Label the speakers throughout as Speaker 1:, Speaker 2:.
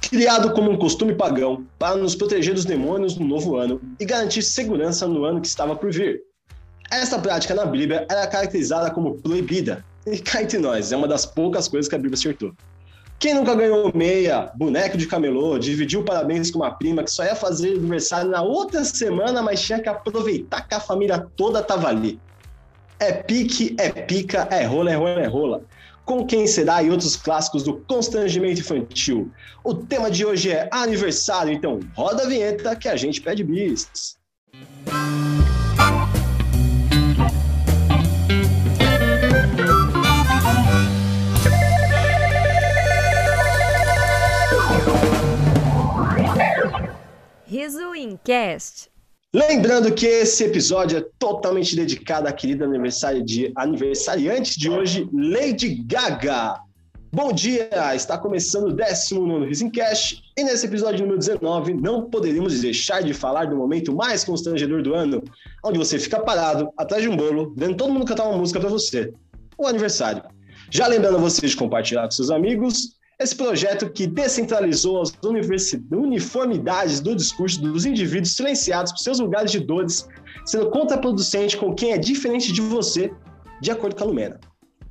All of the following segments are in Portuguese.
Speaker 1: criado como um costume pagão para nos proteger dos demônios no novo ano e garantir segurança no ano que estava por vir. Esta prática na Bíblia era caracterizada como proibida, e cá entre nós, é uma das poucas coisas que a Bíblia acertou. Quem nunca ganhou meia, boneco de camelô, dividiu parabéns com uma prima que só ia fazer aniversário na outra semana, mas tinha que aproveitar que a família toda tava ali. É pique, é pica, é rola, é rola, é rola. Com quem será e outros clássicos do constrangimento infantil. O tema de hoje é aniversário, então roda a vinheta que a gente pede bis.
Speaker 2: Riso Incast.
Speaker 1: Lembrando que esse episódio é totalmente dedicado à querida aniversário de, aniversariante de hoje, Lady Gaga. Bom dia! Está começando o 19 Risencast e nesse episódio número 19 não poderíamos deixar de falar do momento mais constrangedor do ano, onde você fica parado atrás de um bolo, vendo todo mundo cantar uma música para você. O aniversário. Já lembrando a vocês de compartilhar com seus amigos esse projeto que descentralizou as universi- uniformidades do discurso dos indivíduos silenciados por seus lugares de dores, sendo contraproducente com quem é diferente de você, de acordo com a Lumena.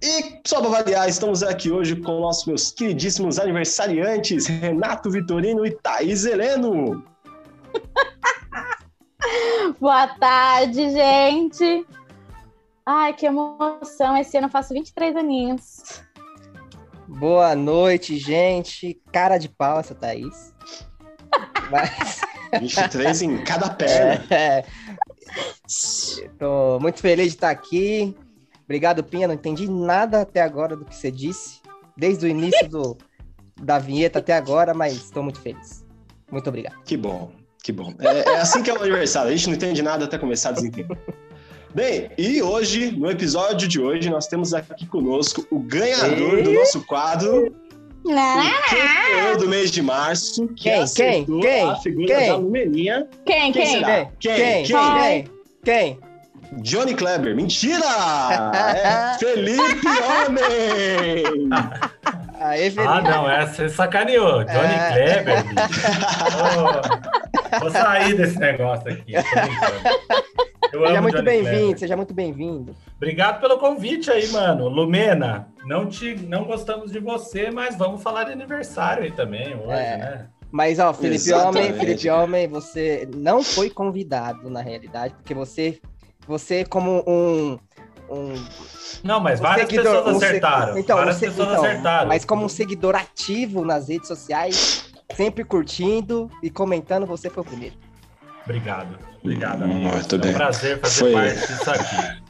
Speaker 1: E só para variar, estamos aqui hoje com nossos meus queridíssimos aniversariantes, Renato Vitorino e Thaís Heleno.
Speaker 3: Boa tarde, gente. Ai, que emoção. Esse ano eu faço 23 aninhos.
Speaker 4: Boa noite, gente. Cara de pau essa Thaís. Mas,
Speaker 1: 23 em cada perna.
Speaker 4: é, tô muito feliz de estar aqui. Obrigado, Pinha. Não entendi nada até agora do que você disse, desde o início do, da vinheta até agora, mas estou muito feliz. Muito obrigado.
Speaker 1: Que bom, que bom. É, é assim que é o aniversário, a gente não entende nada até começar a desentender. Bem, e hoje, no episódio de hoje, nós temos aqui conosco o ganhador do nosso quadro,
Speaker 3: Né?
Speaker 1: o campeão do mês de março, que
Speaker 4: Quem?
Speaker 1: acertou
Speaker 4: Quem? Quem?
Speaker 1: a figura
Speaker 4: Quem?
Speaker 1: da Lumeninha,
Speaker 3: Quem,
Speaker 1: Quem
Speaker 3: quem?
Speaker 1: será? Quem?
Speaker 4: Quem? Quem? Quem?
Speaker 1: Johnny Kleber. Mentira! É Felipe Homem!
Speaker 4: Aê,
Speaker 5: Ah,
Speaker 4: Felipe.
Speaker 5: não, essa você sacaneou. Johnny
Speaker 4: É.
Speaker 5: Kleber, bicho. Ô, Vou sair desse negócio aqui. tô brincando. Eu
Speaker 4: Seja
Speaker 5: amo
Speaker 4: muito
Speaker 5: Johnny
Speaker 4: bem-vindo,
Speaker 5: Kleber.
Speaker 4: seja muito bem-vindo.
Speaker 5: Obrigado pelo convite aí, mano. Lumena, não, te, não gostamos de você, mas vamos falar de aniversário aí também hoje,
Speaker 4: É.
Speaker 5: né?
Speaker 4: Mas, ó, Felipe
Speaker 1: Exatamente.
Speaker 4: Homem, Felipe Homem, você não foi convidado, na realidade, porque você, você como um... um
Speaker 5: Não, mas
Speaker 4: um
Speaker 5: várias
Speaker 4: seguidor-
Speaker 5: pessoas
Speaker 4: um se-
Speaker 5: acertaram.
Speaker 4: Então, um
Speaker 5: várias
Speaker 4: se-
Speaker 5: pessoas
Speaker 4: então,
Speaker 1: Ah,
Speaker 5: acertaram.
Speaker 4: Mas como um seguidor ativo nas redes sociais, sempre curtindo e comentando, você foi o primeiro.
Speaker 5: Obrigado. Obrigado, amigo.
Speaker 1: Muito
Speaker 5: é
Speaker 1: bem.
Speaker 5: um prazer fazer
Speaker 1: Foi.
Speaker 5: parte disso aqui.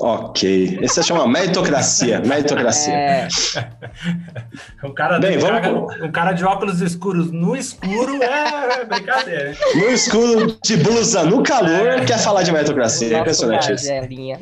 Speaker 1: ok, essa chama meritocracia, meritocracia.
Speaker 4: É,
Speaker 5: Um cara,
Speaker 1: Bem,
Speaker 5: um,
Speaker 1: vamos
Speaker 5: cara, um cara de óculos escuros no escuro é, é brincadeira. hein?
Speaker 1: No escuro, de blusa, no calor, quer falar de meritocracia, é impressionante isso.
Speaker 4: Jagelinha.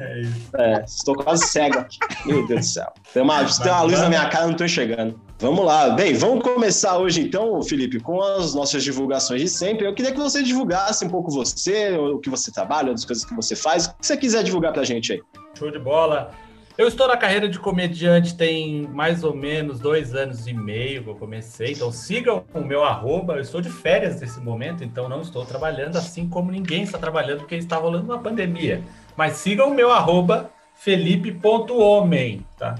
Speaker 5: É isso.
Speaker 1: É, estou quase cego aqui. Meu Deus do céu. Tem uma, se tem uma luz na minha cara, eu não estou enxergando. Vamos lá. Bem, vamos começar hoje então, Felipe, com as nossas divulgações de sempre. Eu queria que você divulgasse um pouco você, o que você trabalha, as coisas que você faz, o que você quiser divulgar pra gente aí.
Speaker 5: Show de bola. Eu estou na carreira de comediante tem mais ou menos dois anos e meio que eu comecei. Então sigam o meu arroba. Eu estou de férias nesse momento, então não estou trabalhando assim como ninguém está trabalhando, porque está rolando uma pandemia. Mas sigam o meu arroba felipe.homem, tá?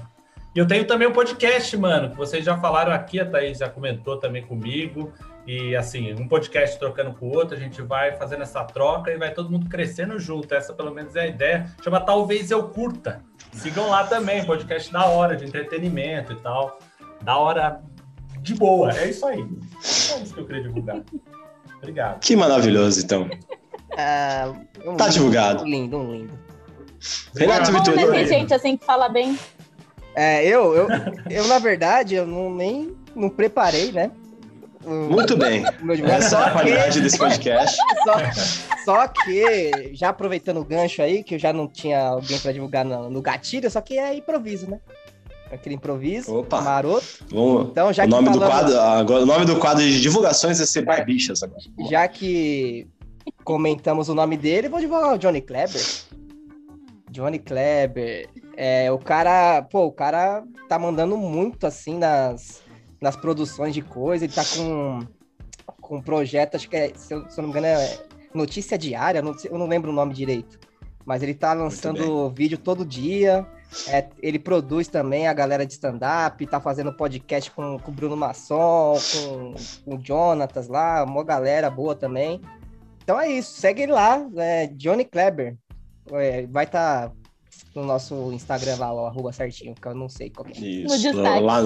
Speaker 5: E eu tenho também um podcast, mano, que vocês já falaram aqui, a Thaís já comentou também comigo. E assim, um podcast trocando com o outro, a gente vai fazendo essa troca e vai todo mundo crescendo junto. Essa pelo menos é a ideia. Chama Talvez Eu Curta. Sigam lá também, podcast da hora, de entretenimento e tal. Da hora de boa. É isso aí. É isso que eu queria divulgar. Obrigado.
Speaker 1: Que maravilhoso, então.
Speaker 4: Ah, um
Speaker 1: Tá
Speaker 4: lindo,
Speaker 1: divulgado.
Speaker 4: Um lindo, um lindo.
Speaker 1: Renato
Speaker 3: Como
Speaker 1: Vitorino.
Speaker 3: deve ter
Speaker 1: Vitorino.
Speaker 3: gente assim que fala bem?
Speaker 4: É, eu, eu, eu, na verdade, eu não, nem não preparei, né? o-
Speaker 1: Muito bem.
Speaker 4: o meu divulgação.
Speaker 1: Essa é a
Speaker 4: Só que-
Speaker 1: qualidade desse podcast.
Speaker 4: Só, só que, já aproveitando o gancho aí, que eu já não tinha alguém pra divulgar no, no gatilho, só que é improviso, né? Aquele improviso,
Speaker 1: Opa.
Speaker 4: maroto.
Speaker 1: Vamos.
Speaker 4: Então, já
Speaker 1: o
Speaker 4: que
Speaker 1: nome do
Speaker 4: falamos-
Speaker 1: quadro, agora, o nome do quadro de divulgações é ser Barbichas agora.
Speaker 4: já que comentamos o nome dele, vou divulgar o Johnny Kleber. Johnny Kleber. É, o cara, pô, o cara tá mandando muito assim nas nas produções de coisa, ele tá com, com um projeto, acho que é, se eu, se eu não me engano, é Notícia Diária, não sei- eu não lembro o nome direito. Mas ele tá lançando vídeo todo dia. é, ele produz também a galera de stand-up, tá fazendo podcast com, com o Bruno Masson, com, com o Jonatas lá, uma galera boa também. Então é isso, segue ele lá, é, Johnny Kleber. É, vai estar no nosso Instagram lá, o arroba certinho, que eu não sei qual que é.
Speaker 3: No
Speaker 1: Isso.
Speaker 3: destaque.
Speaker 1: Lá,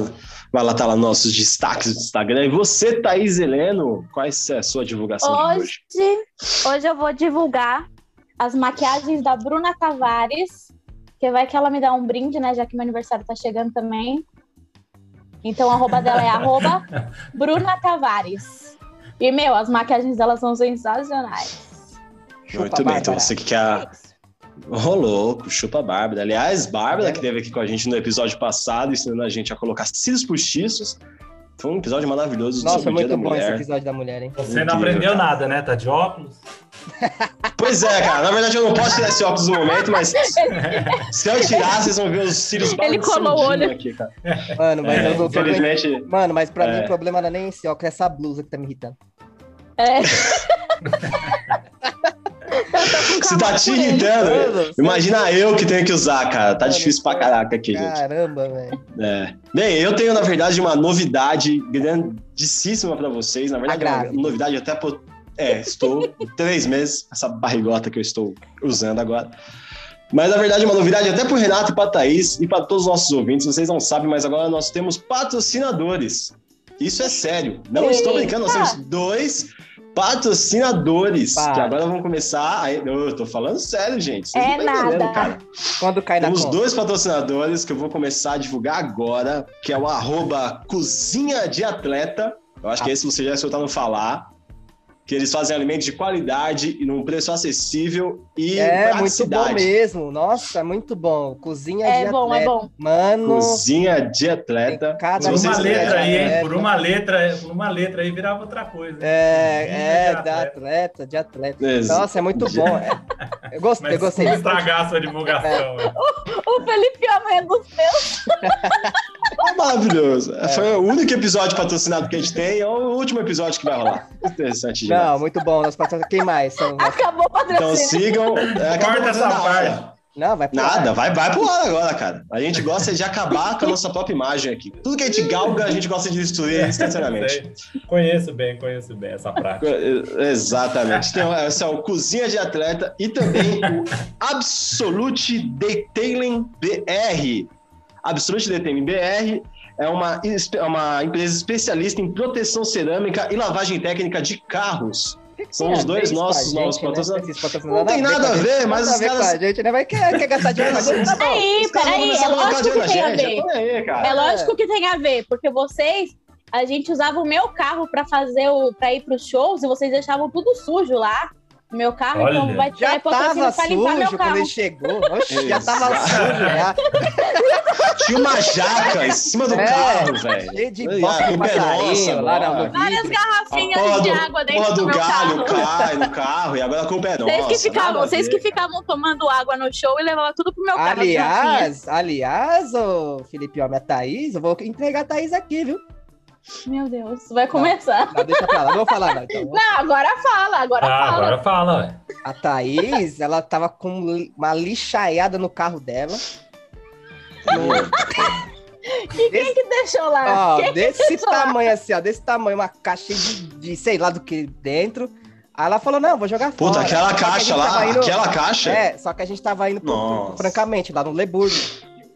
Speaker 1: vai lá, tá lá nossos destaques do Instagram. E você, Thaís Heleno, quais é a sua divulgação de hoje?
Speaker 3: Hoje, hoje eu vou divulgar as maquiagens da Bruna Tavares, que vai que ela me dá um brinde, né? Já que meu aniversário tá chegando também. Então a arroba dela é arroba Bruna Tavares. E, meu, as maquiagens dela são sensacionais.
Speaker 4: Chupa,
Speaker 1: Muito bem, então
Speaker 4: Bárbara.
Speaker 1: você que quer.
Speaker 3: É isso.
Speaker 1: Ô, louco, chupa a Bárbara. Aliás, Bárbara,
Speaker 4: vendo?
Speaker 1: que esteve aqui com a gente no episódio passado, ensinando a gente a colocar cílios postiços. Foi um episódio maravilhoso
Speaker 4: Nossa,
Speaker 1: sobre o Dia
Speaker 4: muito
Speaker 1: da
Speaker 4: bom esse
Speaker 1: Mulher.
Speaker 4: episódio da mulher, hein?
Speaker 5: Você
Speaker 1: Incrível,
Speaker 5: não aprendeu
Speaker 1: cara.
Speaker 5: nada, né? Tá de óculos?
Speaker 1: Pois é, cara. Na verdade, eu não posso tirar esse óculos no momento, mas se eu tirar, vocês vão ver os cílios
Speaker 3: Ele colou o olho.
Speaker 1: aqui, cara. É,
Speaker 4: Mano, mas eu não tô aguentando.
Speaker 1: Infelizmente,
Speaker 4: Mano, mas pra
Speaker 1: É.
Speaker 4: mim o problema não é nem esse óculos, é essa blusa que tá me irritando.
Speaker 3: É.
Speaker 1: se tá te
Speaker 3: ele.
Speaker 1: irritando,
Speaker 4: Mano,
Speaker 1: imagina eu que tenho que usar, cara. Tá
Speaker 4: Mano,
Speaker 1: difícil
Speaker 3: é
Speaker 1: pra caraca aqui, gente.
Speaker 4: Caramba, velho.
Speaker 1: É. Bem, eu tenho, na verdade, uma novidade grandíssima pra vocês. Na verdade, é
Speaker 4: Agrávida.
Speaker 1: uma novidade até por. É, estou três meses, essa barrigota que eu estou usando agora. Mas, na verdade, é uma novidade até pro Renato e pra Thaís e pra todos os nossos ouvintes. Vocês não sabem, mas agora nós temos patrocinadores. Isso é sério. Não estou brincando, nós temos dois patrocinadores
Speaker 4: Para.
Speaker 1: que agora vão começar. A... Eu tô falando sério, gente. Vocês
Speaker 3: É
Speaker 1: não estão entendendo,
Speaker 3: nada.
Speaker 1: cara.
Speaker 4: Quando cai
Speaker 1: Temos
Speaker 4: na conta.
Speaker 1: dois patrocinadores que eu vou começar a divulgar agora, que é o arroba Cozinha de Atleta. Eu acho que esse você já escutaram falar. Que eles fazem alimentos de qualidade e num preço acessível e
Speaker 4: É, muito bom
Speaker 1: praticidade.
Speaker 4: mesmo. Nossa, é muito bom. Cozinha
Speaker 3: É
Speaker 4: de
Speaker 3: bom, é
Speaker 4: atleta.
Speaker 3: bom.
Speaker 4: Mano,
Speaker 1: Cozinha de Atleta.
Speaker 4: Tem cada
Speaker 5: Por
Speaker 1: Se
Speaker 5: uma
Speaker 1: vocês
Speaker 4: quiserem,
Speaker 5: letra aí, hein?
Speaker 4: né?
Speaker 5: Por uma letra, por uma letra aí virava outra coisa.
Speaker 4: é, é,
Speaker 5: Cozinha de
Speaker 4: da
Speaker 5: atleta.
Speaker 4: atleta, de atleta.
Speaker 1: Ex-
Speaker 4: Nossa, é muito bom. é. Eu gostei, eu
Speaker 5: Mas
Speaker 4: gostei. É.
Speaker 5: não tá estragar a sua divulgação. né?
Speaker 3: O Felipe Amendo.
Speaker 1: É maravilhoso. Foi o único episódio patrocinado que a gente tem, é o último episódio que vai rolar. Interessante demais.
Speaker 4: Não, muito bom. Nós passamos. Quem mais? São-
Speaker 3: Acabou o
Speaker 1: então
Speaker 3: patrocínio.
Speaker 1: sigam. É, acabou
Speaker 5: Corta essa
Speaker 1: toda a hora.
Speaker 5: parte.
Speaker 4: Não, vai pro
Speaker 1: Nada,
Speaker 4: ar.
Speaker 1: vai, vai pro ar agora, cara. A gente gosta de acabar com a nossa própria imagem aqui. Tudo que a gente galga, a gente gosta de destruir instantaneamente.
Speaker 5: Sei. Conheço bem, conheço bem essa prática.
Speaker 1: É, Exatamente. Então, esse é o Cozinha de Atleta e também o Absolute Detailing BR. Absolute Detailing BR é uma, espe- é uma empresa especialista em proteção cerâmica e lavagem técnica de carros. São
Speaker 4: é?
Speaker 1: os dois nossos
Speaker 4: né?
Speaker 1: novos patrocinadores. Não tem nada a ver, mas os
Speaker 4: nada a ver com
Speaker 1: caras-
Speaker 4: a gente, né? Vai quer, quer gastar dinheiro. mas tá bom.
Speaker 1: Então,
Speaker 3: Peraí,
Speaker 1: Os caras vão
Speaker 3: peraí.
Speaker 1: começar
Speaker 3: É
Speaker 1: a colocar
Speaker 3: lógico que
Speaker 1: dinheiro
Speaker 3: tem a
Speaker 1: na gente.
Speaker 3: ver.
Speaker 1: Olha aí, cara.
Speaker 3: É lógico que tem a ver, porque vocês, a gente usava o meu carro pra fazer o para ir pros shows e vocês deixavam tudo sujo lá. no Meu carro,
Speaker 5: Olha,
Speaker 3: então vai ter
Speaker 4: Já
Speaker 3: patrocínio
Speaker 4: tava
Speaker 3: pra limpar meu
Speaker 4: sujo quando
Speaker 3: carro.
Speaker 4: ele chegou. Oxe, já tava
Speaker 1: Exato.
Speaker 4: sujo já.
Speaker 1: Tinha uma jaca em cima do
Speaker 4: É.
Speaker 1: carro, velho.
Speaker 4: Cheio de
Speaker 1: Olha,
Speaker 4: bosta de
Speaker 1: a peroça,
Speaker 4: passarinho lá
Speaker 1: bora.
Speaker 4: no
Speaker 3: Várias
Speaker 4: vidro.
Speaker 1: A porra
Speaker 3: garrafinhas de
Speaker 1: do-
Speaker 3: água
Speaker 1: Pô,
Speaker 3: dentro do
Speaker 1: do
Speaker 3: meu
Speaker 1: galho
Speaker 3: carro.
Speaker 1: cai no carro e agora a culpa é nossa.
Speaker 3: Vocês que, ficavam,
Speaker 1: nada a
Speaker 3: vocês
Speaker 1: ver.
Speaker 3: que ficavam tomando água no show e levavam tudo pro meu carro. as garrafinhas.
Speaker 4: Aliás, aliás, ô Felipe, ó, minha Thaís, eu vou entregar a Thaís aqui, viu?
Speaker 3: Meu Deus, vai começar.
Speaker 4: Não, deixa pra lá, não vou falar não. Então,
Speaker 3: Não, agora fala, agora
Speaker 5: Ah,
Speaker 3: fala.
Speaker 5: agora fala, ué.
Speaker 4: a Thaís, ela tava com um li- uma lixaiada no carro dela. No-
Speaker 3: E quem Ah, que deixou lá?
Speaker 4: ó,
Speaker 3: Quem-
Speaker 4: desse
Speaker 3: isso lá?
Speaker 4: tamanho assim, ó, desse tamanho, uma caixa de, de sei lá do que dentro. Aí ela falou, não, vou jogar fora.
Speaker 1: Puta, aquela
Speaker 4: Só que a
Speaker 1: caixa
Speaker 4: gente tava
Speaker 1: lá,
Speaker 4: indo-
Speaker 1: aquela caixa.
Speaker 4: É, só que a gente tava indo pro, pro-
Speaker 1: Nossa.
Speaker 4: francamente, lá no Leburgo.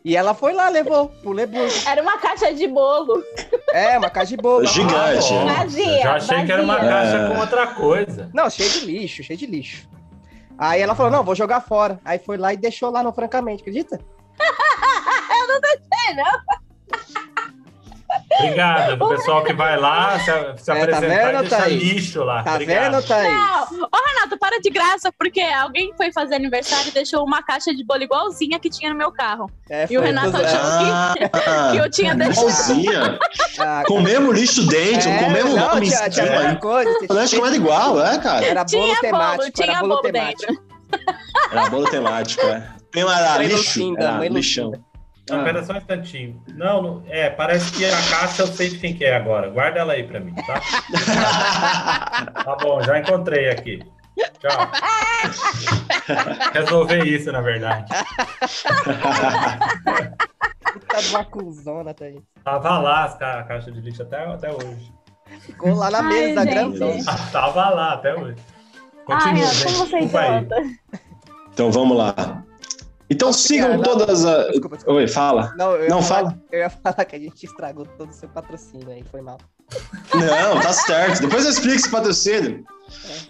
Speaker 4: E ela foi lá, levou pro Leburgo.
Speaker 3: Era uma caixa de bolo.
Speaker 4: É, uma caixa de boa.
Speaker 1: Gigante.
Speaker 5: Ah, bom.
Speaker 3: Vazia,
Speaker 5: Eu já achei que era uma
Speaker 3: vazia.
Speaker 5: caixa
Speaker 1: É.
Speaker 5: com outra coisa.
Speaker 4: Não, cheio de lixo, cheio de lixo. Aí ela falou, não, vou jogar fora. Aí foi lá e deixou lá no francamente, acredita?
Speaker 5: Obrigado pro pessoal que vai lá se, se
Speaker 4: É, tá
Speaker 5: apresentar
Speaker 4: vendo,
Speaker 5: e deixar
Speaker 4: Thaís?
Speaker 5: lixo lá.
Speaker 1: Ah,
Speaker 4: Tá
Speaker 5: Obrigado.
Speaker 4: vendo, Thaís?
Speaker 3: Não, ô Renato, para de graça, porque alguém foi fazer aniversário e deixou uma caixa de bolo igualzinha que tinha no meu carro.
Speaker 4: É,
Speaker 3: E o
Speaker 4: foi,
Speaker 3: Renato
Speaker 4: tô zoando.
Speaker 3: achou Que eu tinha deixado.
Speaker 1: Ah. Igualzinha.
Speaker 4: Ah,
Speaker 1: Com o mesmo lixo dentro, com o mesmo
Speaker 4: É, não,
Speaker 1: nome em
Speaker 4: tinha, tinha
Speaker 1: um cima.
Speaker 4: outra coisa.
Speaker 1: O lanche não era igual, é, cara.
Speaker 4: Era bolo
Speaker 3: Tinha
Speaker 4: temático,
Speaker 3: bolo, tinha
Speaker 4: era bolo,
Speaker 3: bolo
Speaker 4: temático.
Speaker 1: Era bolo temático, é. O tema era
Speaker 4: Mãe
Speaker 1: lixo,
Speaker 4: Lucinda,
Speaker 1: era
Speaker 4: mãe
Speaker 1: lixão.
Speaker 5: Não, pera só um instantinho. Não, não- é, parece que a caixa eu sei de quem que é agora. Guarda ela aí pra mim, tá? tá bom, já encontrei aqui. Tchau. Resolver isso, na verdade.
Speaker 4: Puta de uma cuzona, tá aí.
Speaker 5: Tava lá as ca- a caixa de lixo até, até hoje.
Speaker 4: Ficou lá na
Speaker 3: Ai,
Speaker 4: mesa,
Speaker 3: gente.
Speaker 4: grandão.
Speaker 5: Tava lá até hoje.
Speaker 3: Ai,
Speaker 5: Continua,
Speaker 3: ó,
Speaker 5: gente.
Speaker 3: como você é
Speaker 5: Desculpa aí.
Speaker 3: idiota.
Speaker 1: Então vamos lá. Então sigam
Speaker 4: não.
Speaker 1: todas as.
Speaker 4: Desculpa, desculpa.
Speaker 1: Oi, fala.
Speaker 4: Não, eu ia
Speaker 1: Não,
Speaker 4: falar-
Speaker 1: fala.
Speaker 4: Eu ia falar que a gente estragou todo o seu patrocínio aí, foi mal.
Speaker 1: Não, tá certo. Depois eu explico esse patrocínio.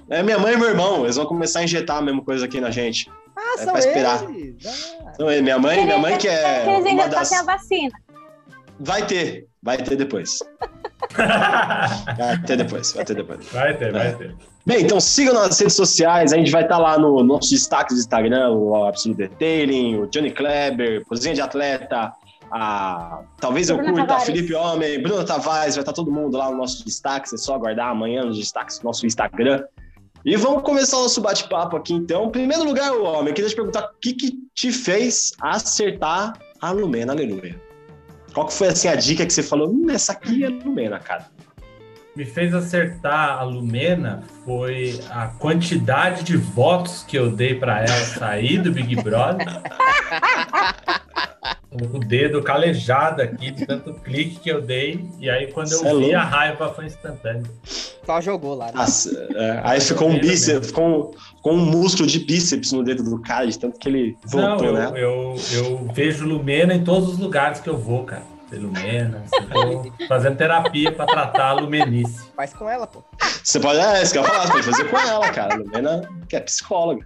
Speaker 1: É minha mãe e meu irmão, eles vão começar a injetar a mesma coisa aqui na gente.
Speaker 4: Ah,
Speaker 1: É pra esperar.
Speaker 4: eles! Ah.
Speaker 1: Então, é minha mãe, minha mãe que é
Speaker 3: Porque eles
Speaker 1: uma
Speaker 3: ainda
Speaker 1: das.
Speaker 3: só têm a vacina.
Speaker 1: Vai ter, vai ter depois. Vai ter depois, vai ter depois.
Speaker 5: Vai ter, vai ter.
Speaker 1: Bem, então sigam nas redes sociais, a gente vai estar lá no nosso destaque do Instagram, o Absolute Detailing, o Johnny Kleber, Cozinha de Atleta, a Talvez Eu
Speaker 3: Bruna
Speaker 1: Curta,
Speaker 3: Tavares.
Speaker 1: Felipe Homem, Bruno Tavares, vai estar todo mundo lá no nosso destaque, é só aguardar amanhã nos destaques do nosso Instagram. E vamos começar o nosso bate-papo aqui então. Em primeiro lugar, o Homem, eu queria te perguntar o que, que te fez acertar a Lumena, aleluia. Qual que foi assim, a dica que você falou? Hum, essa aqui é Lumena, cara.
Speaker 5: me fez acertar a Lumena foi a quantidade de votos que eu dei para ela sair do Big Brother. Tô com o dedo calejado aqui, de tanto clique que eu dei. E aí, quando eu
Speaker 1: Cê é
Speaker 5: vi,
Speaker 1: louco.
Speaker 5: a raiva foi instantânea.
Speaker 4: Só jogou lá. né?
Speaker 1: Nossa, é, aí ficou um bíceps, ficou um, ficou um músculo de bíceps no dedo do cara, de tanto que ele
Speaker 5: Não,
Speaker 1: voltou,
Speaker 5: eu,
Speaker 1: né?
Speaker 5: eu, eu vejo Lumena em todos os lugares que eu vou, cara. Tem Lumena, assim, tô fazendo terapia para tratar a Lumenice.
Speaker 4: Faz com ela, pô.
Speaker 1: Você pode, é, isso que eu ia falar, você pode fazer com ela, cara. A Lumena, que é psicóloga.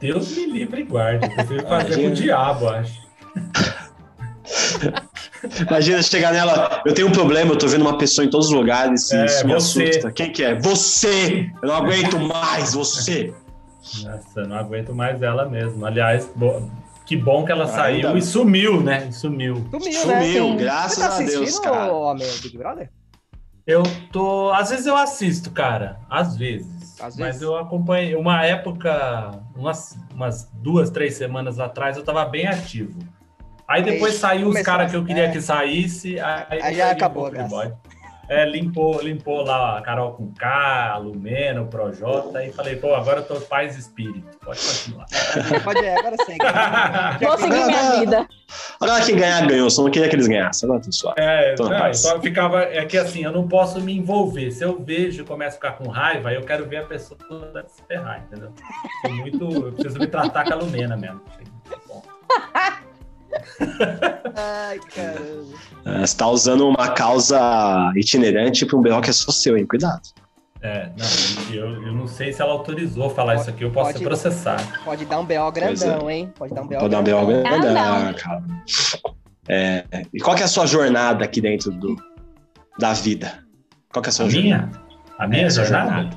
Speaker 5: Deus me livre e guarde. Eu prefiro fazer com o
Speaker 1: Imagina.
Speaker 5: diabo, acho.
Speaker 1: Imagina chegar nela, eu tenho um problema, eu tô vendo uma pessoa em todos os lugares, isso,
Speaker 5: É,
Speaker 1: isso me
Speaker 5: você.
Speaker 1: assusta. Quem que é? Você! Eu não aguento mais, você!
Speaker 5: Nossa, eu não aguento mais ela mesmo. Aliás, bo- que bom que ela saiu
Speaker 1: Ainda.
Speaker 5: e sumiu, né? E Sumiu.
Speaker 4: Sumiu, né?
Speaker 1: Sumiu,
Speaker 3: Sim.
Speaker 1: graças
Speaker 4: Você tá
Speaker 1: a Deus,
Speaker 4: assistindo
Speaker 1: cara.
Speaker 4: o Homem Big Brother?
Speaker 5: Eu tô. Às vezes eu assisto, cara. Às vezes.
Speaker 4: Às
Speaker 5: Mas
Speaker 4: vezes.
Speaker 5: eu acompanhei. Uma época, umas, umas duas, três semanas atrás, eu tava bem ativo. Aí depois
Speaker 4: Aí
Speaker 5: saiu os
Speaker 4: começou
Speaker 5: caras
Speaker 4: a-
Speaker 5: que eu queria
Speaker 4: é.
Speaker 5: que saísse. Aí,
Speaker 4: Aí já
Speaker 5: limpou
Speaker 4: acabou
Speaker 5: o
Speaker 4: a graça.
Speaker 5: Playboy. É, limpou, limpou lá a Carol com K, a Lumena, o Projota, e falei, pô, agora eu tô paz e espírito. Pode continuar.
Speaker 4: Pode é, agora segue.
Speaker 1: Ah,
Speaker 3: Vou seguir minha vida.
Speaker 1: Agora quem ganhar, ganhou, só não queria que eles ganhassem, agora tudo suave.
Speaker 5: É,
Speaker 1: Tô na
Speaker 5: não,
Speaker 1: paz.
Speaker 5: só ficava. É que assim, eu não posso me envolver. Se eu vejo e começo a ficar com raiva, aí eu quero ver a pessoa se ferrar, entendeu? Sou muito. Eu preciso me tratar com a Lumena mesmo. Bom,
Speaker 4: Ai, caramba.
Speaker 1: É, Você tá usando uma causa itinerante pra um BO que é só seu, hein? Cuidado.
Speaker 5: É, não, eu, eu não sei se ela autorizou falar isso aqui, eu posso
Speaker 4: Pode-
Speaker 5: ser processado.
Speaker 4: Pode dar um B.O. grandão, hein? Pode dar um B.O.
Speaker 1: Vou é. dar um BO grande,
Speaker 3: Ah, não.
Speaker 1: cara. É, e qual que é a sua jornada aqui dentro do, da vida? Qual que é a
Speaker 5: A
Speaker 1: sua jornada?
Speaker 5: minha? A minha
Speaker 1: É,
Speaker 5: jornada?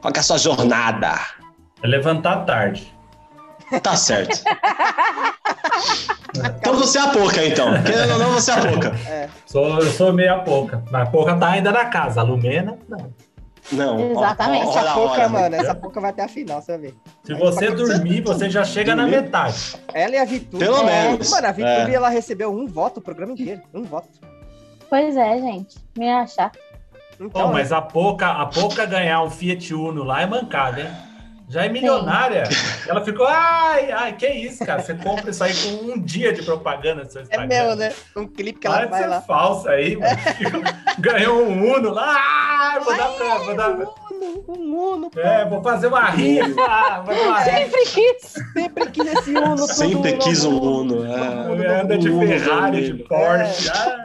Speaker 1: Qual que é a sua jornada?
Speaker 5: É levantar tarde.
Speaker 1: Tá certo. então você é a pouca, então. Querendo ou não, você é a pouca.
Speaker 5: Sou, eu sou meia pouca. Mas a pouca tá ainda na casa. A Lumena, não.
Speaker 1: Não. ó,
Speaker 3: Exatamente. é
Speaker 1: ó, olha
Speaker 4: Essa
Speaker 1: a
Speaker 4: pouca,
Speaker 1: hora. né?
Speaker 4: mano, essa pouca vai até a final, você vai ver.
Speaker 5: Se você dormir, você já chega na
Speaker 1: Dormir?
Speaker 5: metade.
Speaker 4: Ela e a Vitube. é,
Speaker 1: Pelo menos.
Speaker 4: Mano, a Vitube,
Speaker 1: É.
Speaker 4: ela recebeu um voto o programa inteiro. Um voto.
Speaker 3: Pois é, gente. Me achar.
Speaker 5: Bom,
Speaker 4: Então,
Speaker 5: mas a pouca, a pouca ganhar um Fiat Uno lá é mancada, hein? Já é milionária. Ela ficou, ai, ai, que isso, cara? Você compra isso aí com um dia de propaganda no seu
Speaker 4: é
Speaker 5: Instagram.
Speaker 4: meu, né? Um clipe que ela
Speaker 5: Para de
Speaker 4: vai
Speaker 5: ser
Speaker 4: lá.
Speaker 5: falsa aí, mano. Ganhou um Uno lá. Ai, vou dar pra. Vou dar...
Speaker 4: Um Uno, um Uno, pô.
Speaker 5: É, vou fazer uma rifa. Vou fazer uma rifa.
Speaker 3: Sempre quis.
Speaker 4: Sempre quis esse Uno. todo
Speaker 1: Sempre
Speaker 4: Uno,
Speaker 1: quis um Uno. É,
Speaker 5: Anda de
Speaker 1: Um Uno
Speaker 5: Ferrari, tipo, de
Speaker 1: vermelho.
Speaker 5: Porsche. Ai,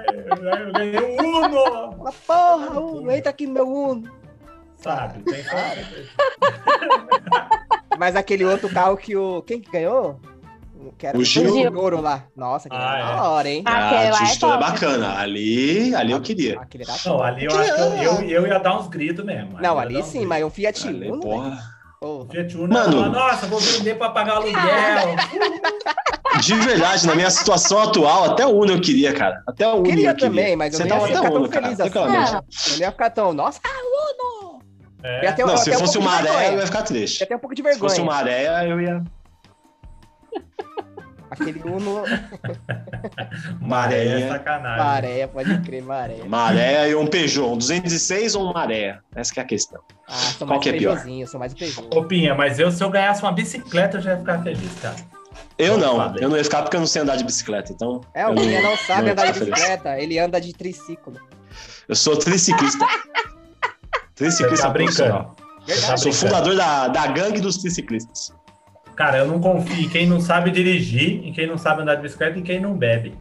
Speaker 5: eu ganhei um Uno.
Speaker 4: Fala, Porra, Uno, entra aqui no meu Uno.
Speaker 5: Sabe? Tem cara.
Speaker 4: Mas aquele outro carro que o... Quem que ganhou? Que era
Speaker 1: O Gil.
Speaker 4: O Ouro lá. Nossa, que
Speaker 5: Ah,
Speaker 4: era
Speaker 5: é.
Speaker 4: da hora, hein?
Speaker 3: Ah,
Speaker 1: Ah,
Speaker 3: aquela
Speaker 1: a
Speaker 3: é
Speaker 1: Tito é
Speaker 3: top.
Speaker 1: bacana. Ali, ali eu queria.
Speaker 4: Aquele era
Speaker 5: Não, ali eu acho que eu, eu, eu ia dar uns gritos mesmo.
Speaker 4: Não,
Speaker 5: Eu ia
Speaker 4: ali
Speaker 5: dar uns
Speaker 4: sim,
Speaker 5: gritos.
Speaker 4: mas um Fiat
Speaker 1: Ali, é
Speaker 4: Uno. velho.
Speaker 1: porra.
Speaker 4: Pô,
Speaker 5: Fiat Uno,
Speaker 1: Mano.
Speaker 5: ela fala, nossa, vou vender pra pagar aluguel.
Speaker 1: De verdade, na minha situação atual, até o Uno eu queria, cara. Até o Uno
Speaker 4: Queria
Speaker 1: eu queria.
Speaker 4: também, mas eu
Speaker 1: Você tá
Speaker 4: não
Speaker 1: tava
Speaker 4: ia
Speaker 1: até
Speaker 4: ficar tão
Speaker 1: Uno, cara.
Speaker 4: feliz assim.
Speaker 1: tranquilamente.
Speaker 3: Ah,
Speaker 4: eu não ia ficar tão. Nossa, ah, Uno!
Speaker 5: É.
Speaker 4: Eu ia ter- eu
Speaker 1: Não,
Speaker 4: ia
Speaker 1: se
Speaker 4: ter um
Speaker 1: fosse
Speaker 4: pouco
Speaker 1: uma
Speaker 4: de
Speaker 1: areia, eu
Speaker 4: vergonha.
Speaker 1: ia ficar triste.
Speaker 4: Ia ter um pouco de
Speaker 1: Se fosse
Speaker 4: vergonha.
Speaker 1: uma areia, eu ia.
Speaker 4: Aquele Uno
Speaker 5: Maré é
Speaker 1: Maréia.
Speaker 5: sacanagem.
Speaker 4: Maré, pode crer, Maré.
Speaker 1: Maré e um Peugeot. Um 206 ou um Maré? Essa que é a questão.
Speaker 4: Ah, sou
Speaker 1: Qual
Speaker 4: mais
Speaker 1: que é
Speaker 4: um
Speaker 1: pior?
Speaker 4: Peugeotzinho, sou mais um Peugeot.
Speaker 5: Ô, Pinha, mas eu, se eu ganhasse uma bicicleta, eu já ia ficar feliz, cara.
Speaker 1: Eu
Speaker 5: Não
Speaker 1: não.
Speaker 5: falei.
Speaker 1: Eu não ia ficar porque eu não sei andar de bicicleta. Então,
Speaker 4: É, o
Speaker 1: eu
Speaker 4: Pinha não sabe
Speaker 1: não
Speaker 4: andar de
Speaker 1: interessa.
Speaker 4: bicicleta, ele anda de triciclo.
Speaker 1: eu sou triciclista.
Speaker 5: Você
Speaker 1: triciclista
Speaker 5: tá
Speaker 1: profissional.
Speaker 5: brincando. Você tá
Speaker 1: Eu sou
Speaker 5: brincando.
Speaker 1: fundador da, da gangue dos triciclistas.
Speaker 5: Cara, eu não confio em quem não sabe dirigir, em quem não sabe andar de bicicleta e em quem não bebe.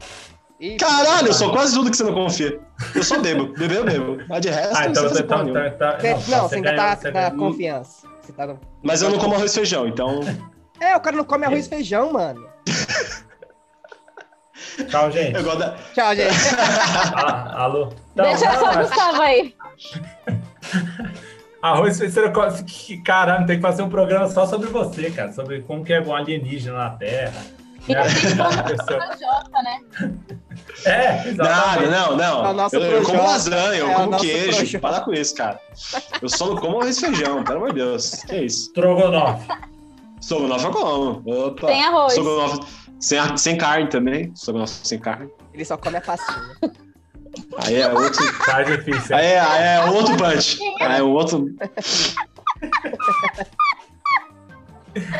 Speaker 4: Ih,
Speaker 1: Caralho, eu
Speaker 5: Ah.
Speaker 1: sou quase tudo que você não confia. Eu só bebo. Beber eu bebo. Mas de resto,
Speaker 5: Ah,
Speaker 1: eu
Speaker 5: então
Speaker 1: não
Speaker 5: você
Speaker 1: sei
Speaker 5: tá.
Speaker 1: fazer porra
Speaker 5: tá, tá-
Speaker 4: você- não, você ainda
Speaker 5: ganhou,
Speaker 4: tá na
Speaker 5: você ganhou.
Speaker 4: confiança. Você tá no-
Speaker 1: nenhuma. Mas eu não como arroz e feijão, então.
Speaker 4: É, o cara não come arroz e feijão, mano.
Speaker 5: Tchau, gente.
Speaker 1: Eu gosto da.
Speaker 4: Tchau, gente.
Speaker 5: Ah, alô?
Speaker 1: Tá
Speaker 5: Então,
Speaker 3: Deixa só o
Speaker 5: cara,
Speaker 3: Gustavo aí.
Speaker 5: Arroz feiticeiro cósmico. Caralho, tem que fazer um programa só sobre você, cara. Sobre como que é um alienígena na Terra.
Speaker 3: E
Speaker 5: Cara,
Speaker 3: tem como
Speaker 5: a pessoa-
Speaker 3: o Jota, né?
Speaker 5: É,
Speaker 1: Nada,
Speaker 5: exatamente.
Speaker 1: não,
Speaker 4: É o
Speaker 1: não.
Speaker 4: nosso
Speaker 1: Eu, eu como
Speaker 4: projota.
Speaker 1: lasanha, eu
Speaker 4: É o
Speaker 1: como
Speaker 4: nosso
Speaker 1: queijo.
Speaker 4: projota.
Speaker 1: Para com isso, cara. Eu só não como arroz e feijão, pelo amor de Deus. Que isso?
Speaker 5: Trogonoff.
Speaker 1: Strogonofe eu como. Opa.
Speaker 3: Tem arroz.
Speaker 1: Strogonofe sem, a- sem carne também. Strogonofe sem carne.
Speaker 4: Ele só come a pastinha.
Speaker 1: Aí é outro.
Speaker 5: Tá difícil.
Speaker 1: Aí é, aí é outro punch. Aí é um outro.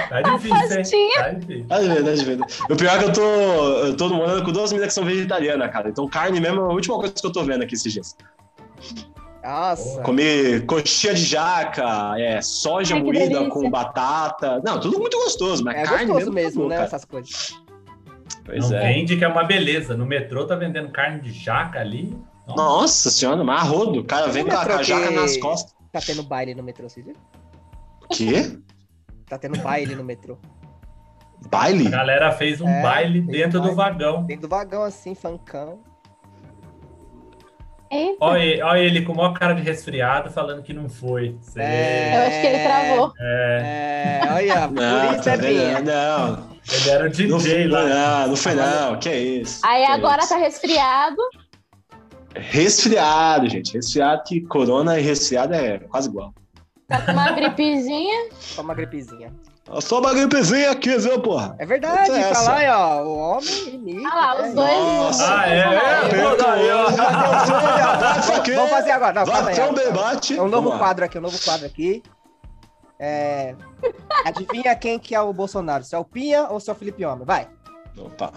Speaker 5: Tá difícil, hein?
Speaker 3: pastinha.
Speaker 5: Tá difícil.
Speaker 1: Ah, de verdade, de verdade. O pior é que eu tô, eu tô morando com duas meninas que são vegetarianas, cara. Então carne mesmo é a última coisa que eu tô vendo aqui esses dias.
Speaker 5: É.
Speaker 4: Nossa.
Speaker 1: Comi coxinha de jaca, é, soja
Speaker 3: Ai, que
Speaker 1: moída
Speaker 3: delícia.
Speaker 1: com batata. Não, tudo muito gostoso, mas
Speaker 4: É
Speaker 1: carne
Speaker 4: gostoso
Speaker 1: mesmo, tá
Speaker 4: mesmo, né?
Speaker 1: cara.
Speaker 4: Essas coisas.
Speaker 1: Pois
Speaker 5: não
Speaker 1: é.
Speaker 5: vende que é uma beleza. No metrô tá vendendo carne de jaca ali.
Speaker 1: Nossa senhora, mas arrodo. O cara vem
Speaker 4: Como
Speaker 1: com
Speaker 4: é
Speaker 1: a, com a jaca
Speaker 4: troquei?
Speaker 1: nas costas.
Speaker 4: Tá tendo baile no metrô, vocês viram?
Speaker 1: Quê?
Speaker 4: Tá tendo baile no metrô.
Speaker 1: Baile?
Speaker 5: A galera fez um
Speaker 4: É,
Speaker 5: baile
Speaker 4: fez um
Speaker 5: dentro do
Speaker 4: baile.
Speaker 5: vagão.
Speaker 4: Dentro do vagão, assim, fancão.
Speaker 3: Eita,
Speaker 5: Olha ele, olha ele com a maior cara de resfriado falando que não foi. Cê-
Speaker 4: É.
Speaker 3: eu acho que ele travou.
Speaker 4: É, olha, por
Speaker 1: Não,
Speaker 4: isso
Speaker 1: tá
Speaker 4: é
Speaker 1: vendo?
Speaker 4: Pinha.
Speaker 1: Não,
Speaker 5: Ele era o
Speaker 1: não foi
Speaker 5: DJ lá.
Speaker 1: não, não foi não, que isso.
Speaker 3: Aí
Speaker 1: que
Speaker 3: agora
Speaker 1: isso.
Speaker 3: tá resfriado.
Speaker 1: Resfriado, gente. Resfriado que corona e resfriado é quase igual.
Speaker 3: Tá com uma gripezinha.
Speaker 4: Só uma gripezinha.
Speaker 1: Eu sou uma gripezinha aqui, viu, porra?
Speaker 4: É verdade,
Speaker 1: Essa é
Speaker 4: tá
Speaker 1: essa.
Speaker 4: lá, aí, ó. O homem é né? e Nick.
Speaker 3: Olha Ah lá, os dois.
Speaker 1: Nossa.
Speaker 5: Ah, é? é,
Speaker 1: Apertou.
Speaker 5: pô, daí, ó.
Speaker 1: Vai que-
Speaker 4: um Vamos fazer agora. Não, calma
Speaker 1: Vai
Speaker 4: aí,
Speaker 1: ter um
Speaker 4: ó.
Speaker 1: debate.
Speaker 4: É um novo
Speaker 1: Vamos lá.
Speaker 4: quadro aqui, um novo quadro aqui. É... Adivinha quem que é o Bolsonaro? Se é o Pinha ou se é o Felipe Homem? Vai.
Speaker 1: Opa.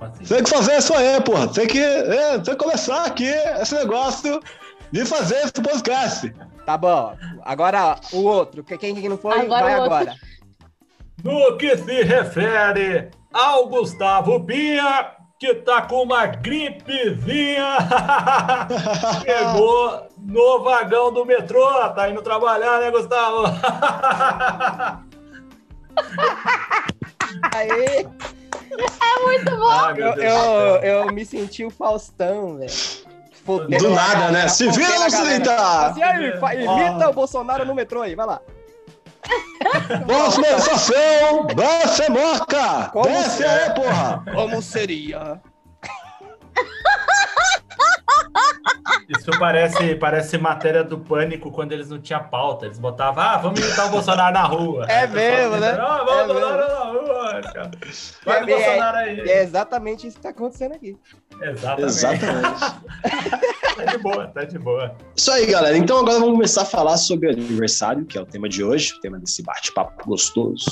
Speaker 5: Assim,
Speaker 1: Tem que fazer isso aí, porra. Tem que, é, tem que começar aqui esse negócio de fazer esse podcast.
Speaker 4: Tá bom. Agora o outro. que- Quem que não foi,
Speaker 3: Agora
Speaker 4: vai
Speaker 3: o outro.
Speaker 4: agora.
Speaker 5: No que se refere ao Gustavo Pinha, que tá com uma gripezinha, pegou no vagão do metrô, tá indo trabalhar, né, Gustavo?
Speaker 4: Aê,
Speaker 5: Ah, meu
Speaker 4: eu,
Speaker 5: Deus do
Speaker 4: eu,
Speaker 5: céu.
Speaker 4: eu me senti o Faustão, velho. Fodendo
Speaker 1: Do
Speaker 4: a
Speaker 1: nada,
Speaker 4: galera,
Speaker 1: né? Se
Speaker 4: fodendo
Speaker 1: vira
Speaker 4: a
Speaker 1: ou se
Speaker 4: galera.
Speaker 1: deita?
Speaker 4: Assim, aí, fa- imita
Speaker 1: Ah.
Speaker 4: o Bolsonaro no metrô aí, vai lá.
Speaker 1: Próxima estação, desce moca.
Speaker 4: Como
Speaker 1: Desce aí, porra.
Speaker 4: Como seria?
Speaker 5: Isso parece, parece matéria do pânico quando eles não tinham pauta. Eles botavam, ah, vamos imitar o Bolsonaro na rua.
Speaker 4: É
Speaker 5: Aí o pessoal
Speaker 4: mesmo, né?
Speaker 5: dizendo, Ah, vamos
Speaker 4: É
Speaker 5: o Bolsonaro na rua. cara. Vai
Speaker 4: É
Speaker 5: do
Speaker 4: bem-
Speaker 5: Bolsonaro aí.
Speaker 4: É exatamente isso que tá acontecendo aqui.
Speaker 5: Exatamente.
Speaker 1: Exatamente.
Speaker 5: Tá de boa, tá de boa.
Speaker 1: Isso aí, galera. Então agora vamos começar a falar sobre aniversário, que é o tema de hoje, o tema desse bate-papo gostoso.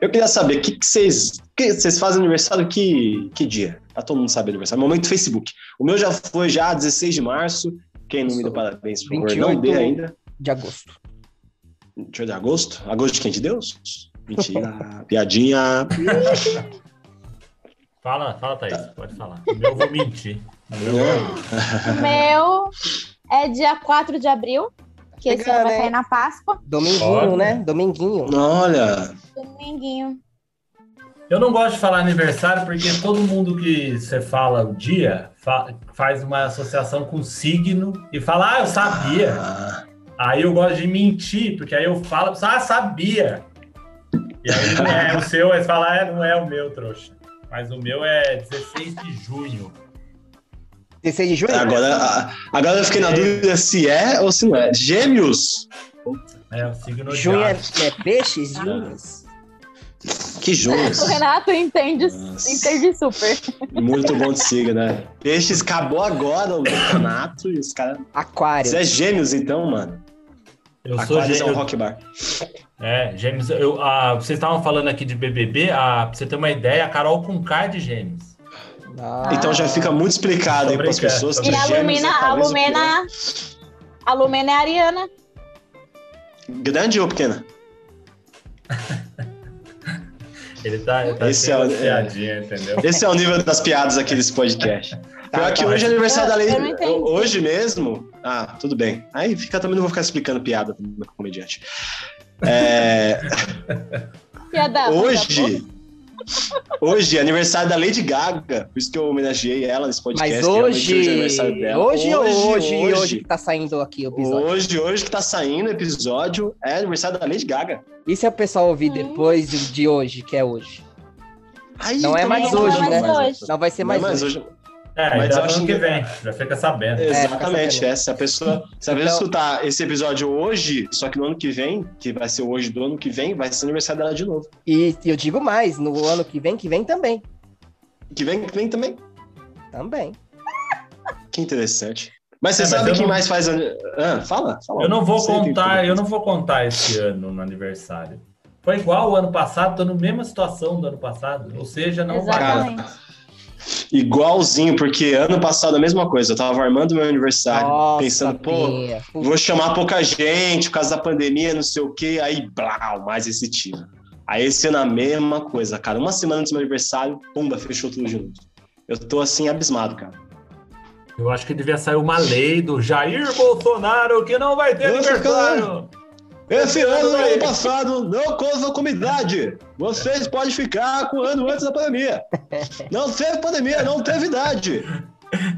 Speaker 1: Eu queria saber, o que que vocês que vocês fazem aniversário que, que dia? Pra todo mundo saber aniversário. Momento Facebook. O meu já foi já 16 de março. Quem não me deu parabéns, por favor, não
Speaker 4: 28.
Speaker 1: dê ainda.
Speaker 4: De agosto.
Speaker 1: Deixa eu ver, agosto? Agosto de quem? De Deus? Mentira. Piadinha.
Speaker 5: Fala, fala, Thaís, pode falar. O meu vou mentir. O meu vou-
Speaker 3: O meu é dia 4 de abril. Que esse ano
Speaker 4: Chegando,
Speaker 3: vai
Speaker 4: hein?
Speaker 3: cair na Páscoa.
Speaker 4: Dominguinho,
Speaker 5: Olha.
Speaker 4: né? Dominguinho.
Speaker 1: Olha.
Speaker 3: Dominguinho.
Speaker 5: Eu não gosto de falar aniversário porque todo mundo que você fala o dia fa- faz uma associação com signo e fala, ah, eu sabia.
Speaker 1: Ah,
Speaker 5: Aí eu gosto de mentir, porque aí eu falo, ah, sabia. E aí não é o seu, aí você fala, é, não é o meu, trouxa. Mas o meu é 16 de junho.
Speaker 4: 16 de junho?
Speaker 1: É Agora, a- agora eu fiquei na dúvida se é ou se não é. Gêmeos.
Speaker 5: É o signo de
Speaker 4: Junho é,
Speaker 5: ar.
Speaker 4: é peixes? Junhos?
Speaker 1: Que juntos.
Speaker 3: O Renato entende,
Speaker 1: Nossa.
Speaker 3: entende super.
Speaker 1: Muito bom de signo, né? Peixes acabou agora o campeonato e os caras.
Speaker 4: Aquário.
Speaker 1: Você é gêmeos, então, mano.
Speaker 5: Eu sou
Speaker 1: Aquários é um
Speaker 5: gêmeo-
Speaker 1: rock bar.
Speaker 5: É, gêmeos. Eu, a- vocês estavam falando aqui de BBB, a, pra você ter uma ideia, a Carol com K é de gêmeos.
Speaker 4: Ah,
Speaker 1: Então já fica muito explicado aí
Speaker 5: Tô
Speaker 1: pras
Speaker 5: brincando,
Speaker 1: pessoas
Speaker 5: tô
Speaker 1: que
Speaker 3: E a
Speaker 5: brincando.
Speaker 1: gêmeos
Speaker 3: Lumena,
Speaker 1: é
Speaker 3: a
Speaker 1: talvez o pior.
Speaker 3: Lumena. A Lumena é a Ariana.
Speaker 1: Grande ou pequena?
Speaker 5: Ele tá, ele tá
Speaker 1: Esse
Speaker 5: cheio
Speaker 1: é o-
Speaker 5: de piadinha, entendeu?
Speaker 1: Esse é o nível das piadas aqui desse podcast.
Speaker 4: Tá,
Speaker 1: Pior que hoje é aniversário da lei.
Speaker 3: Eu não entendi.
Speaker 1: Hoje mesmo. Ah, tudo bem. Aí fica, também não vou ficar explicando piada do comediante. É,
Speaker 3: E a é da
Speaker 1: hoje. Hoje é aniversário da Lady Gaga. Por isso que eu homenageei ela nesse podcast.
Speaker 4: Mas
Speaker 1: que realmente
Speaker 4: hoje.
Speaker 1: é aniversário
Speaker 4: Hoje,
Speaker 1: dela.
Speaker 4: hoje, hoje,
Speaker 1: hoje,
Speaker 4: hoje que tá saindo aqui o episódio.
Speaker 1: Hoje, hoje que tá saindo o episódio, é aniversário da Lady Gaga.
Speaker 4: E se é o pessoal ouvir
Speaker 3: Hum.
Speaker 4: depois de- de hoje, que é hoje?
Speaker 1: Aí,
Speaker 4: Não é
Speaker 1: também
Speaker 4: mais
Speaker 1: não
Speaker 4: hoje,
Speaker 1: mais
Speaker 4: né?
Speaker 3: hoje.
Speaker 4: Não vai ser
Speaker 1: Não
Speaker 4: mais um.
Speaker 1: é mais
Speaker 4: hoje.
Speaker 1: hoje.
Speaker 5: É,
Speaker 1: Mas
Speaker 5: ainda
Speaker 1: eu acho
Speaker 5: ano que
Speaker 1: que-
Speaker 5: vem, já fica sabendo.
Speaker 4: É,
Speaker 1: Exatamente,
Speaker 4: fica
Speaker 1: é. Se a pessoa, se a pessoa
Speaker 4: Então-
Speaker 1: escutar esse episódio hoje, só que no ano que vem, que vai ser hoje do ano que vem, vai ser aniversário dela de novo.
Speaker 4: E eu digo mais, no ano que vem, que vem também.
Speaker 1: Que vem, que vem também.
Speaker 4: Também.
Speaker 1: Que interessante. Mas você
Speaker 5: É, mas
Speaker 1: sabe
Speaker 5: eu
Speaker 1: quem
Speaker 5: não-
Speaker 1: mais faz. an- Ah, fala, fala.
Speaker 5: Eu não vou
Speaker 1: Você tem
Speaker 5: contar,
Speaker 1: tudo.
Speaker 5: eu não vou contar esse ano no aniversário. Foi igual o ano passado, tô na mesma situação do ano passado. Ou seja, não vai.
Speaker 1: Cara,
Speaker 3: Exatamente.
Speaker 1: Igualzinho, porque ano passado a mesma coisa. Eu tava armando meu aniversário, Tá pensando, pô,
Speaker 4: Pinha. Puta,
Speaker 1: vou chamar pouca gente por causa da pandemia, não sei o quê. Aí, blau, mais esse tiro. Aí esse ano a mesma coisa, cara. Uma semana antes do meu aniversário, pumba, fechou tudo de novo. Eu tô assim, abismado, cara.
Speaker 5: Eu acho que devia sair uma lei do Jair Bolsonaro que não vai ter
Speaker 1: Nossa,
Speaker 5: aniversário.
Speaker 1: Esse ano do
Speaker 5: Aí.
Speaker 1: ano passado não conta com idade. Vocês podem ficar com o ano antes da pandemia. Não teve pandemia, não teve idade.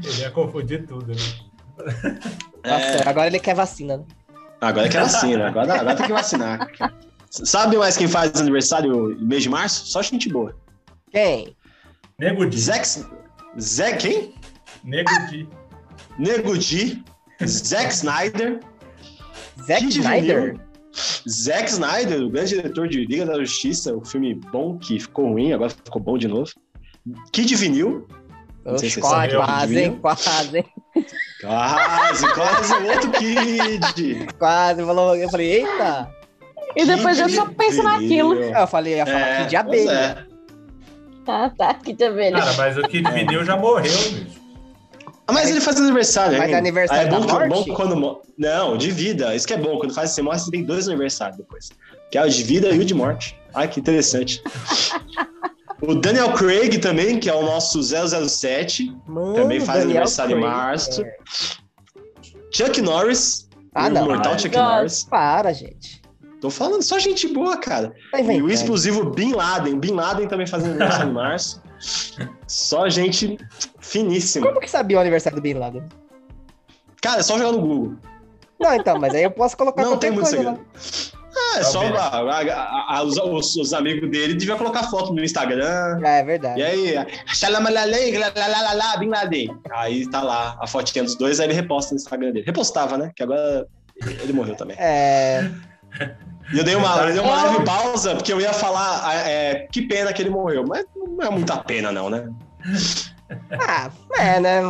Speaker 5: Ele ia confundir tudo, né?
Speaker 1: é.
Speaker 4: nossa, agora ele quer vacina, né?
Speaker 1: Agora é que vacina, agora, agora tem que vacinar. Sabe mais quem faz aniversário no mês de março? Só gente boa.
Speaker 4: Quem?
Speaker 5: Nego Di.
Speaker 1: Zé, Zé quem?
Speaker 5: Nego Di.
Speaker 1: Nego Di, Zack Snyder,
Speaker 4: Zack
Speaker 1: Kid
Speaker 4: Snyder?
Speaker 1: Vinil. Zack Snyder, o grande diretor de Liga da Justiça, o filme bom que ficou ruim, agora ficou bom de novo. Kid Vinil, Não sei se é
Speaker 4: Oxe,
Speaker 1: você
Speaker 4: Quase,
Speaker 5: sabe, ó,
Speaker 4: quase,
Speaker 1: Kid Vinil.
Speaker 4: hein? quase, hein?
Speaker 1: Quase, quase o outro Kid.
Speaker 4: quase. Falou, eu falei, eita!
Speaker 3: E depois eu
Speaker 1: Kid
Speaker 3: só penso naquilo.
Speaker 1: Vinil.
Speaker 4: Eu falei, eu ia falar aqui de
Speaker 1: pois
Speaker 4: abelha.
Speaker 1: é.
Speaker 3: Ah, tá, que de abelha.
Speaker 5: Cara, mas o Kid Vinil já morreu, bicho.
Speaker 1: Ah, Mas ele faz aniversário,
Speaker 4: Mas
Speaker 1: hein?
Speaker 4: aniversário
Speaker 1: Ah, é bom,
Speaker 4: da
Speaker 1: que-
Speaker 4: morte?
Speaker 1: bom que quando mo- Não, de vida. Isso que é bom. Quando faz você morre, você tem dois aniversários depois. Que é o de vida e o de morte. Ai, que interessante. o Daniel Craig também, que é o nosso 007.
Speaker 4: Mano,
Speaker 1: Também faz
Speaker 4: Daniel
Speaker 1: aniversário em
Speaker 4: Craig.
Speaker 1: março. Chuck Norris.
Speaker 4: Ah,
Speaker 1: o
Speaker 4: não.
Speaker 1: imortal
Speaker 5: Ah,
Speaker 1: Chuck
Speaker 3: não.
Speaker 1: Norris.
Speaker 4: Para, gente.
Speaker 1: Tô falando só gente boa, cara.
Speaker 4: Tá
Speaker 1: E o
Speaker 4: inventando.
Speaker 1: explosivo Bin Laden. Bin Laden também fazendo aniversário em março. Só gente finíssima.
Speaker 4: Como que sabia o aniversário do Bin Laden?
Speaker 1: Cara, é só jogar no Google.
Speaker 4: Não, então, mas aí eu posso colocar
Speaker 1: Não
Speaker 4: qualquer
Speaker 1: tem muito
Speaker 4: coisa lá.
Speaker 1: segredo. Ah, é só
Speaker 5: Talvez.
Speaker 1: a- a- a- os, os- os amigos dele deviam colocar foto no Instagram.
Speaker 4: É, é verdade.
Speaker 1: E aí, xalamalalei, lalalala, Bin Laden. Aí tá lá a fotinha dos dois, aí ele reposta no Instagram dele. Repostava, né? Que agora ele morreu também.
Speaker 4: É,
Speaker 1: E eu dei uma, eu dei uma
Speaker 3: Eu-
Speaker 1: leve pausa, porque eu ia falar ah, é, que pena que ele morreu. Mas não é muita pena, não, né?
Speaker 4: Ah, é, né?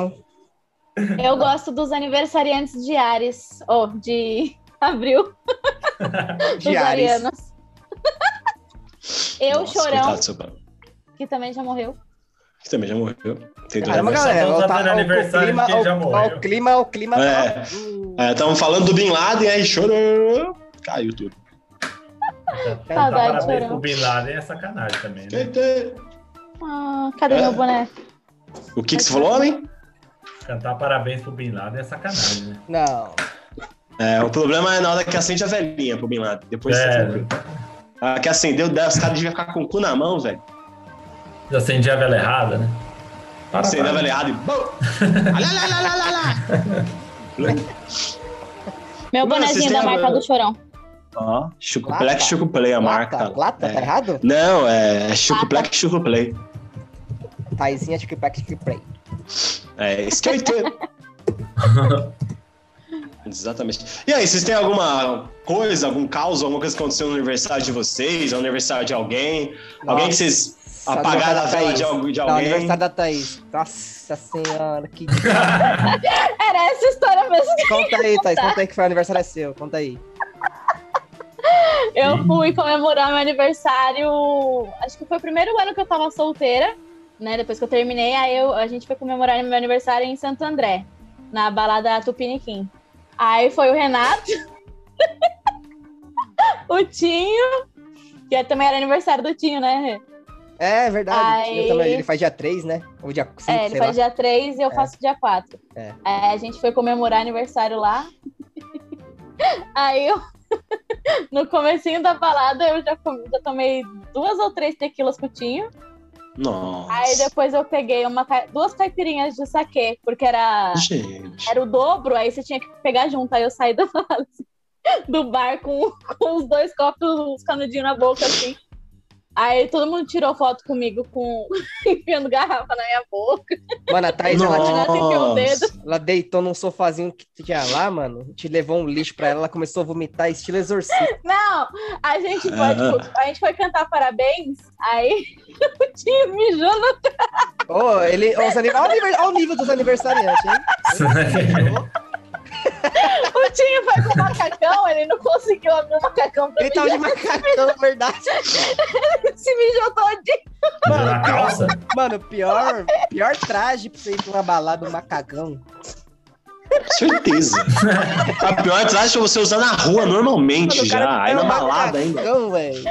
Speaker 3: Eu gosto dos aniversariantes de Ares, ou de abril, dos
Speaker 4: Diários.
Speaker 3: arianos. Eu,
Speaker 1: Nossa,
Speaker 3: Chorão,
Speaker 1: coitado do seu pai,
Speaker 3: que também já morreu.
Speaker 1: que também já morreu. Tem dois
Speaker 4: Caramba,
Speaker 5: Só
Speaker 4: galera,
Speaker 5: tão
Speaker 4: o, tá,
Speaker 5: dando
Speaker 4: o,
Speaker 5: aniversário
Speaker 4: clima,
Speaker 5: de quem já
Speaker 4: o,
Speaker 5: morreu.
Speaker 4: o clima, o clima,
Speaker 1: É.
Speaker 4: tá- Hum,
Speaker 1: É, Estavam falando do Bin Laden, aí chorou. Caiu tudo.
Speaker 5: Cantar
Speaker 3: Saudade,
Speaker 5: parabéns
Speaker 3: Chorão.
Speaker 5: pro Bin Laden é sacanagem também, né?
Speaker 3: Ah, cadê
Speaker 1: É.
Speaker 3: meu boné?
Speaker 1: O que, que você falou, homem?
Speaker 5: Cantar parabéns pro Bin Laden é sacanagem, né?
Speaker 4: Não.
Speaker 1: É, o problema é na hora que acende a velhinha pro Bin Laden. Depois
Speaker 5: É.
Speaker 1: você tranquilo. A que acendeu, deve- os caras deviam ficar com o cu na mão, velho.
Speaker 5: Já acendi a vela errada, né?
Speaker 1: Acendeu a velha errada e. bom! Lá, lá, lá, lá, lá, lá.
Speaker 3: Meu
Speaker 1: Mano, vocês
Speaker 3: bonézinho
Speaker 1: têm
Speaker 3: da
Speaker 1: a-
Speaker 3: marca do Chorão.
Speaker 1: Ó, Chuco
Speaker 4: Lata.
Speaker 1: Black Chuco Play a marca.
Speaker 4: Plata, plata,
Speaker 1: É.
Speaker 4: tá errado?
Speaker 1: Não, é Chuco Black Chuco Play.
Speaker 4: Taizinha, Chique Pack, Chique Play.
Speaker 1: É, skater. Exatamente. E aí, vocês têm alguma coisa, algum caos, alguma coisa que aconteceu no aniversário de vocês, no aniversário de alguém? Alguém que vocês
Speaker 4: Nossa,
Speaker 1: apagaram a
Speaker 4: aniversário da
Speaker 1: vela de,
Speaker 4: Thaís.
Speaker 1: algu- de
Speaker 4: Não,
Speaker 1: alguém?
Speaker 4: aniversário da Thaís. Nossa senhora, que.
Speaker 3: Era essa história mesmo.
Speaker 4: Conta aí, Thaís. Conta aí que foi o aniversário é seu. Conta aí.
Speaker 3: Eu fui comemorar meu aniversário. Acho que foi o primeiro ano que eu tava solteira, né? Depois que eu terminei, aí eu- a gente foi comemorar meu aniversário em Santo André, na balada Tupiniquim. Aí foi o Renato, o Tinho, que também era aniversário do Tinho, né? Rê?
Speaker 4: É verdade.
Speaker 3: Aí-
Speaker 4: Eu também, ele faz dia 3, né? Ou dia 5,
Speaker 3: É, ele
Speaker 4: sei
Speaker 3: faz
Speaker 4: lá.
Speaker 3: dia 3 e eu faço dia 4.
Speaker 4: É.
Speaker 3: Aí a gente foi comemorar aniversário lá. Aí eu, no comecinho da balada, eu já, comi- já tomei duas ou três tequilas com o Tinho.
Speaker 1: Nossa.
Speaker 3: Aí depois eu peguei uma, ca- duas caipirinhas de saquê, porque era,
Speaker 1: Gente.
Speaker 3: era o dobro, aí você tinha que pegar junto. Aí eu saí do, do bar com, com os dois copos, uns canudinhos na boca, assim. Aí todo mundo tirou foto comigo com enfiando garrafa na minha boca.
Speaker 4: Mano, a Thaís, ela,
Speaker 3: Nossa. enfiou o dedo.
Speaker 4: ela deitou num sofazinho que tinha lá, mano. Te levou um lixo pra ela, ela começou a vomitar, estilo exorcista.
Speaker 3: Não, a gente foi,
Speaker 1: Ah.
Speaker 3: tipo, a gente foi cantar parabéns, aí o Tinho mijou no
Speaker 4: Ô, ele. Olha, os aniver- olha o nível, olha o nível dos aniversariantes, hein?
Speaker 3: o Tinho foi com o macacão, ele não conseguiu abrir o macacão pra
Speaker 4: Ele tá- tava de macacão, na verdade.
Speaker 3: ele se mijou todinho.
Speaker 5: Na calça?
Speaker 4: Mano, pior, pior traje pra você ir pra uma balada, um macacão.
Speaker 1: Certeza. a pior é você acha você usar na rua normalmente
Speaker 4: Mano, o cara
Speaker 1: já. Aí na
Speaker 4: tá
Speaker 1: balada ainda.
Speaker 4: macacão, velho.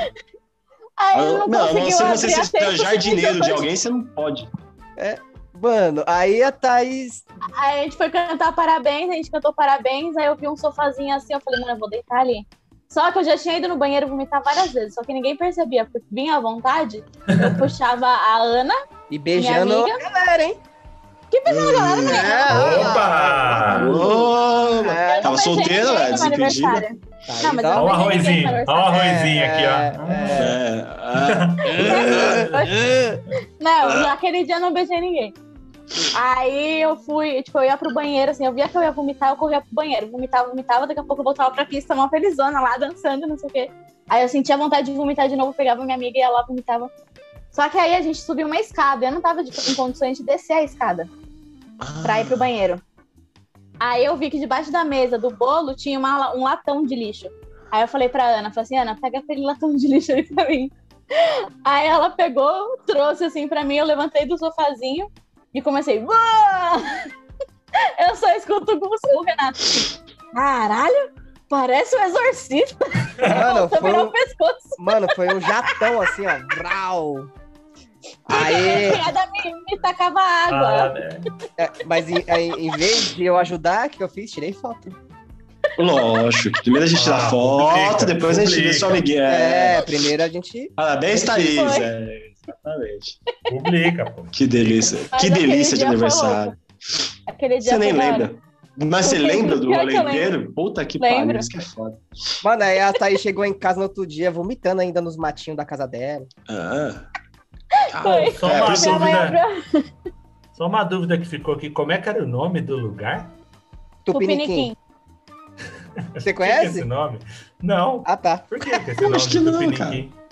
Speaker 3: Aí ele não,
Speaker 1: não, a não
Speaker 3: conseguiu
Speaker 1: ser
Speaker 3: abrir
Speaker 1: você
Speaker 3: a testa,
Speaker 1: ser
Speaker 3: se
Speaker 1: jardineiro
Speaker 3: mijou
Speaker 1: de
Speaker 3: todinho.
Speaker 1: alguém, você não pode.
Speaker 4: Mano, aí a Thaís.
Speaker 3: Aí a gente foi cantar parabéns, a gente cantou parabéns, aí eu vi um sofazinho assim, eu falei, mano, eu vou deitar ali. Só que eu já tinha ido no banheiro vomitar várias vezes, só que ninguém percebia, porque vinha à vontade, eu puxava a Ana,
Speaker 4: E beijando
Speaker 3: amiga.
Speaker 4: a galera, hein?
Speaker 3: que
Speaker 1: Hum.
Speaker 3: pessoa galera, né?
Speaker 5: Ah, Opa!
Speaker 1: Ô, mano.
Speaker 4: É,
Speaker 3: Eu não
Speaker 1: Tava
Speaker 3: beijei
Speaker 1: solteira,
Speaker 3: ninguém
Speaker 1: velho,
Speaker 3: no
Speaker 1: desimpedida.
Speaker 3: um aniversário.
Speaker 4: Thaís,
Speaker 3: Não, mas
Speaker 4: ó.
Speaker 3: eu
Speaker 5: Olha o
Speaker 3: beijei ninguém
Speaker 5: arrozinho,
Speaker 3: no
Speaker 5: olha o
Speaker 3: aniversário.
Speaker 5: arrozinho aqui, ó.
Speaker 4: É, é.
Speaker 1: É, ah,
Speaker 5: é.
Speaker 3: Não, naquele dia eu não beijei ninguém. Aí eu fui, tipo, eu ia pro banheiro, assim, eu via que eu ia vomitar, eu corria pro banheiro, vomitava, vomitava, daqui a pouco eu voltava pra pista, uma felizona lá, dançando, não sei o quê. Aí eu sentia vontade de vomitar de novo, pegava minha amiga e ela vomitava. Só que aí a gente subiu uma escada, eu não tava tipo, em condições de descer a escada pra ir pro banheiro. Aí eu vi que debaixo da mesa do bolo tinha uma la- um latão de lixo. Aí eu falei pra Ana, falei assim, Ana, pega aquele latão de lixo ali pra mim. Aí ela pegou, trouxe assim pra mim, eu levantei do sofazinho e comecei. "Uá!" Eu só escuto o o Renato. assim, Caralho, parece um exorcista.
Speaker 4: Mano,
Speaker 3: Voltou a
Speaker 4: foi
Speaker 3: virar
Speaker 4: um,
Speaker 3: o pescoço.
Speaker 4: mano, foi um jatão assim, ó. Brau. Aí,
Speaker 3: A da me, me tacava água.
Speaker 5: Ah, né?
Speaker 4: é, mas em, aí, em vez de eu ajudar, o que eu fiz? Tirei foto.
Speaker 1: Lógico. Primeiro a gente
Speaker 5: Ah,
Speaker 1: dá foto,
Speaker 5: publica,
Speaker 1: depois a gente vê
Speaker 5: publica.
Speaker 1: sua amiguinha.
Speaker 4: É, primeiro a gente.
Speaker 1: Parabéns,
Speaker 4: Foi.
Speaker 1: Thaís. É, exatamente.
Speaker 5: Publica, pô.
Speaker 1: Que delícia.
Speaker 3: Mas é
Speaker 1: que
Speaker 3: aquele
Speaker 1: delícia de
Speaker 3: dia foi
Speaker 1: aniversário.
Speaker 3: louco. Aquele dia
Speaker 1: Você nem
Speaker 3: foi da hora.
Speaker 1: lembra. Mas você
Speaker 3: Pior que
Speaker 1: lembra do
Speaker 3: eu
Speaker 1: rolê
Speaker 3: lembro.
Speaker 1: inteiro? Puta que
Speaker 3: Lembro.
Speaker 1: pariu, isso que é foda.
Speaker 4: Mano, aí a Thaís chegou em casa no outro dia, vomitando ainda nos matinhos da casa dela.
Speaker 1: Ah.
Speaker 3: Foi.
Speaker 5: Só
Speaker 1: É,
Speaker 5: uma
Speaker 1: por isso-
Speaker 3: Minha mãe
Speaker 5: dúvida.
Speaker 3: abriu-
Speaker 5: Só uma dúvida que ficou aqui. Como é que era o nome do lugar?
Speaker 3: Tupiniquim.
Speaker 4: Tupiniquim. Você
Speaker 5: Por que que é esse
Speaker 4: conhece?
Speaker 5: nome? Não.
Speaker 4: Ah, tá.
Speaker 5: Por que que é esse nome?
Speaker 1: Acho que
Speaker 5: do
Speaker 1: não,
Speaker 5: Tupiniquim?
Speaker 1: cara.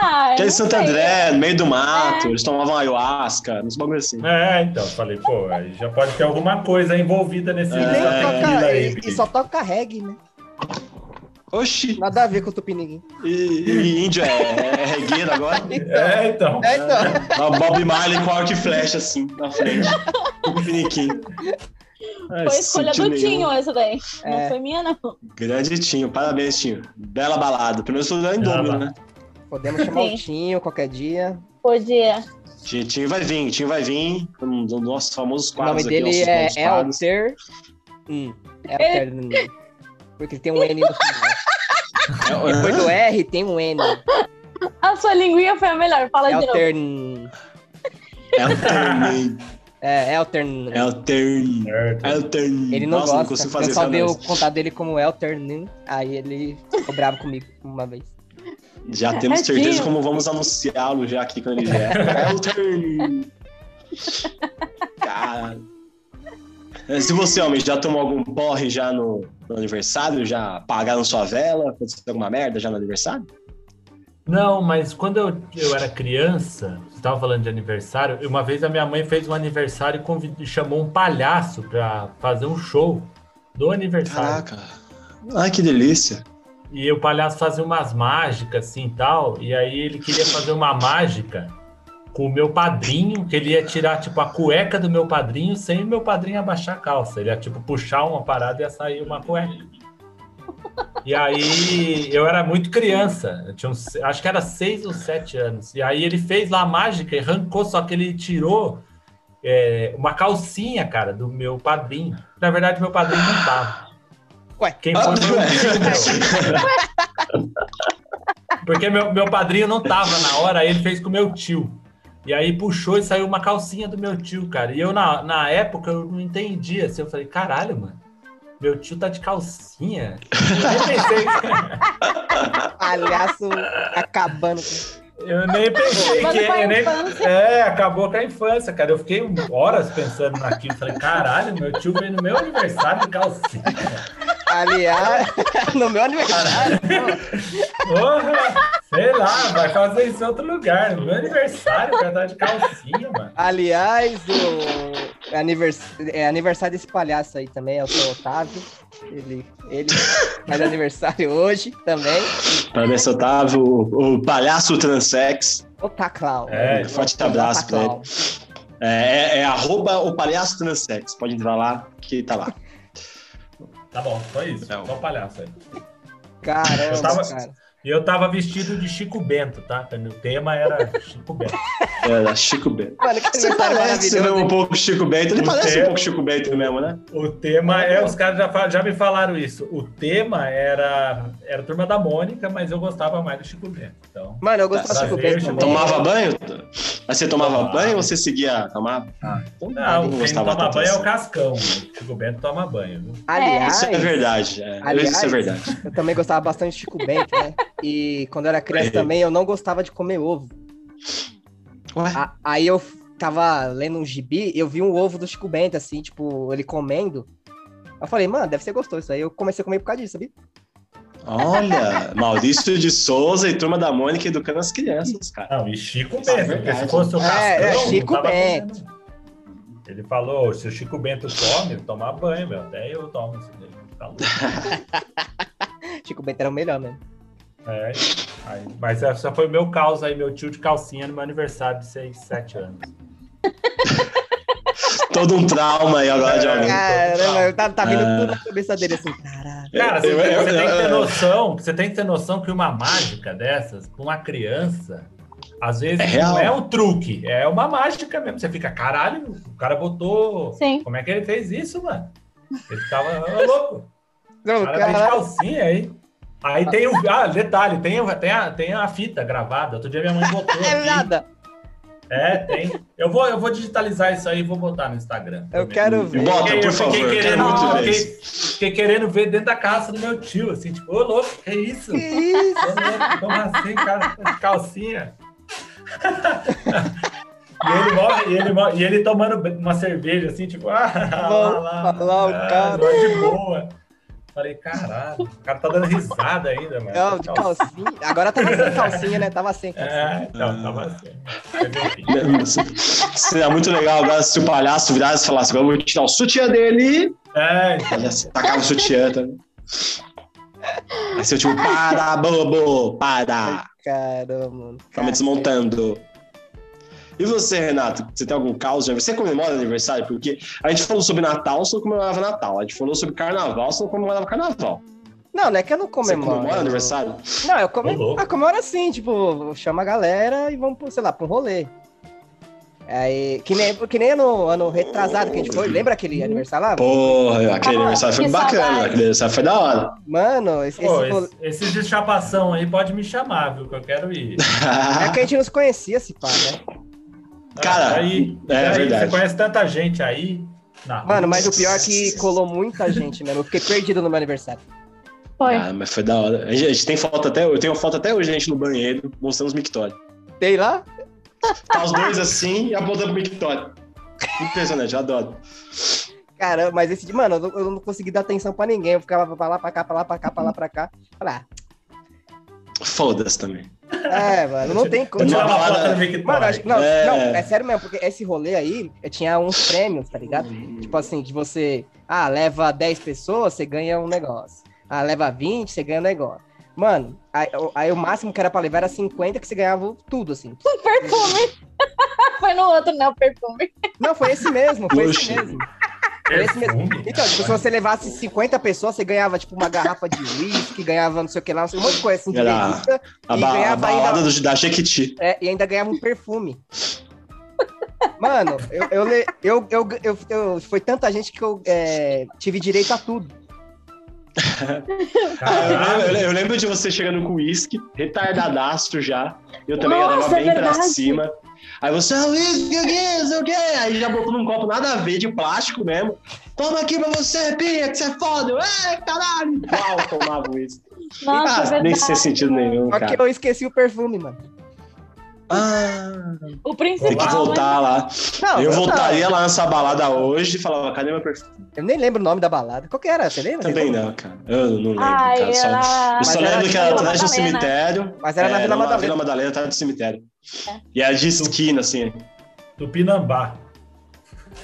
Speaker 3: Ah, eu
Speaker 1: Que é em
Speaker 3: não
Speaker 1: Santo
Speaker 3: sei.
Speaker 1: André, no meio do mato,
Speaker 3: É.
Speaker 1: eles tomavam ayahuasca, uns bagulho assim.
Speaker 5: É, então, falei, pô, aí já pode ter alguma coisa envolvida nesse
Speaker 1: E
Speaker 4: E, nem
Speaker 5: nessa
Speaker 1: É,
Speaker 4: toca-
Speaker 5: vila aí,
Speaker 4: e- e
Speaker 5: Bibi.
Speaker 4: só toca reggae, né?
Speaker 1: Oxi!
Speaker 4: Nada a ver com o Tupiniquim.
Speaker 1: E, e índio é, é regueiro agora.
Speaker 5: É, então.
Speaker 4: É, então.
Speaker 1: Ó, um Bob Marley com arco e flecha assim, na frente. Com o finiquinho.
Speaker 3: Foi a escolha do Tinho essa daí. Não
Speaker 4: É.
Speaker 3: foi minha, não.
Speaker 1: Grande Tinho, parabéns, Tinho. Bela balada. Pelo menos estudou em dobro,
Speaker 5: Bela.
Speaker 1: né?
Speaker 4: Podemos chamar o
Speaker 3: Sim.
Speaker 4: Tinho qualquer dia.
Speaker 3: Podia.
Speaker 1: Tinho, Tinho vai vir, Tinho vai vir. Um dos nossos famosos
Speaker 4: O
Speaker 1: quadros
Speaker 4: nome
Speaker 1: aqui.
Speaker 4: dele
Speaker 1: nossos
Speaker 4: é
Speaker 1: bons quadros.
Speaker 4: Elter. Hum, Elter. hum. Porque tem um N no final. Depois do R tem um N.
Speaker 3: A sua linguinha foi a melhor, fala de novo.
Speaker 4: Elter.
Speaker 1: É Eltern.
Speaker 4: É, Eltern.
Speaker 1: Eltern.
Speaker 5: Certo.
Speaker 1: Eltern.
Speaker 4: Ele não
Speaker 1: Nossa, Não
Speaker 4: gosta.
Speaker 1: consigo fazer
Speaker 4: eu só
Speaker 1: essa
Speaker 4: dei o
Speaker 1: análise.
Speaker 4: contato dele como Elter. hum. Aí ele ficou bravo comigo uma vez.
Speaker 1: Já temos
Speaker 3: É
Speaker 1: certeza
Speaker 3: Tinho.
Speaker 1: como vamos anunciá-lo já aqui quando ele vier. É Eltern. Cara. Se você, homem, já tomou algum porre já no no aniversário? Já pagaram sua vela? Aconteceu alguma merda já no aniversário?
Speaker 5: Não, mas quando eu, eu era criança, você estava falando de aniversário, uma vez a minha mãe fez um aniversário e convid- chamou um palhaço para fazer um show do aniversário.
Speaker 1: Caraca. Ai, que delícia.
Speaker 5: E o palhaço fazia umas mágicas assim tal. E aí ele queria fazer uma mágica com o meu padrinho, que ele ia tirar tipo a cueca do meu padrinho sem o meu padrinho abaixar a calça. Ele ia tipo puxar uma parada e ia sair uma cueca. E aí eu era muito criança, eu tinha uns- acho que era seis ou sete anos. E aí ele fez lá a mágica e arrancou, só que ele tirou é, uma calcinha, cara, do meu padrinho. Na verdade, meu padrinho não tava.
Speaker 4: Ué.
Speaker 5: Quem foi foi o
Speaker 1: Ah,
Speaker 5: tio meu. Porque meu, meu padrinho não tava na hora, aí ele fez com meu tio. E aí puxou e saiu uma calcinha do meu tio, cara. E eu, na, na época, eu não entendia. Assim, eu falei, caralho, mano, meu tio tá de calcinha? Eu nem pensei,
Speaker 4: Palhaço acabando com
Speaker 5: eu nem pensei
Speaker 3: Acabando
Speaker 5: que...
Speaker 3: com a
Speaker 5: eu nem-
Speaker 3: infância.
Speaker 5: É, acabou com a infância, cara. Eu fiquei horas pensando naquilo. Falei, caralho, meu tio veio no meu aniversário de calcinha.
Speaker 4: aliás no meu aniversário.
Speaker 5: Porra, sei lá, vai fazer isso em outro lugar. No meu aniversário, o cara tá de calcinha, mano.
Speaker 4: Aliás, o anivers... é aniversário desse palhaço aí também, é o seu Otávio. Ele, ele faz aniversário hoje também.
Speaker 1: Parabéns, Otávio, o, o palhaço transex. Um
Speaker 4: Opa, tá, Clau. Tá,
Speaker 5: É,
Speaker 1: forte abraço pra ele. É, é, é arroba o palhaço transex. Pode entrar lá, que tá lá.
Speaker 5: Tá bom, só isso.
Speaker 1: Não.
Speaker 5: Só palhaço aí. Eu
Speaker 4: Caramba,
Speaker 5: tava-
Speaker 4: cara.
Speaker 5: E eu tava vestido de Chico Bento, tá? O tema era Chico Bento.
Speaker 1: Era É, Chico Bento.
Speaker 4: Mano, que
Speaker 1: Você
Speaker 4: aniversário
Speaker 1: parece mesmo
Speaker 4: maravilhoso.
Speaker 1: um pouco Chico Bento. Ele
Speaker 5: O
Speaker 1: parece
Speaker 5: Theo.
Speaker 1: um pouco Chico Bento mesmo, né?
Speaker 5: O tema é, os caras já, fa- já me falaram isso. O tema era, era Turma da Mônica, mas eu gostava mais do Chico Bento. Então,
Speaker 4: Mano, eu gostava do Chico
Speaker 5: Prazer,
Speaker 4: Bento também.
Speaker 1: Tá Tomava banho? Mas você tomava
Speaker 5: Tomava.
Speaker 1: banho ou você seguia? Tomava?
Speaker 5: Ah,
Speaker 1: Então,
Speaker 5: não,
Speaker 1: eu
Speaker 5: quem toma
Speaker 1: tanto
Speaker 5: banho é
Speaker 1: assim.
Speaker 5: o Cascão. O Chico Bento toma banho. viu?
Speaker 4: Aliás,
Speaker 1: Isso é verdade. é.
Speaker 4: Aliás,
Speaker 1: isso é verdade.
Speaker 4: Eu também gostava bastante de Chico Bento, né? E quando eu era criança
Speaker 1: É.
Speaker 4: também, eu não gostava de comer ovo.
Speaker 1: Ué?
Speaker 4: A- aí eu tava lendo um gibi e eu vi um ovo do Chico Bento, assim, tipo, ele comendo. Eu falei, mano, deve ser gostoso isso aí. Eu comecei a comer por causa disso, sabia?
Speaker 1: Olha, Maurício de Souza e Turma da Mônica educando as crianças, cara.
Speaker 5: Não, e Chico Bento,
Speaker 1: é
Speaker 5: porque se
Speaker 1: verdade.
Speaker 5: fosse o
Speaker 4: É,
Speaker 5: Cascão.
Speaker 4: é,
Speaker 5: não
Speaker 4: Chico
Speaker 5: tava
Speaker 4: Bento.
Speaker 5: comendo. Ele falou: se o Chico Bento come, tomar banho, meu. Até eu tomo isso daí. Tá louco.
Speaker 4: Chico Bento era o melhor né? mesmo.
Speaker 5: É, aí- mas essa foi o meu caos aí, meu tio de calcinha no meu aniversário de 6, 7 anos.
Speaker 1: Todo um trauma aí agora de
Speaker 5: É, então,
Speaker 1: alguém.
Speaker 4: Caramba, tá, tá vindo
Speaker 1: Ah.
Speaker 4: tudo na cabeça dele assim, caraca.
Speaker 5: É. Cara, você,
Speaker 1: Eu-
Speaker 5: tem-
Speaker 1: eu-
Speaker 5: você tem que ter
Speaker 1: eu-
Speaker 5: noção, você tem que ter noção que uma mágica dessas, com uma criança, às vezes
Speaker 1: É
Speaker 5: não
Speaker 1: real.
Speaker 5: é um truque, é uma mágica mesmo. Você fica, caralho, o cara botou.
Speaker 3: Sim.
Speaker 5: Como é que ele fez isso, mano? Ele tava "Ô, louco, o
Speaker 4: Não,
Speaker 5: cara fez
Speaker 4: cara,
Speaker 5: calcinha aí. Aí tem o. Ah, detalhe, tem, o- tem, a, tem a fita gravada. Outro dia minha mãe botou.
Speaker 4: é
Speaker 5: aqui.
Speaker 4: nada.
Speaker 5: É, tem. Eu vou, eu vou digitalizar isso aí e vou botar no Instagram.
Speaker 4: Eu quero ver.
Speaker 1: Bota,
Speaker 5: Fiquei-
Speaker 1: por
Speaker 5: eu fiquei
Speaker 1: favor. Eu quero
Speaker 5: querendo-
Speaker 1: muito ver isso.
Speaker 5: fiquei, fiquei querendo ver dentro da casa do meu tio, assim, tipo, ô louco, que isso? Ô
Speaker 4: Que isso?
Speaker 5: louco, como assim, cara, de calcinha? e, ele, mó- e, ele, mó- e ele tomando uma cerveja, assim, tipo, ah, lá, lá,
Speaker 4: Vamos falar o
Speaker 5: ah,
Speaker 4: cara.
Speaker 5: mó de boa. Falei, caralho, o cara tá dando risada ainda, mano.
Speaker 4: Não, de calcinha. Agora tava sem calcinha, né? Tava sem calcinha.
Speaker 5: É, então,
Speaker 1: Ah.
Speaker 5: tava assim. Mas enfim.
Speaker 1: Seria muito legal agora se o palhaço virasse e falasse: agora eu vou tirar o sutiã dele.
Speaker 5: É, então.
Speaker 1: Palhaço, Tacava o sutiã também. Aí seu tipo, para, bobo, para.
Speaker 4: Caramba, mano.
Speaker 1: Tá me desmontando. E você, Renato? Você tem algum caos? de aniversário? Você comemora aniversário? Porque a gente falou sobre Natal, você não comemorava Natal. A gente falou sobre Carnaval, você não comemorava Carnaval.
Speaker 4: Não, não é que eu não
Speaker 1: Você
Speaker 4: comemoro.
Speaker 1: comemora né? aniversário?
Speaker 4: Não, eu
Speaker 5: Ô, louco.
Speaker 4: comemoro. Ah, comemoro assim, tipo, chama a galera e vamos, pro, sei lá, pra um rolê. Aí, que nem, que nem no ano retrasado que a gente foi, lembra aquele aniversário lá?
Speaker 1: Porra, aquele
Speaker 3: Ah,
Speaker 1: aniversário foi
Speaker 3: que
Speaker 1: bacana.
Speaker 3: saudade.
Speaker 1: Aquele aniversário foi da hora.
Speaker 4: Mano, esse, esse
Speaker 5: Pô,
Speaker 4: rolê-
Speaker 5: esse, esse de chapação aí pode me chamar, viu? Que eu quero ir.
Speaker 4: É que a gente nos conhecia, se pá, né?
Speaker 1: Cara,
Speaker 5: Tá aí,
Speaker 1: é
Speaker 5: aí,
Speaker 1: verdade.
Speaker 5: Você conhece tanta gente aí. Na rua.
Speaker 4: Mano, mas o pior é que colou muita gente mesmo. Eu fiquei perdido no meu aniversário.
Speaker 3: Foi.
Speaker 4: Tá.
Speaker 1: Ah, mas foi da hora. A gente, a gente tem foto até hoje. Eu tenho foto até hoje, gente, no banheiro, mostrando os mictórios.
Speaker 4: Tem lá?
Speaker 1: Tá os dois assim e apontando pro mictório. Impressionante, eu adoro.
Speaker 4: Caramba, mas esse, mano, eu não, eu não consegui dar atenção pra ninguém. Eu ficava pra lá, pra cá, pra lá, pra cá, pra lá, pra cá. Falei, ah,
Speaker 1: Foda-se também.
Speaker 4: É, mano, não tem como.
Speaker 5: Eu tirava
Speaker 1: Não,
Speaker 5: a foto
Speaker 1: mano.
Speaker 5: do Victória.
Speaker 4: Mano, acho que. Não,
Speaker 1: É.
Speaker 4: não, é sério mesmo, porque esse rolê aí eu tinha uns prêmios, tá ligado? Tipo assim, de você. Ah, leva 10 pessoas, você ganha um negócio. Ah, leva 20, você ganha um negócio. Mano, aí, aí o máximo que era pra levar era 50, que você ganhava tudo, assim.
Speaker 3: Perfume. Foi no outro, né? O perfume.
Speaker 4: Não, foi esse mesmo, foi esse
Speaker 1: Oxe.
Speaker 4: mesmo. Foi esse mesmo.
Speaker 5: Perfume,
Speaker 4: Então, tipo, se
Speaker 5: cara.
Speaker 4: você levasse 50 pessoas, você ganhava, tipo, uma garrafa de uísque, ganhava não sei o que lá, um monte de coisa assim de
Speaker 1: Era-
Speaker 4: bebida,
Speaker 1: A,
Speaker 4: E
Speaker 1: ba- a
Speaker 4: ganhava
Speaker 1: balada
Speaker 4: ainda-
Speaker 1: do, da Jequiti.
Speaker 4: é, e ainda ganhava um perfume. Mano, eu, eu, le- eu, eu, eu- eu- foi tanta gente que eu é, tive direito a tudo.
Speaker 1: Ah, eu,
Speaker 5: Caralho.
Speaker 1: lembro, eu lembro de você chegando com uísque, retardadaço já. Eu também
Speaker 3: Nossa,
Speaker 1: andava
Speaker 3: é
Speaker 1: bem pra
Speaker 3: verdade.
Speaker 1: cima. Aí você, ah, uísque, o que, sei o quê? Aí já botou num copo nada a ver, de plástico mesmo. Toma aqui pra você, pinha, que você é foda. Eu, "É, caralho. Uau, tomava uísque.
Speaker 3: Nossa, é
Speaker 1: ah, nem
Speaker 3: verdade.
Speaker 1: sem sentido nenhum,
Speaker 4: Só que
Speaker 1: cara.
Speaker 4: eu esqueci o perfume, mano.
Speaker 1: Ah,
Speaker 3: O
Speaker 1: tem que
Speaker 3: principal. né?
Speaker 1: voltar né, lá.
Speaker 4: Não,
Speaker 1: eu
Speaker 4: não,
Speaker 1: voltaria lá nessa balada hoje e falava, cadê meu perfume?
Speaker 4: eu nem lembro o nome da balada. Qual que era? Você lembra?
Speaker 1: Também não, cara. Eu não lembro,
Speaker 3: Ai,
Speaker 1: cara. Só...
Speaker 3: era...
Speaker 1: Eu só
Speaker 4: Mas era
Speaker 1: lembro
Speaker 4: na
Speaker 1: que era
Speaker 4: Vila
Speaker 1: atrás do
Speaker 3: Madalena.
Speaker 1: cemitério.
Speaker 4: Mas era na Vila Madalena.
Speaker 1: É, Vila Madalena, atrás do cemitério. E era de esquina, assim.
Speaker 5: Tupinambá.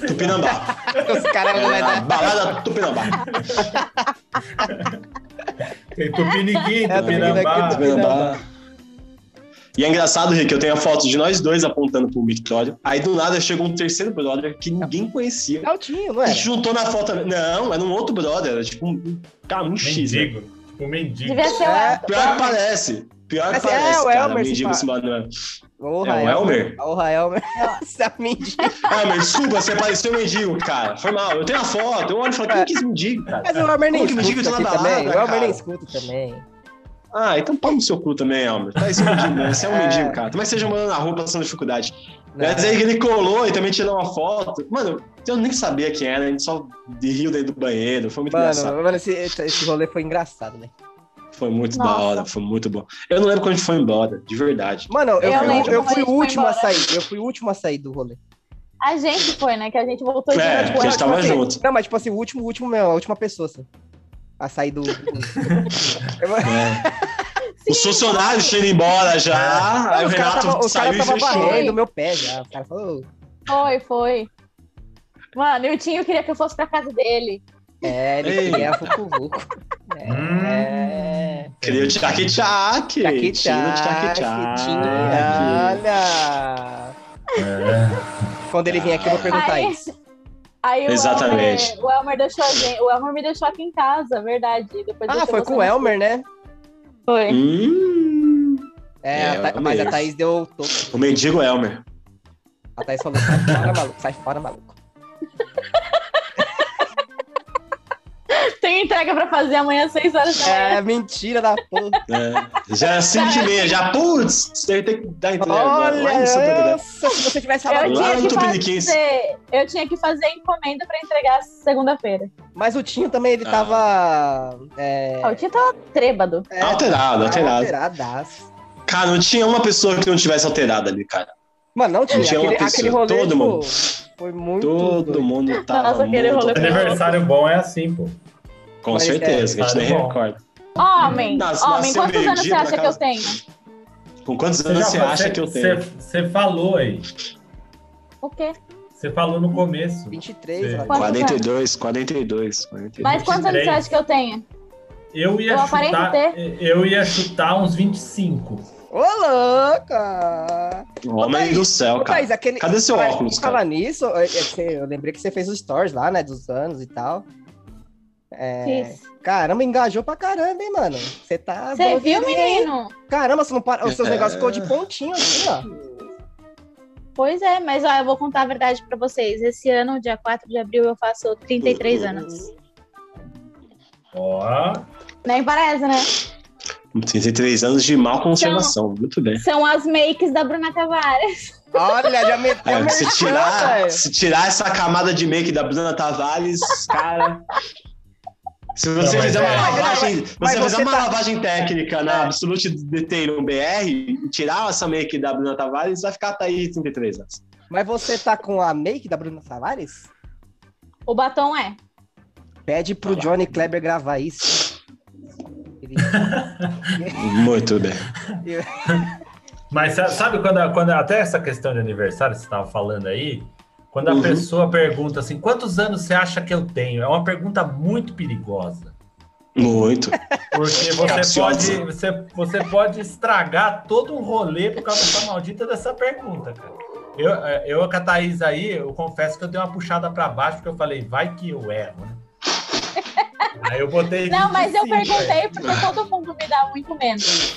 Speaker 1: Tupinambá.
Speaker 4: Os caras não
Speaker 1: A
Speaker 4: eram-
Speaker 1: balada Tupinambá.
Speaker 5: Tem Tupiniquim,
Speaker 4: É,
Speaker 5: Ah, Tupinambá.
Speaker 4: Tupiniquim,
Speaker 1: Tupinambá. E é engraçado, Rick, eu tenho a foto de nós dois apontando pro Victório. Aí do nada chegou um terceiro brother que ninguém conhecia.
Speaker 4: É altinho, não
Speaker 1: E
Speaker 4: era?
Speaker 1: juntou na foto. Não, era um outro brother. Era tipo um cara, um X. né?
Speaker 5: Mendigo. Tipo, mendigo.
Speaker 3: Devia ser o
Speaker 4: É,
Speaker 1: Pior que parece. Pior que
Speaker 4: Mas é
Speaker 1: parece.
Speaker 4: o
Speaker 1: cara,
Speaker 4: Elmer,
Speaker 1: mendigo
Speaker 4: se
Speaker 1: esse Manuel.
Speaker 4: o
Speaker 1: É o Elmer?
Speaker 4: O Elmer. Nossa, mentira.
Speaker 1: Elmer, desculpa, você pareceu mendigo, cara. Foi mal. Eu tenho a foto. Eu olho e falo,
Speaker 4: É.
Speaker 1: quem quis mendigo, cara?
Speaker 4: Mas o Elmer nem
Speaker 1: Pô, que mendigo
Speaker 4: escuta
Speaker 1: tá
Speaker 4: aqui
Speaker 1: na balada,
Speaker 4: também. O Elmer
Speaker 1: cara.
Speaker 4: nem escuta também.
Speaker 1: Ah, então pau no seu cu também, Elmer. Tá esse mendigo, né? Você é um
Speaker 4: É.
Speaker 1: mendigo, cara. Também seja morando na rua passando dificuldade.
Speaker 4: Não.
Speaker 1: Mas aí ele colou e também tirou uma foto. Mano, eu nem sabia quem era, a gente só riu dentro do banheiro. Foi muito engraçado.
Speaker 4: Mano, mano esse, esse rolê foi engraçado, né?
Speaker 1: Foi muito da
Speaker 3: Nossa.
Speaker 1: hora, foi muito bom. Eu não lembro quando a gente foi embora, de verdade.
Speaker 4: Mano, eu,
Speaker 1: Eu
Speaker 4: fui-
Speaker 1: lembro
Speaker 4: eu
Speaker 3: quando a
Speaker 4: fui
Speaker 3: gente
Speaker 4: o
Speaker 3: foi
Speaker 4: último a
Speaker 3: embora.
Speaker 4: sair. Eu fui o último a sair do rolê.
Speaker 3: A gente foi, né? Que a gente voltou de
Speaker 1: É,
Speaker 3: novo.
Speaker 1: porque a gente tava
Speaker 4: assim,
Speaker 1: junto.
Speaker 4: Não, mas tipo assim, o último, o último mesmo, a última pessoa, assim. A sair do.
Speaker 1: É. Os funcionários tinham ido embora já. aí Ah, o
Speaker 4: É. os caras
Speaker 1: Renato
Speaker 4: tava- os
Speaker 1: saiu e
Speaker 4: caras estavam
Speaker 1: fechou.
Speaker 4: varrendo meu pé já. O cara falou.
Speaker 3: Foi, foi. Mano, e o Tinho queria que eu fosse pra casa dele.
Speaker 4: É, ele
Speaker 1: Ei. Hum.
Speaker 4: queria a Vucu Vucu.
Speaker 5: Hum.
Speaker 4: É.
Speaker 1: Queria o tchaque-tchaque.
Speaker 4: Tchaki
Speaker 1: Tinha o
Speaker 4: tchaki,
Speaker 1: tchaque-tchaque.
Speaker 4: Olha!
Speaker 1: É.
Speaker 4: Quando ele vier aqui, eu vou perguntar
Speaker 3: Aí-
Speaker 4: isso.
Speaker 3: Aí o
Speaker 1: Exatamente.
Speaker 3: Elmer, o Elmer deixou a gente. O Elmer me deixou aqui em casa, verdade. Depois
Speaker 4: Ah,
Speaker 3: deixou
Speaker 4: foi
Speaker 3: você
Speaker 4: com o
Speaker 3: no-
Speaker 4: Elmer, né?
Speaker 3: Foi.
Speaker 1: Hum,
Speaker 4: É,
Speaker 1: É,
Speaker 4: a Tha-
Speaker 1: Elmer.
Speaker 4: mas a Thaís deu o topo.
Speaker 1: o mendigo Elmer.
Speaker 4: A Thaís falou: sai fora, maluco, sai fora, maluco.
Speaker 3: Tem entrega pra fazer amanhã às 6 horas da manhã.
Speaker 4: É, mentira da porra.
Speaker 1: É. Já é 5 e meia, já, putz, você tem que dar entrega. lá em Santa
Speaker 4: Olha,
Speaker 1: Catarina.
Speaker 4: nossa, se você tivesse
Speaker 3: Eu
Speaker 4: falado.
Speaker 1: Lá
Speaker 3: tinha
Speaker 1: no
Speaker 3: que
Speaker 1: Tupiniquins.
Speaker 3: fazer. Eu tinha que fazer encomenda pra entregar segunda-feira.
Speaker 4: Mas o Tinho também,
Speaker 1: Ah.
Speaker 4: ele tava. É,
Speaker 3: Ah, O Tinho tava trêbado.
Speaker 4: é,
Speaker 1: Alterado,
Speaker 4: tava
Speaker 1: alterado.
Speaker 4: alteradaço.
Speaker 1: Cara, não tinha uma pessoa que não tivesse alterado ali, cara.
Speaker 4: Mano, não tinha.
Speaker 1: Tinha uma
Speaker 4: aquele,
Speaker 1: pessoa,
Speaker 4: aquele rolê
Speaker 1: todo
Speaker 4: tipo,
Speaker 1: mundo.
Speaker 4: foi muito.
Speaker 1: Todo
Speaker 4: doido.
Speaker 1: mundo tava
Speaker 3: Nossa, aquele
Speaker 1: muito-
Speaker 3: rolê-
Speaker 5: Aniversário bom é assim, pô.
Speaker 1: Com
Speaker 4: Mas,
Speaker 1: certeza,
Speaker 5: é,
Speaker 1: a gente nem
Speaker 5: tá bom.
Speaker 1: recorda.
Speaker 3: Homem,
Speaker 1: Hum, Nasce-
Speaker 3: homem,
Speaker 1: nasceu
Speaker 3: quantos
Speaker 1: meio-dia
Speaker 3: anos você
Speaker 1: pra
Speaker 3: acha que eu
Speaker 1: casa.
Speaker 3: tenho?
Speaker 1: Com quantos anos você acha que eu tenho?
Speaker 5: Você falou aí.
Speaker 3: O quê?
Speaker 5: Você falou no começo.
Speaker 4: 23,
Speaker 5: Sim.
Speaker 4: ela-
Speaker 3: Quantos
Speaker 1: 42, 42, 42.
Speaker 3: Mas quantos anos você acha que eu tenho?
Speaker 5: Eu ia
Speaker 3: Eu aparento
Speaker 5: chutar.
Speaker 3: ter.
Speaker 5: Eu ia chutar uns 25.
Speaker 4: Ô, louca!
Speaker 1: Homem
Speaker 4: Thaís,
Speaker 1: do céu,
Speaker 4: Ô,
Speaker 1: cara.
Speaker 4: Thaís, aquele.
Speaker 1: Então, Cadê seu
Speaker 4: Mas,
Speaker 1: óculos,
Speaker 4: falar
Speaker 1: cara?
Speaker 4: nisso, eu, eu- eu lembrei que você fez os stories lá, né? Dos anos e tal. É,
Speaker 3: Fiz.
Speaker 4: caramba, engajou pra caramba, hein, mano? Você tá.
Speaker 3: Você viu,
Speaker 4: bonzinho, hein?
Speaker 3: menino?
Speaker 4: Caramba, você não para. Os seus
Speaker 1: É.
Speaker 4: negócios ficou de pontinho assim, ó.
Speaker 3: Pois é, mas ó, eu vou contar a verdade pra vocês. Esse ano, dia 4 de abril, eu faço 33
Speaker 1: Uhum.
Speaker 3: anos.
Speaker 5: Ó.
Speaker 3: Nem parece, né?
Speaker 1: 33 anos de mal conservação. Muito bem.
Speaker 3: São as makes da Bruna Tavares.
Speaker 4: Olha, já
Speaker 1: É,
Speaker 4: meteu o
Speaker 1: se,
Speaker 4: merchan,
Speaker 1: tirar,
Speaker 4: velho.
Speaker 1: se tirar essa camada de make da Bruna Tavares, cara. Se você
Speaker 5: Não, mas
Speaker 1: fizer
Speaker 5: é.
Speaker 1: uma lavagem,
Speaker 4: Mas
Speaker 1: você fizer
Speaker 4: você
Speaker 1: uma
Speaker 4: tá- É.
Speaker 1: lavagem técnica na Absolute Detail BR e tirar essa make da Bruna tá Tavares, vai ficar até aí 33 anos.
Speaker 4: Mas você tá com a make da Bruna Tavares?
Speaker 3: O batom é.
Speaker 4: Pede pro Johnny Kleber gravar isso. Ele-
Speaker 1: Muito bem.
Speaker 5: Mas sa- sabe quando, a- quando até essa questão de aniversário que você estava falando aí, quando a
Speaker 1: Uhum.
Speaker 5: pessoa pergunta assim, quantos anos você acha que eu tenho? É uma pergunta muito perigosa.
Speaker 1: Muito.
Speaker 5: Porque você
Speaker 1: Capciosa.
Speaker 5: pode, você, você pode estragar todo um rolê por causa dessa maldita dessa pergunta, cara. Eu, eh, eu com a Thaís aí, eu confesso que eu dei uma puxada para baixo, porque eu falei, vai que eu erro, né? aí eu
Speaker 4: É
Speaker 5: botei.
Speaker 3: Não, mas eu
Speaker 5: 25, velho.
Speaker 3: perguntei porque todo mundo me dá muito menos.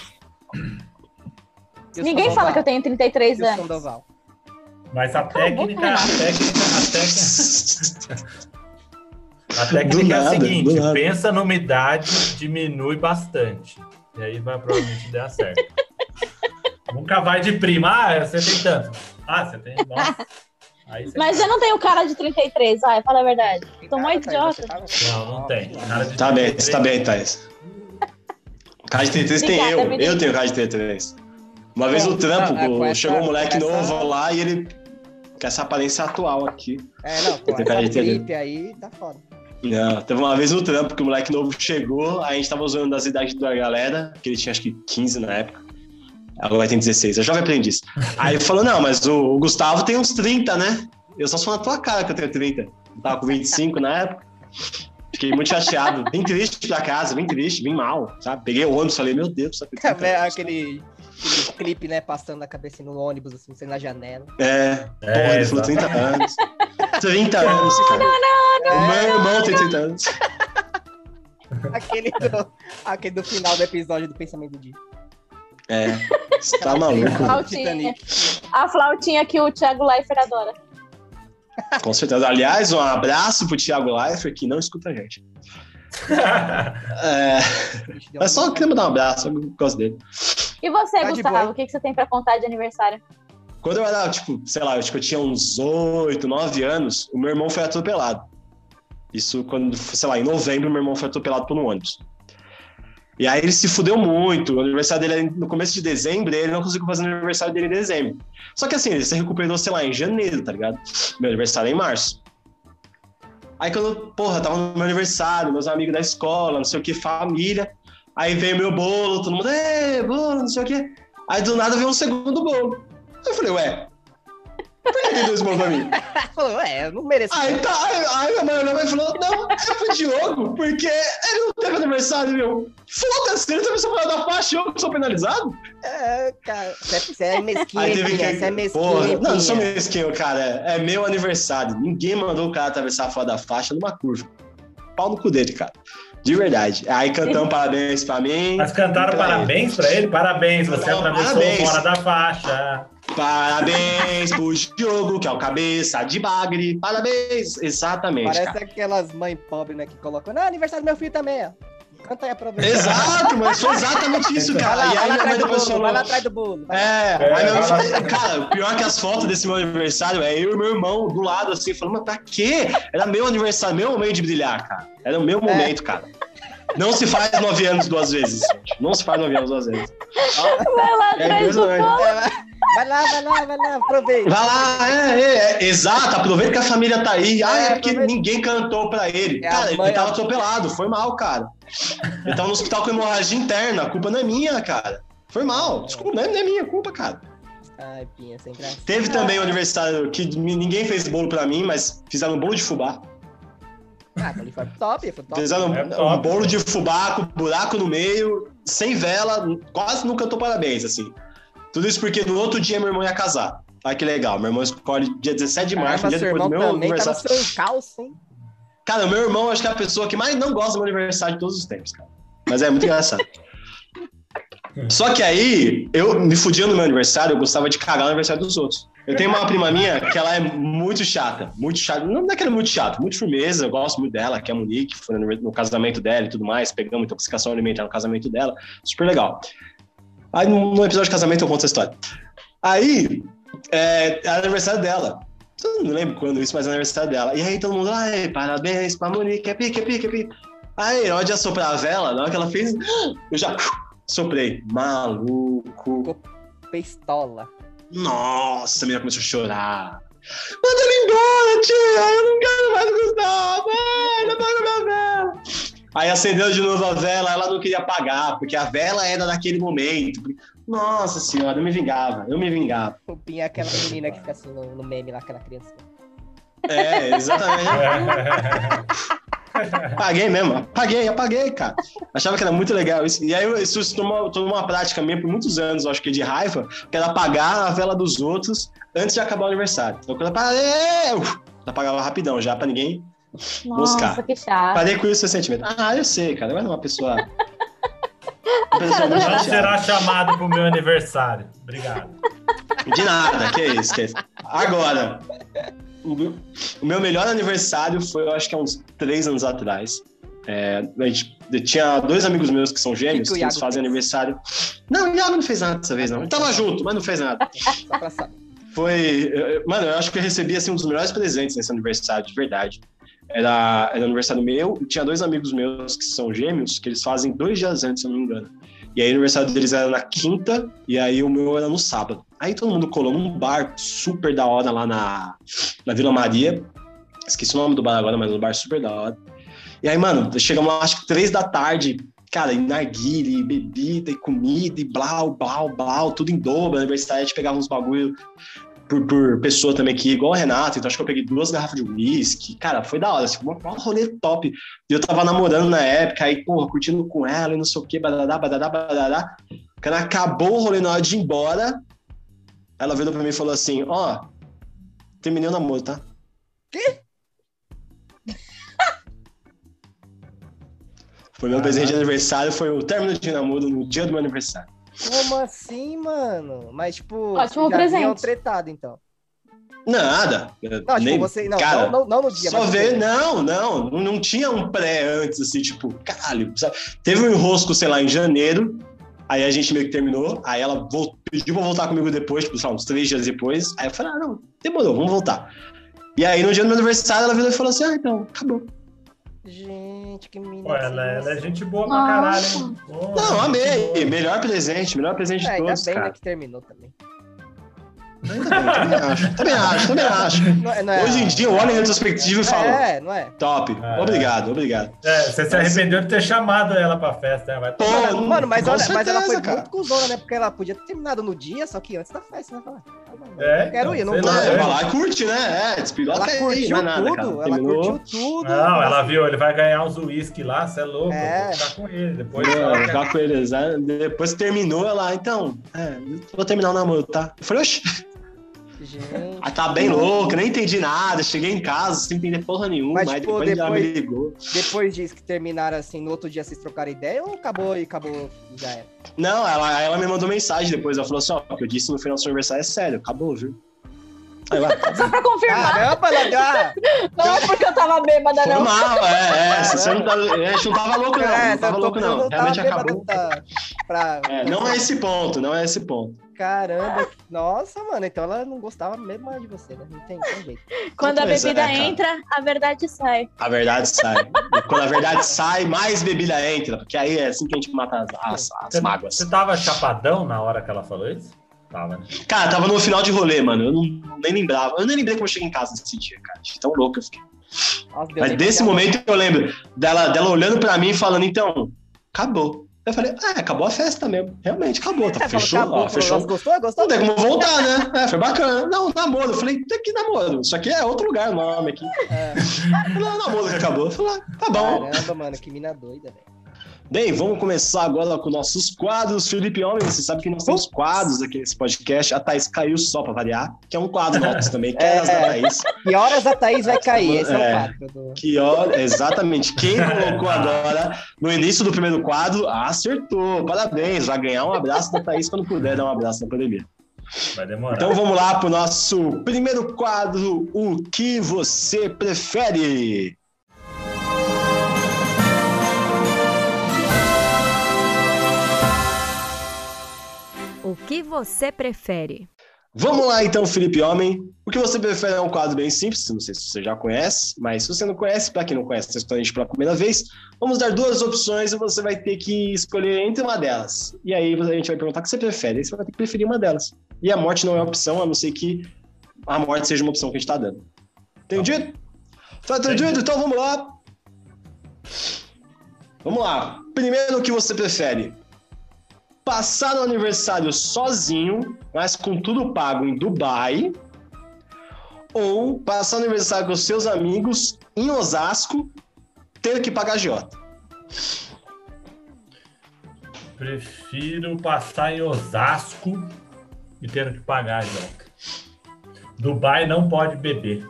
Speaker 4: E o
Speaker 3: Ninguém fala
Speaker 4: Sandoval?
Speaker 3: que eu tenho 33
Speaker 4: E o
Speaker 3: anos.
Speaker 4: Sandoval?
Speaker 5: Mas a técnica, a
Speaker 3: Renato.
Speaker 5: técnica, a técnica. A
Speaker 1: Do
Speaker 5: técnica
Speaker 1: nada,
Speaker 5: é a seguinte:
Speaker 1: do nada.
Speaker 5: pensa numa idade, diminui bastante. E aí vai provavelmente dar certo. Nunca vai de prima. Ah, você tem tanto. Ah, você tem. Nossa. Aí você-
Speaker 3: Mas eu não tenho cara de 33, vai, fala a verdade. Tô mó
Speaker 4: Cara,
Speaker 3: idiota.
Speaker 4: você tá fala-
Speaker 5: Não, não tem. Cara de
Speaker 1: Tá bem,
Speaker 5: 33.
Speaker 1: tá bem, Thaís. Cara de 33 tem
Speaker 3: Obrigada,
Speaker 1: eu.
Speaker 3: menino.
Speaker 1: Eu tenho cara de 33. Uma vez no trampo,
Speaker 4: Não, é, com
Speaker 1: pô,
Speaker 4: essa-
Speaker 1: chegou um moleque
Speaker 4: com essa-
Speaker 1: novo lá e ele. Com essa aparência atual aqui.
Speaker 4: É, não, pô,
Speaker 1: Tem cara de
Speaker 4: essa gripe aí tá foda.
Speaker 1: Não, teve uma vez no trampo que o moleque novo chegou, aí a gente tava usando das idades da galera, que ele tinha acho que 15 na época. Agora tem 16, é jovem aprendiz. Aí ele falou: Não, mas o, o Gustavo tem uns 30, né? Eu só sou na tua cara que eu tenho 30. Eu tava com 25 na época. Fiquei muito chateado, bem triste pra casa, bem triste, bem mal, sabe? Peguei o ônibus e falei: Meu Deus, sabe?
Speaker 4: Também Tá aquele, aquele clipe, né, passando a cabeça no ônibus, assim, você na janela.
Speaker 1: É,
Speaker 5: É,
Speaker 1: pô, ele falou
Speaker 5: exato.
Speaker 1: 30 anos. 30 anos, cara. O meu irmão tem 30 anos.
Speaker 4: Aquele do, aquele do final do episódio do Pensamento do Dia.
Speaker 1: Tá É, você tá maluco.
Speaker 4: Aquele do
Speaker 3: Altinha.
Speaker 4: Titanic.
Speaker 3: A flautinha que o Thiago Leifert adora.
Speaker 1: Com certeza. Aliás, um abraço pro Thiago Leifert, que não escuta a gente. É, mas só queria mandar um abraço, eu gosto dele.
Speaker 3: E você,
Speaker 4: Tá de
Speaker 3: Gustavo,
Speaker 4: boa.
Speaker 3: o que, que você tem pra contar de aniversário?
Speaker 1: Quando eu era, tipo, sei lá, acho que eu tinha uns 8, 9 anos, o meu irmão foi atropelado. Isso quando, sei lá, em novembro, meu irmão foi atropelado por um ônibus. E aí ele se fudeu muito. O aniversário dele era no começo de dezembro, e ele não conseguiu fazer o aniversário dele em dezembro. Só que assim, ele se recuperou, sei lá, em janeiro, tá ligado? Meu aniversário é em março. Aí quando, porra, tava no meu aniversário, meus amigos da escola, não sei o que, família. Aí veio meu bolo, todo mundo, é, bolo, não sei o que. Aí do nada veio um segundo bolo. Aí eu falei, ué, por que tem dois bolos pra mim?
Speaker 4: Falou, é, eu não mereço.
Speaker 1: Aí tá, aí, aí minha mãe olhou pra mim e falou: não, é pro Diogo, porque ele não teve aniversário, meu. Foda-se, ele teve seu da faixa, eu que sou penalizado.
Speaker 4: É, cara, você é mesquinha,
Speaker 1: Aí teve
Speaker 4: Pinha, você é
Speaker 1: que.
Speaker 4: mesquinha.
Speaker 1: Porra, não, não sou
Speaker 4: Pinha.
Speaker 1: mesquinho, cara. É é meu aniversário. Ninguém mandou o cara atravessar fora da faixa numa curva. Pau no cu dele, cara. De verdade. Aí cantamos parabéns pra mim.
Speaker 5: Mas cantaram
Speaker 1: Pra ele.
Speaker 5: parabéns pra ele? Parabéns, você
Speaker 1: Não,
Speaker 5: atravessou
Speaker 1: parabéns.
Speaker 5: fora da faixa.
Speaker 1: Parabéns pro Diogo, que é o cabeça de bagre. Parabéns. Exatamente. cara.
Speaker 4: Parece aquelas mães pobres, né, que colocam, ah, aniversário do meu filho também, ó. Canta aí, aproveita.
Speaker 1: Exato, mas foi exatamente isso,
Speaker 4: Vai
Speaker 1: cara.
Speaker 4: lá,
Speaker 1: E aí
Speaker 4: vai lá
Speaker 1: minha mãe
Speaker 4: atrás do
Speaker 1: depois
Speaker 4: bolo,
Speaker 1: falou.
Speaker 4: vai lá atrás do bolo. vai lá.
Speaker 1: É,
Speaker 5: É,
Speaker 1: aí meu irmão
Speaker 5: vai lá.
Speaker 1: falou, cara, o pior é que as fotos desse meu aniversário é eu e meu irmão do lado, assim, falando, mas pra quê? Era meu aniversário, meu momento de brilhar, cara. Era o
Speaker 4: É.
Speaker 1: meu momento, cara. Não se faz nove anos duas vezes, gente. Não se faz nove anos duas vezes.
Speaker 3: Vai
Speaker 1: É
Speaker 3: lá atrás do
Speaker 1: impressionante.
Speaker 3: bolo.
Speaker 4: É, vai- Vai lá, vai lá, vai lá, aproveita.
Speaker 1: Vai lá, é, é, é, exato, aproveita que a família tá aí. Ah, é
Speaker 4: É,
Speaker 1: porque
Speaker 4: aproveita.
Speaker 1: ninguém cantou pra ele.
Speaker 4: É, a
Speaker 1: Cara, ele
Speaker 4: mãe-
Speaker 1: tava atropelado, foi mal, cara. Ele tava no hospital com hemorragia interna, a culpa não é minha, cara. Foi mal, desculpa, não é, não é minha culpa, cara.
Speaker 4: Ai, Pinha, sem graça.
Speaker 1: Teve também o aniversário que mi- ninguém fez bolo pra mim, mas fizeram um bolo de fubá.
Speaker 4: Ah, ali foi top, foi top. né?
Speaker 1: Fizeram
Speaker 5: É
Speaker 1: um- um
Speaker 5: top.
Speaker 1: bolo de fubá com buraco no meio, sem vela, n- quase não cantou parabéns, assim. Tudo isso porque no outro dia meu irmão ia casar. Ah, que legal. Meu irmão escolhe dia 17 de março, um
Speaker 4: Caramba,
Speaker 1: dia
Speaker 4: seu
Speaker 1: depois do
Speaker 4: irmão
Speaker 1: meu
Speaker 4: também tá no
Speaker 1: aniversário.
Speaker 4: seu encalço, hein?
Speaker 1: Cara, meu irmão acho que é a pessoa que mais não gosta do meu aniversário de todos os tempos, cara. Mas é muito engraçado. Só que aí, eu me fudia no meu aniversário, eu gostava de cagar no aniversário dos outros. Eu tenho uma prima minha que ela é muito chata, muito chata. Não não é que ela é muito chata, muito firmeza, eu gosto muito dela, que é a Monique, foi no anivers- no casamento dela e tudo mais, pegamos intoxicação alimentar no casamento dela, super legal. Aí, num num episódio de casamento, eu conto essa história. Aí, é, era aniversário dela. Eu não lembro quando isso, mas era aniversário dela. E aí todo mundo, ai, parabéns pra Monique, é pica, é pica, é pica. Aí, na hora de assoprar a vela, na hora que ela fez, eu já soprei. Maluco.
Speaker 4: Pistola.
Speaker 1: Nossa, a menina começou a chorar. Manda ele embora, tia! Eu não quero mais o Gustavo! Ai, não paga minha vela! Aí acendeu de novo a vela, ela não queria pagar, porque a vela era daquele momento. Nossa senhora, eu me vingava, eu me vingava.
Speaker 4: O Pinho é aquela menina que fica assim no, no meme lá, aquela criança.
Speaker 1: É, exatamente. Paguei mesmo, apaguei, apaguei, cara. Achava que era muito legal isso. E aí isso se tornou, tornou uma prática minha por muitos anos, eu acho que de raiva, que era apagar a vela dos outros antes de acabar o aniversário. Então quando eu parei, eu apagava rapidão já, pra ninguém
Speaker 3: Nossa,
Speaker 1: Buscar.
Speaker 3: que chato.
Speaker 1: Parei com isso recentemente. Ah, eu sei, cara. Eu era uma pessoa.
Speaker 3: A cara do
Speaker 1: Uma pessoa
Speaker 5: Não
Speaker 1: chateada.
Speaker 3: Renato.
Speaker 5: será chamado pro meu aniversário. Obrigado.
Speaker 1: De nada, que é isso, que isso. Agora, o meu- o meu melhor aniversário foi, eu acho que há uns três anos atrás. É, a gente eu tinha dois amigos meus que são gêmeos,
Speaker 4: O que que o
Speaker 1: que eles
Speaker 4: Iago
Speaker 1: fazem
Speaker 4: fez? Então tá.
Speaker 1: aniversário. Não, o Iago não fez nada dessa vez, não. Ele tava junto, mas não fez nada.
Speaker 4: Só pra saber.
Speaker 1: Foi. eu- eu- Mano, eu acho que eu recebi assim, um dos melhores presentes nesse aniversário, de verdade. Era, era aniversário meu, e tinha dois amigos meus que são gêmeos, que eles fazem dois dias antes, se eu não me engano. E aí o aniversário deles era na quinta, e aí o meu era no sábado. Aí todo mundo colou num bar super da hora lá na, na Vila Maria. Esqueci o nome do bar agora, mas um bar super da hora. E aí, mano, chegamos lá, acho que três da tarde, cara, e narguile, e bebida, e comida, e blau, blau, blau, tudo em dobro. Aniversário, a gente pegava uns bagulho por, por pessoa também aqui, igual o Renato, então acho que eu peguei duas garrafas de uísque. Cara, foi da hora, assim, um um rolê top. E eu tava namorando na época, aí, porra, curtindo com ela e não sei o quê, badadá, badadá, badadá. Quando acabou o rolê na hora de ir embora, ela virou pra mim e falou assim: Ó, terminei o namoro, tá? Foi meu presente de aniversário, foi o término de namoro no dia do meu aniversário.
Speaker 4: Como assim, mano? Mas, tipo,
Speaker 3: Ótimo
Speaker 4: vocês já
Speaker 3: presente.
Speaker 4: vinham tretado, então.
Speaker 1: Nada.
Speaker 4: Não, tipo,
Speaker 1: nem,
Speaker 4: você. Não,
Speaker 1: cara,
Speaker 4: não, não, não no dia,
Speaker 1: Só
Speaker 4: mas tipo,
Speaker 1: ver, né?
Speaker 4: depois.
Speaker 1: não, não, não, não tinha um pré antes, assim, tipo, caralho. sabe? Teve um enrosco, sei lá, em janeiro, aí a gente meio que terminou, aí ela vol- pediu pra voltar comigo depois, tipo, sei lá, uns três dias depois, aí eu falei, ah, não, demorou, vamos voltar. E aí, no dia do meu aniversário, ela virou e falou assim, ah, então, acabou.
Speaker 4: Gente, que menina.
Speaker 5: Pô, ela, ela é
Speaker 4: sem
Speaker 5: gente boa pra
Speaker 3: Nossa.
Speaker 5: caralho, hein? Pô,
Speaker 1: Não,
Speaker 5: gente
Speaker 1: amei,
Speaker 5: boa.
Speaker 1: melhor presente, melhor presente
Speaker 4: noção. É,
Speaker 1: de
Speaker 4: ainda
Speaker 1: todos,
Speaker 4: bem né,
Speaker 1: cara.
Speaker 4: que terminou também.
Speaker 1: Também acho, também acho, também acho.
Speaker 4: Não é- não é-
Speaker 1: Hoje em dia, eu olho em retrospectiva e falo,
Speaker 4: É, não é?
Speaker 1: top,
Speaker 5: É.
Speaker 1: obrigado, obrigado.
Speaker 5: É, você se arrependeu de ter chamado ela pra festa, né? Vai
Speaker 1: Pô,
Speaker 4: Mano, mano, mas,
Speaker 1: com
Speaker 4: olha, mas ela
Speaker 1: certeza,
Speaker 4: foi
Speaker 1: cara.
Speaker 4: muito cuzona, né? Porque ela podia ter terminado no dia, só que antes da festa, né? Falar, ah, mano,
Speaker 5: É,
Speaker 4: eu quero ir, não
Speaker 5: sei
Speaker 4: vou.
Speaker 5: lá,
Speaker 1: É,
Speaker 5: é.
Speaker 1: vai lá e curte, né? É, despirou
Speaker 4: Ela
Speaker 1: até aí,
Speaker 4: curtiu
Speaker 1: não é nada, cara.
Speaker 4: tudo, ela
Speaker 1: Terminou.
Speaker 4: curtiu tudo.
Speaker 5: Não, ela viu, ele vai ganhar uns uísque lá, você é louco,
Speaker 4: É.
Speaker 5: vou ficar com ele. Depois ela
Speaker 1: Não, jogar com eles, né? Depois terminou ela, então, é, vou terminar o namoro, tá? Eu falei, oxe,
Speaker 4: Gente.
Speaker 1: ah, tá bem louca, nem entendi nada, cheguei em casa sem entender porra nenhuma,
Speaker 4: Mas,
Speaker 1: mas,
Speaker 4: tipo,
Speaker 1: depois, ela me
Speaker 4: depois-
Speaker 1: ligou.
Speaker 4: Depois disso que terminaram assim, no outro dia vocês trocaram ideia ou acabou e acabou e já é? era?
Speaker 1: Não, ela, ela me mandou mensagem depois, ela falou assim, ó, o que eu disse no final do seu aniversário é sério, acabou, viu? Aí "Ah, tá ela,
Speaker 3: Só pra confirmar.
Speaker 4: Caramba, ela deu uma-
Speaker 3: Não é porque eu tava bêbada,
Speaker 1: foi
Speaker 3: não.
Speaker 1: mal, é, é, você não tá, a gente não tava louco não,
Speaker 4: É,
Speaker 1: não tava
Speaker 4: eu tô-
Speaker 1: louco
Speaker 4: eu
Speaker 1: não,
Speaker 4: tava
Speaker 1: realmente
Speaker 4: bêbado tá.
Speaker 1: acabou.
Speaker 4: da- pra-
Speaker 1: É, não é esse ponto, não é esse ponto.
Speaker 4: Caramba, que- nossa, mano, então ela não gostava mesmo de você, né? Não tem, tem jeito.
Speaker 3: Quando a
Speaker 1: Pois é,
Speaker 3: bebida
Speaker 1: cara.
Speaker 3: entra, a verdade sai.
Speaker 1: A verdade sai. E quando a verdade sai, mais bebida entra. Porque aí é assim que a gente mata as, as, as mágoas.
Speaker 5: Você tava chapadão na hora que ela falou isso? Tava, né?
Speaker 1: Cara, tava no final de rolê, mano. Eu não, nem lembrava. Eu nem lembrei como eu cheguei em casa nesse dia, cara. De Tão louco eu fiquei.
Speaker 4: Nossa, deu
Speaker 1: Mas
Speaker 4: nem
Speaker 1: desse
Speaker 4: pra-
Speaker 1: momento eu lembro dela, dela olhando pra mim e falando, então, acabou. Eu falei, ah, acabou a festa mesmo. Realmente, acabou. Tá,
Speaker 4: Ela É, falou,
Speaker 1: fechou?
Speaker 4: acabou,
Speaker 1: ó, fechou.
Speaker 4: falou, Gostou?
Speaker 1: Não
Speaker 4: Gostou?
Speaker 1: tem como voltar, né? É, foi bacana. Não, namoro. Eu falei, tem que namoro. Isso aqui é outro lugar, o nome aqui.
Speaker 4: É.
Speaker 1: Não, namoro que acabou. Eu falei, ah, tá bom.
Speaker 4: Caramba, mano, que mina doida, velho.
Speaker 1: Bem, vamos começar agora com nossos quadros. Felipe Homem, você sabe que nós temos quadros aqui nesse podcast. A Thaís caiu só para variar, que é um quadro nosso também, que é as da Thaís.
Speaker 4: Que horas a Thaís vai cair? Esse é
Speaker 1: É.
Speaker 4: o fato do.
Speaker 1: Que olha, exatamente, quem colocou agora no início do primeiro quadro, acertou. Parabéns, vai ganhar um abraço da Thaís quando puder dar um abraço na pandemia.
Speaker 5: Vai demorar.
Speaker 1: Então vamos lá para o nosso primeiro quadro, o que você prefere?
Speaker 2: O que você prefere?
Speaker 1: Vamos lá então, Felipe Homem. O que você prefere é um quadro bem simples, não sei se você já conhece, mas se você não conhece, para quem não conhece, está escutando a gente pela primeira vez, vamos dar duas opções e você vai ter que escolher entre uma delas. E aí a gente vai perguntar o que você prefere, e você vai ter que preferir uma delas. E a morte não é opção, a não ser que a morte seja uma opção que a gente tá dando. Entendido? Tá entendido? Então vamos lá. Vamos lá. Primeiro, o que você prefere? Passar o aniversário sozinho, mas com tudo pago em Dubai, ou passar o aniversário com seus amigos em Osasco, ter que pagar agiota.
Speaker 5: Prefiro passar em Osasco e ter que pagar agiota. Dubai não pode beber.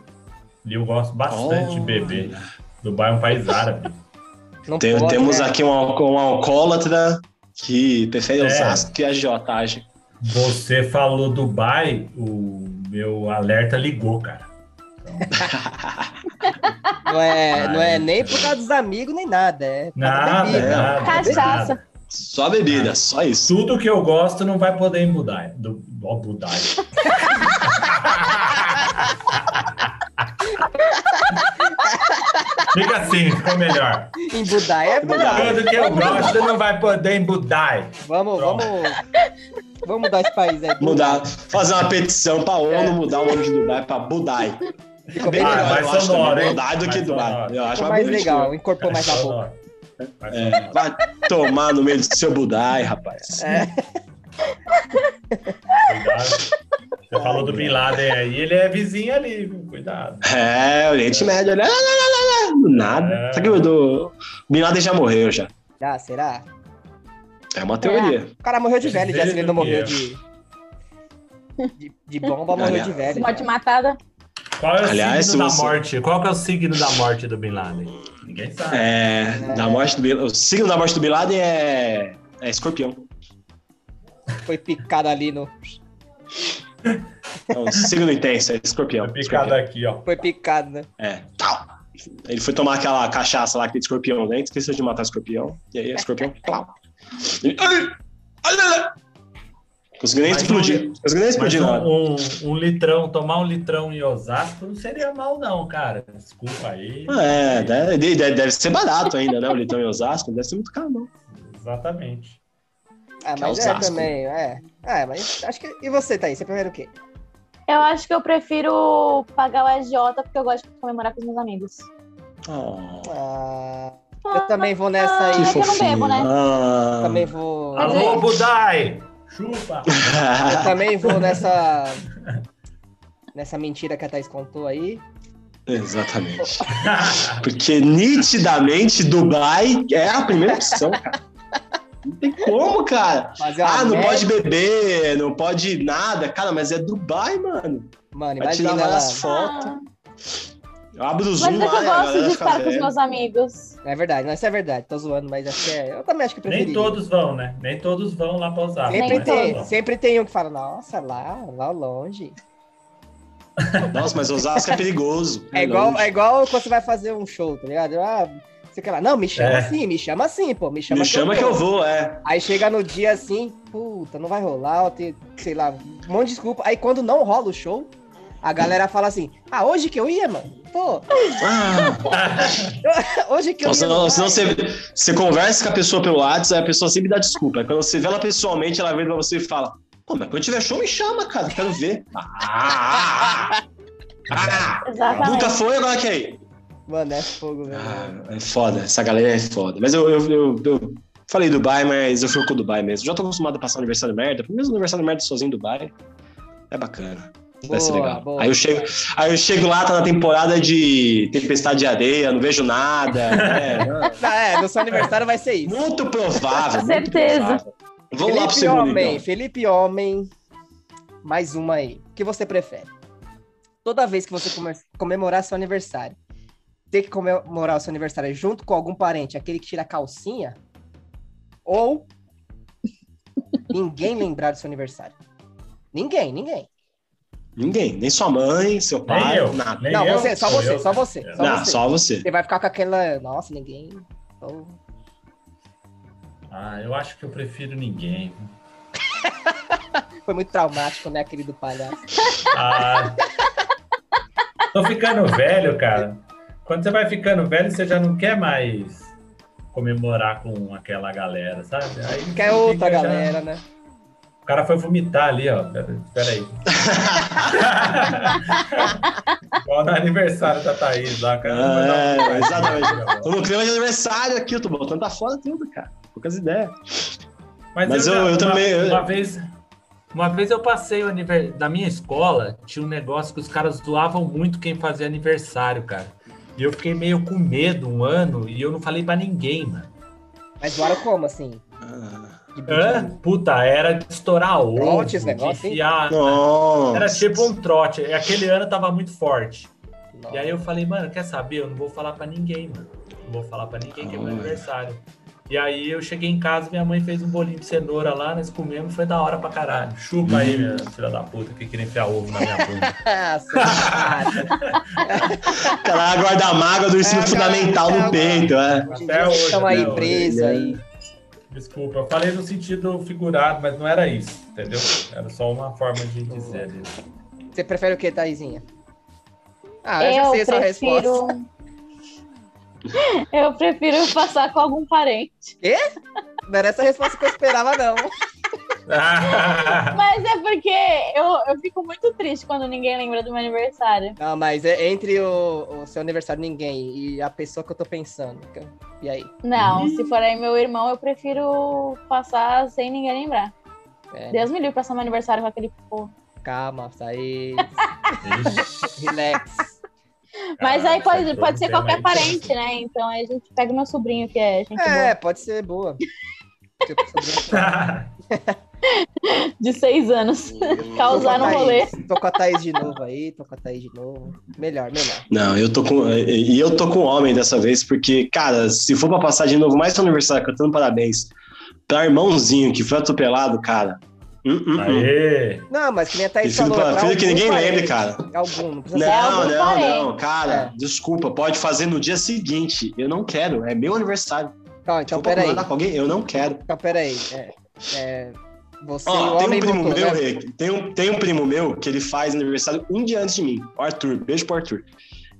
Speaker 5: E eu gosto bastante de beber. Dubai é um país árabe.
Speaker 4: Não
Speaker 1: Tem-
Speaker 4: pode,
Speaker 1: temos
Speaker 4: né?
Speaker 1: aqui um, al- um alcoólatra que prefere
Speaker 5: É.
Speaker 1: Osasco que agiotagem.
Speaker 5: Você falou Dubai, o meu alerta ligou, cara.
Speaker 4: Não é, não é nem por causa dos amigos, nem nada. É por causa da
Speaker 5: Nada,
Speaker 4: bebida.
Speaker 5: nada.
Speaker 3: Cachaça.
Speaker 5: nada.
Speaker 1: Só
Speaker 5: Ah.
Speaker 1: bebida, só isso.
Speaker 5: Tudo que eu gosto não vai poder mudar. Do, ó, mudar. Fica assim, ficou melhor.
Speaker 4: Em Budai é Budai.
Speaker 5: Tudo que eu gosto não vai poder embudar.
Speaker 4: Vamos,
Speaker 5: Pronto.
Speaker 4: vamos. Vamos mudar esse país aí.
Speaker 1: Mudar, fazer uma petição pra ONU mudar o nome de Dubai pra Budai.
Speaker 4: Ficou bem
Speaker 1: Bem
Speaker 5: Ah,
Speaker 1: melhor,
Speaker 5: mais
Speaker 1: eu acho
Speaker 5: sonoro,
Speaker 1: também,
Speaker 5: hein?
Speaker 1: Budai do
Speaker 5: Mais
Speaker 1: que Dubai.
Speaker 5: sonoro.
Speaker 1: Eu acho
Speaker 4: Ficou mais
Speaker 1: bonito.
Speaker 4: legal, incorporou mais a boca.
Speaker 5: Sonora. Vai
Speaker 1: É,
Speaker 5: sonora.
Speaker 1: vai tomar no meio do seu Budai, rapaz.
Speaker 4: É,
Speaker 5: Cuidado. Você falou do Bin Laden aí, ele é vizinho ali, viu? cuidado.
Speaker 1: É, Oriente Médio, olha. lá, lá, lá, lá, lá, do Nada.
Speaker 5: É.
Speaker 1: Só que o do. Bin Laden já morreu já.
Speaker 4: Ah, será?
Speaker 1: É uma teoria.
Speaker 4: O cara morreu de
Speaker 5: Ele
Speaker 4: velho, já se
Speaker 5: veio
Speaker 4: ele não
Speaker 5: do
Speaker 4: morreu
Speaker 5: Rio.
Speaker 4: de. De, de bomba morreu
Speaker 1: Olha.
Speaker 4: de velho.
Speaker 3: Morte matada.
Speaker 5: Qual é o
Speaker 1: Aliás, se
Speaker 5: signo da
Speaker 1: você-
Speaker 5: morte? Qual que é o signo da morte do Bin Laden? Ninguém sabe.
Speaker 1: É, Da morte do Bin... O signo da morte do Bin Laden é. É escorpião.
Speaker 4: Foi picado ali no.
Speaker 1: É um signo intenso, é escorpião.
Speaker 5: Foi picado
Speaker 1: Escorpião.
Speaker 5: aqui, ó.
Speaker 4: Foi picado, né?
Speaker 1: É. Tau. Ele foi tomar aquela cachaça lá que tem de escorpião dentro, esqueceu de matar o escorpião. E aí, o escorpião. Tau. Ele, ai, ai, ai, ai. Conseguiu nem
Speaker 5: Mas
Speaker 1: explodir.
Speaker 5: não-
Speaker 1: Conseguiu nem
Speaker 5: Mas
Speaker 1: explodir né? na hora.
Speaker 5: um, um- um litrão, tomar um litrão em Osasco não seria mal, não, cara. Desculpa aí.
Speaker 1: É, deve, deve- deve ser barato ainda, né? O Litão e Osasco, não deve ser muito caro, não.
Speaker 5: Exatamente.
Speaker 4: Ah,
Speaker 1: Que é
Speaker 4: mas é,
Speaker 1: Osasco.
Speaker 4: também, é. É, mas acho que. E você, Thaís? Você prefere o quê?
Speaker 3: Eu acho que eu prefiro pagar o agiota porque eu gosto de comemorar com os meus amigos.
Speaker 1: Oh,
Speaker 4: Ah, eu também vou nessa
Speaker 3: que
Speaker 4: aí.
Speaker 3: fofo. eu não bebo, né?
Speaker 1: Ah.
Speaker 4: Também vou.
Speaker 3: Mas é-
Speaker 5: Alô, Budai! Chupa!
Speaker 4: Eu também vou nessa. Nessa mentira que a Thaís contou aí.
Speaker 1: Exatamente. Porque nitidamente Dubai é a primeira opção, cara. Não tem como, cara.
Speaker 4: Fazer uma
Speaker 1: Ah, não
Speaker 4: média-
Speaker 1: pode beber, não pode nada. Cara, mas é Dubai, mano.
Speaker 4: Mano,
Speaker 1: Vai tirar
Speaker 4: imagina lá.
Speaker 1: várias fotos.
Speaker 3: Ah,
Speaker 1: Eu abro o
Speaker 3: mas
Speaker 1: zoom
Speaker 3: é que
Speaker 1: lá,
Speaker 3: eu
Speaker 1: né, a
Speaker 3: gosto
Speaker 1: galera fica
Speaker 3: de estar com os
Speaker 1: vendo.
Speaker 3: meus amigos.
Speaker 4: É verdade, não, isso é verdade. Tô zoando, mas acho que é. Eu também acho que preferi.
Speaker 5: Nem tá todos vão, né? Nem todos vão lá pra Osasco.
Speaker 4: Sempre
Speaker 5: mas
Speaker 4: tem,
Speaker 5: vão.
Speaker 4: sempre tem um que fala, nossa, lá, lá longe.
Speaker 1: Nossa, mas Osasco é perigoso.
Speaker 4: É igual, é igual quando você vai fazer um show, tá ligado? Ah, você quer lá, não, me chama
Speaker 5: É.
Speaker 4: assim, me chama assim, pô, me chama
Speaker 1: Me chama que eu vou, é.
Speaker 4: Aí chega no dia assim, puta, não vai rolar, eu tenho, sei lá, um monte de desculpa. Aí quando não rola o show, a galera fala assim, ah, hoje que eu ia, mano? Pô,
Speaker 1: Ah,
Speaker 4: hoje que eu
Speaker 1: Ou
Speaker 4: ia.
Speaker 1: senão,
Speaker 4: não
Speaker 1: senão
Speaker 4: vai."
Speaker 1: você, você conversa com a pessoa pelo WhatsApp, aí a pessoa sempre dá desculpa. Aí Quando você vê ela pessoalmente, ela vem pra você e fala: Pô, mas quando tiver show, me chama, cara, quero ver. Ah, ah, ah, ah,
Speaker 3: Exatamente.
Speaker 1: nunca foi, agora quer ir.
Speaker 4: Mano, é fogo, velho.
Speaker 1: Ah, é foda, essa galera é foda. Mas eu, eu, eu, eu falei Dubai, mas eu fui com Dubai mesmo. Já tô acostumado a passar aniversário merda, mesmo aniversário merda sozinho em Dubai. É bacana. Vai ser
Speaker 4: Boa,
Speaker 1: legal.
Speaker 4: boa.
Speaker 1: Aí eu chego, aí eu chego lá, tá na temporada de tempestade de areia, não vejo nada. Né?
Speaker 4: Ah, é, no seu aniversário vai ser isso.
Speaker 1: Muito provável.
Speaker 3: Com
Speaker 1: muito
Speaker 3: certeza.
Speaker 1: provável. Vamos lá pro
Speaker 4: Felipe
Speaker 1: segundo,
Speaker 4: Homem,
Speaker 1: então.
Speaker 4: Felipe Homem, mais uma aí. O que você prefere? Toda vez que você come- comemorar seu aniversário, ter que comemorar o seu aniversário junto com algum parente, aquele que tira a calcinha, ou ninguém lembrar do seu aniversário? Ninguém, ninguém.
Speaker 1: Ninguém, nem sua mãe, seu
Speaker 5: Nem
Speaker 1: pai,
Speaker 5: eu.
Speaker 1: nada.
Speaker 5: Nem
Speaker 4: Não,
Speaker 5: eu,
Speaker 4: você, só
Speaker 5: sou
Speaker 4: você,
Speaker 5: eu.
Speaker 4: só você, só
Speaker 1: não,
Speaker 4: você.
Speaker 1: só você.
Speaker 4: Você vai ficar com aquela, nossa, ninguém. Oh,
Speaker 5: Ah, eu acho que eu prefiro ninguém.
Speaker 4: Foi muito traumático, né, querido palhaço?
Speaker 5: Ah, tô ficando velho, cara. Quando você vai ficando velho, você já não quer mais comemorar com aquela galera, sabe? Aí
Speaker 4: Quer é
Speaker 5: você
Speaker 4: outra
Speaker 5: fica já-
Speaker 4: galera, né?
Speaker 5: cara foi vomitar ali, ó. Peraí. Igual no aniversário da Thaís lá, cara.
Speaker 1: É,
Speaker 5: Não vai dar um-
Speaker 1: exatamente. Tô no clima de aniversário aqui, eu tô botando pra fora tudo, cara. Poucas ideias.
Speaker 5: Mas,
Speaker 1: Mas
Speaker 5: eu,
Speaker 1: eu-
Speaker 5: já-
Speaker 1: eu
Speaker 5: uma,
Speaker 1: também- eu-
Speaker 5: Uma vez, uma vez eu passei o aniversário. Da minha escola, tinha um negócio que os caras zoavam muito quem fazia aniversário, cara. E eu fiquei meio com medo um ano e eu não falei pra ninguém, mano.
Speaker 4: Mas zoaram como, assim? De- de-
Speaker 5: Hã? Tipo, Puta, era de estourar ovo,
Speaker 4: Trote esse
Speaker 5: de
Speaker 4: negócio, hein?
Speaker 5: enfiar-
Speaker 1: Nossa.
Speaker 5: Era tipo um trote. E Aquele ano tava muito forte.
Speaker 4: Nossa.
Speaker 5: E aí eu falei, mano, quer saber? Eu não vou falar pra ninguém, mano. Não vou falar pra ninguém que é meu
Speaker 1: Ah.
Speaker 5: aniversário. E aí eu cheguei em casa, minha mãe fez um bolinho de cenoura lá, nós comemos, foi da hora pra caralho. Chupa aí, minha filha da puta, que queria enfiar ovo na minha bunda.
Speaker 4: Ah, seu otário.
Speaker 1: Aquela guarda mágoa do ensino
Speaker 4: É, cara,
Speaker 1: fundamental
Speaker 4: é,
Speaker 1: no
Speaker 4: cara.
Speaker 1: peito, é.
Speaker 4: Hoje em
Speaker 5: Até
Speaker 4: dia
Speaker 5: hoje,
Speaker 4: Estão
Speaker 5: até
Speaker 4: aí
Speaker 5: hoje.
Speaker 4: presos aí.
Speaker 5: Desculpa, eu falei no sentido figurado, mas não era isso, entendeu? Era só uma forma de dizer isso.
Speaker 4: Você prefere o que, Thaizinha? Ah, eu, já
Speaker 3: Eu
Speaker 4: sei a sua resposta.
Speaker 3: prefiro. Eu prefiro passar com algum parente.
Speaker 4: Não era essa a resposta que eu esperava, não.
Speaker 3: Mas é porque eu, eu fico muito triste quando ninguém lembra do meu aniversário.
Speaker 4: Não, mas é entre o, o seu aniversário ninguém e a pessoa que eu tô pensando. E aí?
Speaker 3: Não, se for aí meu irmão, eu prefiro passar sem ninguém lembrar.
Speaker 4: É,
Speaker 3: Deus me livre passar meu aniversário com aquele povo.
Speaker 4: Calma, Thaís.
Speaker 5: Ixi,
Speaker 4: Relax.
Speaker 3: Mas aí
Speaker 5: caralho,
Speaker 3: pode,
Speaker 5: foi
Speaker 3: pode
Speaker 5: um
Speaker 3: ser
Speaker 5: tema
Speaker 3: qualquer
Speaker 5: aí.
Speaker 3: parente, né? Então aí a gente pega o meu sobrinho, que é gente
Speaker 4: É, pode ser boa. Tipo,
Speaker 3: boa, de seis anos. Causar no um rolê.
Speaker 4: Tô com a Thaís de novo aí, tô com a Thaís de novo. Melhor, melhor.
Speaker 1: Não, eu tô com. E e eu tô com homem dessa vez, porque, cara, se for pra passar de novo mais um aniversário cantando parabéns pra irmãozinho que foi atropelado, cara. Hum, hum, hum.
Speaker 5: Aê!
Speaker 4: Não, mas que nem a Thaís
Speaker 1: Prefiro
Speaker 4: falou. é
Speaker 1: pra-
Speaker 4: pra
Speaker 1: prefiro que
Speaker 4: algum
Speaker 1: ninguém lembre,
Speaker 4: parente. É.
Speaker 1: cara.
Speaker 4: Algum, não precisa ser.
Speaker 1: Não, né? não,
Speaker 3: algum
Speaker 1: não,
Speaker 3: É um parente.
Speaker 1: cara, desculpa, pode fazer no dia seguinte. Eu não quero, é meu aniversário.
Speaker 4: Então, então
Speaker 1: Então, pera
Speaker 4: peraí.
Speaker 1: aí. com alguém? Eu não quero.
Speaker 4: Então, peraí. É, é, você e o
Speaker 1: Ó, tem um
Speaker 4: homem
Speaker 1: primo
Speaker 4: votou,
Speaker 1: meu,
Speaker 4: né?
Speaker 1: Rick, tem um, tem um primo meu que ele faz aniversário um dia antes de mim. O Arthur, beijo pro Arthur.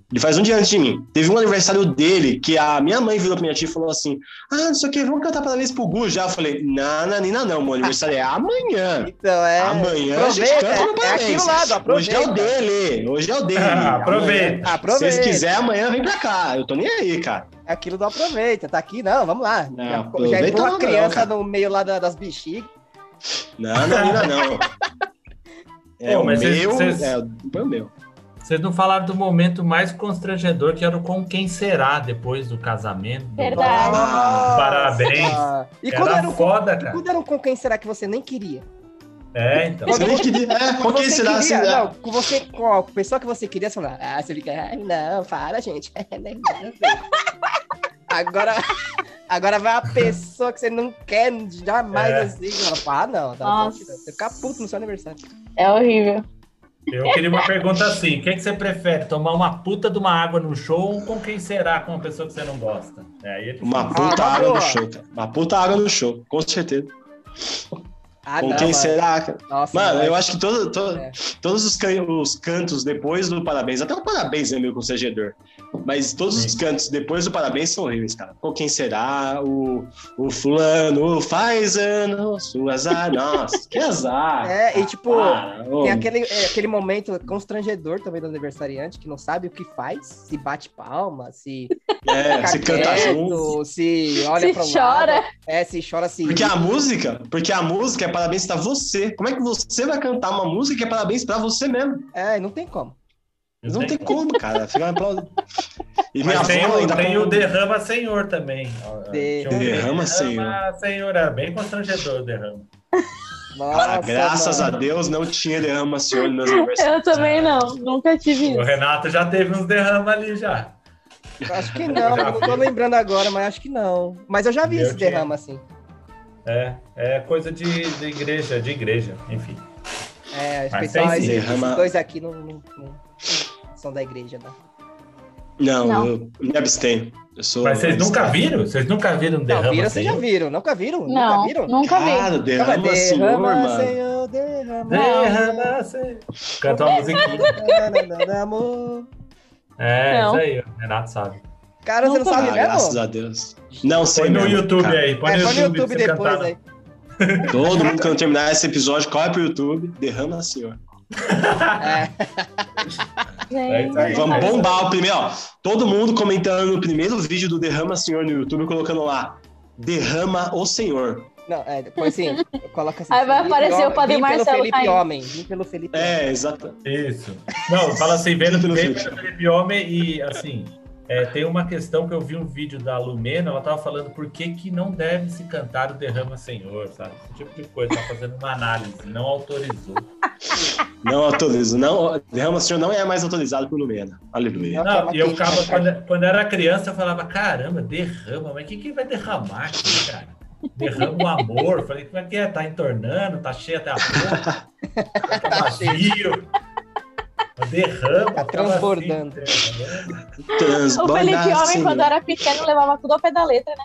Speaker 1: Ele faz um dia antes de mim. Teve um aniversário dele que a minha mãe virou pra minha tia e falou assim: Ah, não sei o que, vamos cantar parabéns pro Gu já. Eu falei: Não, não, Nina, não, meu aniversário é amanhã.
Speaker 4: Então, é.
Speaker 1: Ah, amanhã a gente
Speaker 4: aproveita,
Speaker 1: canta no
Speaker 4: é
Speaker 1: parabéns.
Speaker 4: aqui do lado,
Speaker 1: Hoje é o
Speaker 4: aproveita.
Speaker 1: dele, hoje é o dele.
Speaker 5: Ah, Aproveita.
Speaker 1: Amanhã- Se
Speaker 4: Aproveita.
Speaker 1: vocês quiserem, amanhã vem pra cá. Eu tô nem aí, cara.
Speaker 4: É Aquilo do aproveita, tá aqui, não, vamos lá.
Speaker 1: Não,
Speaker 4: Já- já
Speaker 1: aproveita
Speaker 4: entrou
Speaker 1: não,
Speaker 4: uma criança
Speaker 1: cara.
Speaker 4: no meio lá da- das bexigas.
Speaker 1: Não, não, Nina, não. É
Speaker 5: Pô,
Speaker 1: o
Speaker 5: mas vocês-
Speaker 1: meu,
Speaker 5: vocês-
Speaker 1: é o meu.
Speaker 5: Vocês não falaram do momento mais constrangedor que era o com quem será depois do casamento. do-
Speaker 3: Verdade.
Speaker 4: Nossa.
Speaker 5: Parabéns.
Speaker 4: Ah, E quando
Speaker 5: Era
Speaker 4: era, um com-
Speaker 5: foda, cara.
Speaker 4: quando era um com quem será que você nem queria?
Speaker 5: É, então.
Speaker 1: Você nem queria. É,
Speaker 4: Com
Speaker 1: por que
Speaker 4: você
Speaker 1: será?
Speaker 4: queria,
Speaker 1: será?
Speaker 4: Não, com você, com a pessoa que você queria, você fala, ah, você fica, ai, não, para, gente. Nem- nem- agora, agora vai a pessoa que você não quer jamais
Speaker 5: É.
Speaker 4: assim. Você fala, ah, não, tá,
Speaker 3: Nossa.
Speaker 4: você fica puto no seu aniversário.
Speaker 3: É horrível.
Speaker 5: Eu queria uma pergunta assim: o que, que você prefere? Tomar uma puta de uma água no show ou com quem será? Com uma pessoa que você não gosta? É, aí é difícil.
Speaker 4: Ah, tá
Speaker 1: Uma puta
Speaker 4: uma
Speaker 1: água
Speaker 4: boa.
Speaker 1: no show, cara. Uma puta água no show, com certeza.
Speaker 4: Ah,
Speaker 1: com
Speaker 4: não,
Speaker 1: quem
Speaker 4: mano.
Speaker 1: será, cara?
Speaker 4: Nossa,
Speaker 1: Mano,
Speaker 4: mano.
Speaker 1: eu acho que todo, to-
Speaker 4: É.
Speaker 1: todos os, can- os cantos depois do parabéns, até o parabéns é meio constrangedor, mas todos os cantos depois do parabéns são horríveis, cara. Com quem será? O, o fulano faz anos, o azar. Nossa, que azar.
Speaker 4: É, e tipo,
Speaker 1: Para, ô.
Speaker 4: Tem aquele, é, aquele momento constrangedor também do aniversariante que não sabe o que faz, se bate palma, se
Speaker 1: É,
Speaker 4: fica
Speaker 1: você canta
Speaker 4: quieto,
Speaker 1: junto.
Speaker 4: se olha
Speaker 3: Se
Speaker 4: para
Speaker 3: chora.
Speaker 4: lado, é, se chora, se
Speaker 1: Porque a música, porque a música é parabéns pra você. Como é que você vai cantar uma música que é parabéns pra você mesmo?
Speaker 4: é, não tem como.
Speaker 1: Não tem como, cara. Fica aplaudindo. E minha
Speaker 5: Mas tem,
Speaker 1: avó ainda
Speaker 5: o, tem
Speaker 1: com-
Speaker 5: o Derrama Senhor também.
Speaker 4: De-
Speaker 5: Tinha um
Speaker 1: Derrama Senhor.
Speaker 5: Derrama Senhor. Era bem constrangedor o derrama.
Speaker 1: Cara,
Speaker 4: Nossa,
Speaker 1: Ah, graças
Speaker 4: mano.
Speaker 1: a Deus não tinha derrama senhor nos meus aniversários.
Speaker 3: Eu também não, nunca tive
Speaker 5: Ah. O
Speaker 3: isso.
Speaker 5: Renato já teve uns derrama ali já.
Speaker 4: Acho que não,
Speaker 5: Já
Speaker 4: não tô
Speaker 5: vi.
Speaker 4: lembrando agora, mas acho que não. Mas eu já vi
Speaker 5: Eu
Speaker 4: esse
Speaker 5: tinha.
Speaker 4: derrama assim.
Speaker 5: É, é coisa de, de igreja, de igreja, enfim.
Speaker 4: É, os
Speaker 5: Mas
Speaker 4: pessoal,
Speaker 5: tem
Speaker 4: esses,
Speaker 5: sim.
Speaker 1: Derrama-
Speaker 4: esses dois aqui não, não- não são da igreja, não.
Speaker 1: Não,
Speaker 3: Não.
Speaker 1: eu me abstenho. Eu sou
Speaker 5: Mas vocês nunca
Speaker 1: abstenho.
Speaker 5: viram? Vocês nunca viram um
Speaker 4: Não,
Speaker 5: derrama
Speaker 4: viram, vocês já
Speaker 5: Senhor?
Speaker 4: viram, nunca viram?
Speaker 3: Não,
Speaker 4: Nunca viram?
Speaker 3: nunca
Speaker 5: Ah,
Speaker 3: vi.
Speaker 1: Cara, derrama,
Speaker 4: Calma,
Speaker 1: senhor, mano.
Speaker 4: Senhor, derrama.
Speaker 5: Derrama Senhor. Canta uma musiquinha.
Speaker 4: Nananana, amor.
Speaker 5: É,
Speaker 3: Não.
Speaker 5: isso aí, o Renato sabe.
Speaker 4: Cara, você não
Speaker 3: Nunca
Speaker 1: Ah,
Speaker 4: sabe né,
Speaker 1: graças
Speaker 4: mesmo?
Speaker 1: a Deus. Não sei
Speaker 5: Põe no
Speaker 1: mesmo,
Speaker 5: YouTube
Speaker 1: né? cara.
Speaker 5: aí, põe
Speaker 4: É,
Speaker 5: no
Speaker 4: põe
Speaker 5: YouTube,
Speaker 4: no YouTube
Speaker 5: pra você
Speaker 4: depois
Speaker 5: cantar. né?
Speaker 4: aí.
Speaker 1: Todo mundo quando terminar esse episódio, corre pro YouTube, derrama a senhora.
Speaker 4: É,
Speaker 5: Aí tá aí.
Speaker 1: Vamos bombar o primeiro. ó. Todo mundo comentando no primeiro vídeo do Derrama Senhor no YouTube, colocando lá. Derrama o Senhor.
Speaker 4: Não, é, depois sim, coloca assim.
Speaker 3: Aí vai
Speaker 4: "Vim
Speaker 3: aparecer
Speaker 4: pelo-
Speaker 3: o Padre
Speaker 4: vim
Speaker 3: Marcelo
Speaker 4: pelo Felipe
Speaker 3: caindo.
Speaker 4: Homem, vim pelo Felipe Homem.
Speaker 1: É, exato.
Speaker 5: Isso. Não, fala assim, vendo
Speaker 1: Pelo
Speaker 5: vendo
Speaker 1: jeito.
Speaker 5: o Felipe Homem e assim. é, tem uma questão que eu vi um vídeo da Lumena, ela tava falando por que, que não deve se cantar o Derrama Senhor, sabe? Esse tipo de coisa, tá fazendo uma análise, não autorizou.
Speaker 1: Não autorizo. Não, Derrama Senhor não é mais autorizado por Lumena. Aleluia.
Speaker 4: Não, é
Speaker 5: Não,
Speaker 4: mas
Speaker 5: e eu
Speaker 4: quem-
Speaker 5: ficava, quando, é, quando era criança, eu falava, caramba, derrama, mas o que, que vai derramar aqui, cara? Derrama o amor. Falei, como é que é? Tá entornando, tá cheio até a boca, tá vazio. Derrama.
Speaker 4: Tá
Speaker 5: ficava
Speaker 4: transbordando.
Speaker 5: assim, né?
Speaker 3: O
Speaker 1: Transborda,
Speaker 3: Felipe Homem,
Speaker 1: Senhor.
Speaker 3: quando era pequeno, levava tudo ao pé da letra, né?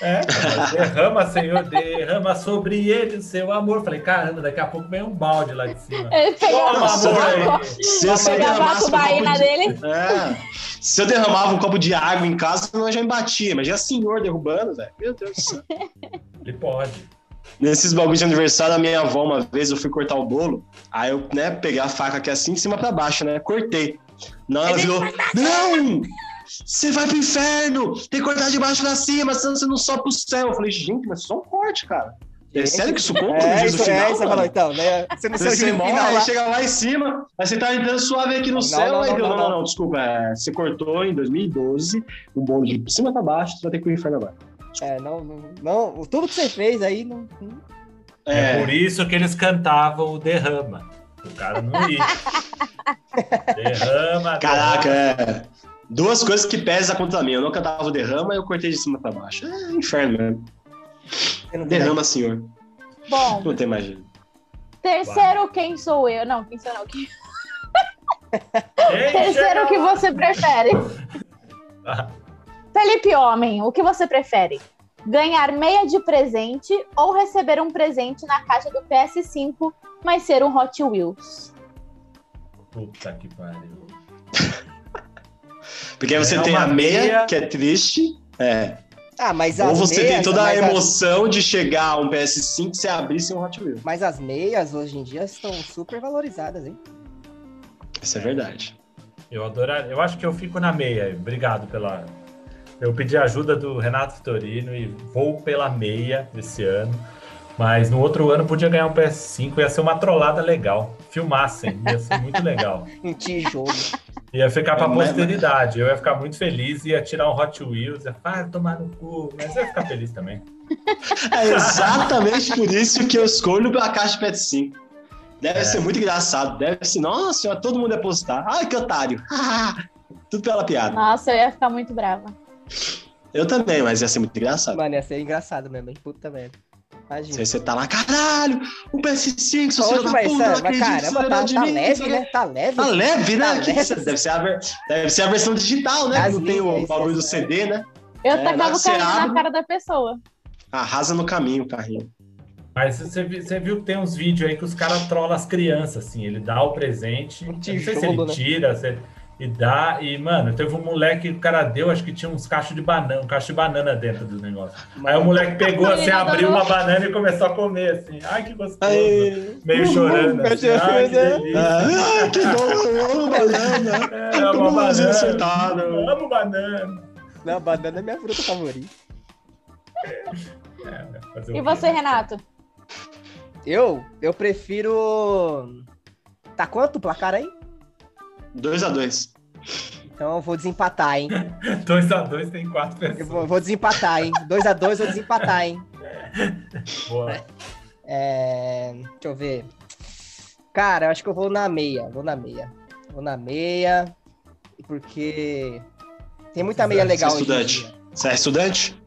Speaker 5: É, cara, derrama, Senhor, derrama sobre ele o seu amor. Falei, caramba, daqui a pouco vem um balde lá de cima.
Speaker 3: Ele pegava,
Speaker 5: Toma,
Speaker 1: Nossa,
Speaker 5: amor!
Speaker 3: pegava,
Speaker 5: aí.
Speaker 1: Se eu, se eu
Speaker 3: pegava a
Speaker 1: derramasse um copo
Speaker 3: tubaína
Speaker 1: de...
Speaker 3: dele.
Speaker 1: É. Se eu derramava um copo de água em casa, eu já embatia. Mas já é senhor derrubando, velho. Meu Deus do céu.
Speaker 5: Ele pode.
Speaker 1: Nesses bagulhos de aniversário, a minha avó, uma vez, eu fui cortar o bolo. Aí eu, né, peguei a faca aqui assim, de cima pra baixo, né? Cortei. Na hora ela virou, não! Você vai pro inferno! Tem que cortar de baixo pra cima, senão você não sobe pro céu. Eu falei, gente, mas só um corte, cara. É sério que isso conta no
Speaker 4: É,
Speaker 1: juízo
Speaker 4: isso, é,
Speaker 1: final,
Speaker 4: isso, falou,
Speaker 1: mano?
Speaker 4: então, né? Você não
Speaker 1: Você, você
Speaker 4: saiu do
Speaker 1: morre,
Speaker 4: final
Speaker 1: aí
Speaker 4: lá.
Speaker 1: chega lá em cima, aí você tá entrando suave aqui no
Speaker 4: Não,
Speaker 1: céu,
Speaker 4: não,
Speaker 1: aí
Speaker 4: não,
Speaker 1: deu,
Speaker 4: não,
Speaker 1: não, não,
Speaker 4: não.
Speaker 1: desculpa, é, você cortou em 2012 o bolo de cima pra baixo, você vai ter que ir pro inferno agora.
Speaker 4: É, não, não, não, tudo que você fez aí não. não-
Speaker 5: É. por isso que eles cantavam o derrama. O cara não ia. derrama,
Speaker 1: Caraca,
Speaker 5: derrama.
Speaker 1: é. Duas coisas que pesam contra mim. Eu não cantava o derrama e eu cortei de cima pra baixo. É inferno mesmo.
Speaker 4: você não
Speaker 1: Derrama, senhor.
Speaker 3: Bom,
Speaker 1: Não tem mais jeito.
Speaker 3: terceiro, quem sou eu? Não, quem sou eu? não. Quem-
Speaker 5: Ei,
Speaker 3: Terceiro, o
Speaker 5: chega
Speaker 3: que
Speaker 5: lá.
Speaker 3: você prefere?
Speaker 5: é Ah,
Speaker 3: Felipe Homem, o que você prefere? Ganhar meia de presente ou receber um presente na caixa do PS5, mas ser um Hot Wheels?
Speaker 5: Puta que pariu.
Speaker 1: Porque você
Speaker 5: É
Speaker 1: tem
Speaker 5: uma
Speaker 1: a meia,
Speaker 5: meia.
Speaker 1: que é triste. É.
Speaker 4: Ah, mas
Speaker 1: Ou
Speaker 4: as
Speaker 1: você
Speaker 4: meias,
Speaker 1: tem toda a
Speaker 4: mas as-
Speaker 1: emoção de chegar a um PS5 e você abrir sem um Hot Wheels.
Speaker 4: mas as meias hoje em dia estão super valorizadas, hein?
Speaker 1: Isso é verdade.
Speaker 5: Eu adoraria. Eu acho que eu fico na meia. Obrigado pela. Eu pedi ajuda do Renato Vitorino e vou pela meia esse ano. Mas no outro ano podia ganhar um PS5, ia ser uma trollada legal. Filmassem, ia ser muito legal.
Speaker 4: Um tijolo.
Speaker 5: Ia ficar pra
Speaker 1: Não é,
Speaker 5: posteridade. Eu ia ficar muito feliz, ia tirar um Hot Wheels, ia falar, ah, tomar no cu, mas eu ia ficar feliz também.
Speaker 1: É exatamente por isso que eu escolho a caixa de PS5. Deve ser muito engraçado. Deve ser, nossa senhora, todo mundo ia postar. Ai, que otário. Tudo pela piada.
Speaker 3: Nossa, eu ia ficar muito brava.
Speaker 1: Eu também, mas ia ser muito engraçado.
Speaker 4: Mano, ia ser engraçado mesmo, hein? Puta merda.
Speaker 1: Se
Speaker 4: Imagina.
Speaker 1: você tá lá, caralho, um PS5, seu
Speaker 4: Hoje
Speaker 1: filho da
Speaker 4: vai
Speaker 1: puta, não
Speaker 4: ser, mas
Speaker 1: acredito que
Speaker 4: caramba,
Speaker 1: você
Speaker 4: tá,
Speaker 1: tá de
Speaker 4: tá
Speaker 1: mim.
Speaker 4: leve, né? Tá leve.
Speaker 1: Tá leve, né?
Speaker 4: Tá
Speaker 1: Que
Speaker 4: leve.
Speaker 1: isso? Deve, ser a ver- deve ser a versão digital, né?
Speaker 4: As
Speaker 1: não tem o
Speaker 4: mídias,
Speaker 1: bagulho do
Speaker 4: né?
Speaker 1: CD, né?
Speaker 3: Eu
Speaker 1: É, na hora
Speaker 3: tacava
Speaker 1: que
Speaker 3: o
Speaker 1: você
Speaker 3: carrinho na
Speaker 1: abre-
Speaker 3: cara da pessoa.
Speaker 1: Arrasa no caminho, carrinho.
Speaker 5: Mas você, vi- você viu que tem uns vídeos aí que os caras trollam as crianças, assim, ele dá o presente,
Speaker 4: Um
Speaker 5: eu não sei se
Speaker 4: tijolo,
Speaker 5: ele
Speaker 4: né?
Speaker 5: tira, se ele- e dá, e, mano, teve um moleque que o cara deu, acho que tinha uns cachos de banana, um cacho de banana dentro do negócio. Aí o moleque pegou, assim,
Speaker 3: Ele
Speaker 5: abriu
Speaker 3: adorou.
Speaker 5: uma banana e começou a comer, assim, ai, que gostoso,
Speaker 1: Aí.
Speaker 5: meio chorando,
Speaker 4: Meu
Speaker 5: assim,
Speaker 4: Deus,
Speaker 5: ai, que
Speaker 4: meu Deus.
Speaker 5: delícia,
Speaker 1: Ah, que bom,
Speaker 4: né?
Speaker 1: eu amo banana.
Speaker 5: é
Speaker 1: Como
Speaker 5: uma
Speaker 1: você
Speaker 5: banana,
Speaker 1: acertado.
Speaker 5: eu amo banana.
Speaker 4: Não, banana é minha fruta favorita.
Speaker 5: É, fazer o
Speaker 3: E
Speaker 5: quê?
Speaker 3: você, Renato?
Speaker 4: Eu, eu prefiro. Tá quanto o placar aí?
Speaker 1: 2x2.
Speaker 4: Então eu vou desempatar, hein?
Speaker 5: Dois a dois tem quatro
Speaker 4: Eu
Speaker 5: pessoas,
Speaker 4: vou, vou desempatar, hein? 2 a 2 vou desempatar, hein?
Speaker 5: boa.
Speaker 4: É, Deixa eu ver. Cara, eu acho que eu vou na meia. Vou na meia. Vou na meia. Porque tem muita meia legal hoje. em
Speaker 1: é Estudante.
Speaker 4: dia.
Speaker 1: Você é estudante?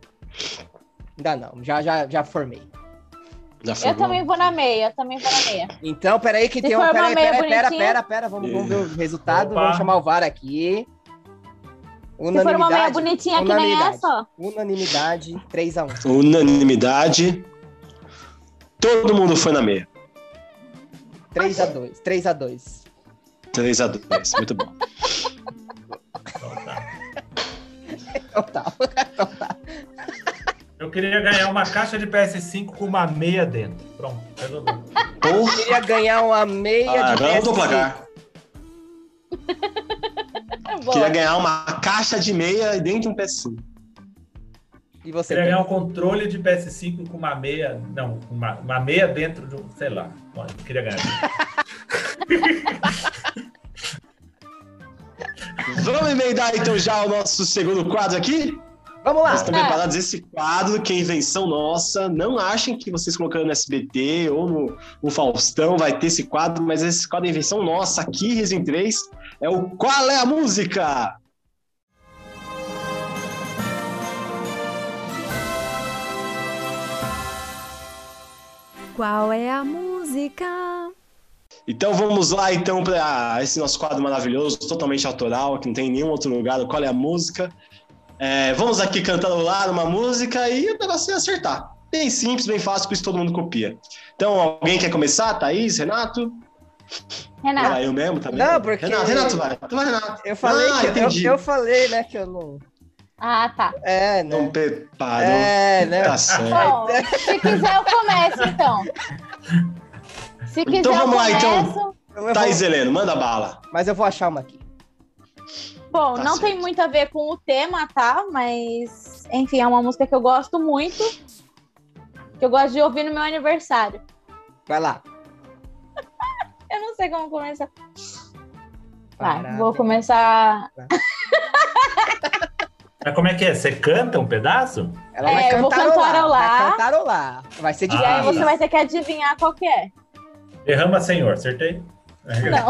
Speaker 4: Ainda não, já, já, já formei.
Speaker 1: Já
Speaker 3: Eu também vou na meia, eu também vou na meia.
Speaker 4: Então, peraí que
Speaker 3: Se
Speaker 4: tem um.
Speaker 3: for uma
Speaker 4: Peraí,
Speaker 3: meia
Speaker 4: pera, pera,
Speaker 3: bonitinha.
Speaker 4: pera, pera. Vamos, vamos ver o resultado.
Speaker 5: Opa.
Speaker 4: Vamos chamar o VAR aqui.
Speaker 3: Se for uma meia
Speaker 4: Unanimidade.
Speaker 3: bonitinha que nem
Speaker 4: unanimidade.
Speaker 3: essa, ó.
Speaker 4: Unanimidade, 3x1.
Speaker 1: Unanimidade. Todo mundo foi na meia.
Speaker 4: 3x2. 3x2.
Speaker 1: 3x2. Muito bom.
Speaker 5: Então tá.
Speaker 4: Então tá.
Speaker 5: Eu Eu queria ganhar uma caixa de PS5 com uma meia dentro. Pronto, resolveu.
Speaker 4: Eu queria ganhar uma meia
Speaker 1: Ah,
Speaker 4: de
Speaker 1: agora mudou o
Speaker 4: PS5.
Speaker 1: placar. Queria ganhar uma caixa de meia e dentro de um PS5.
Speaker 4: E você
Speaker 5: Queria
Speaker 4: tem-
Speaker 5: ganhar um controle de PS5 com uma meia. Não, uma, uma meia dentro de um. Sei lá. Olha, queria ganhar.
Speaker 1: Vamos emendar então já o nosso segundo quadro aqui?
Speaker 4: Vamos lá.
Speaker 1: Vocês estão
Speaker 3: Ah.
Speaker 1: preparados? Esse quadro que é invenção nossa. Não achem que vocês colocando no SBT ou no, no Faustão vai ter esse quadro, mas esse quadro é invenção nossa aqui, Resin 3, é o Qual é a Música?
Speaker 2: Qual é a música?
Speaker 1: Então vamos lá então para esse nosso quadro maravilhoso, totalmente autoral, que não tem em nenhum outro lugar, o Qual é a Música? É, vamos aqui cantando lá uma música e o negócio é acertar. Bem simples, bem fácil, por isso todo mundo copia. Então, alguém quer começar? Thaís, Renato?
Speaker 3: Renato,
Speaker 1: Era eu mesmo também?
Speaker 4: Não, porque-
Speaker 1: Renato, Renato vai. Tu vai, Renato.
Speaker 4: Eu falei,
Speaker 1: Ah,
Speaker 4: que,
Speaker 1: entendi.
Speaker 4: eu, eu falei, né, que eu não.
Speaker 3: ah, tá.
Speaker 4: É,
Speaker 1: Não
Speaker 4: né?
Speaker 1: preparou.
Speaker 4: É, né?
Speaker 1: Tá certo.
Speaker 3: Bom, se quiser eu começo, então. Se quiser
Speaker 1: Então vamos
Speaker 3: eu
Speaker 1: lá, então.
Speaker 3: começo.
Speaker 4: Eu vou-
Speaker 1: Thaís Heleno, manda bala.
Speaker 4: Mas eu vou achar uma aqui.
Speaker 3: Bom,
Speaker 1: Tá
Speaker 3: não
Speaker 1: certo.
Speaker 3: tem muito a ver com o tema, tá? Mas, enfim, é uma música que eu gosto muito. Que eu gosto de ouvir no meu aniversário.
Speaker 4: Vai lá.
Speaker 3: Eu não sei como começar. Tá,
Speaker 4: Parabéns.
Speaker 3: vou começar.
Speaker 5: Mas como é que é? Você canta um pedaço?
Speaker 4: Ela
Speaker 3: É,
Speaker 4: vai
Speaker 3: eu vou
Speaker 4: cantarolar.
Speaker 3: cantarolar.
Speaker 4: Vai cantarolar. Vai ser
Speaker 5: Ah,
Speaker 3: e aí
Speaker 4: difícil.
Speaker 3: você vai ter que adivinhar qual que é.
Speaker 5: Derrama, senhor. Acertei?
Speaker 3: Não.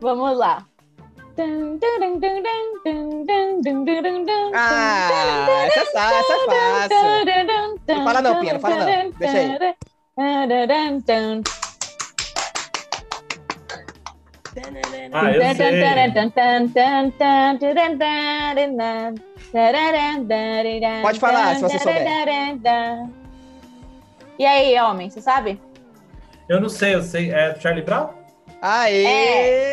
Speaker 3: vamos lá.
Speaker 4: Ah, essa, é fa- essa é fácil. Não fala não, Pia, não fala não. Deixa aí.
Speaker 5: Ah, eu sei.
Speaker 4: Pode falar, se você souber.
Speaker 3: E aí, homem, você sabe?
Speaker 5: Eu não sei, eu sei. É Charlie Brown?
Speaker 4: Aê!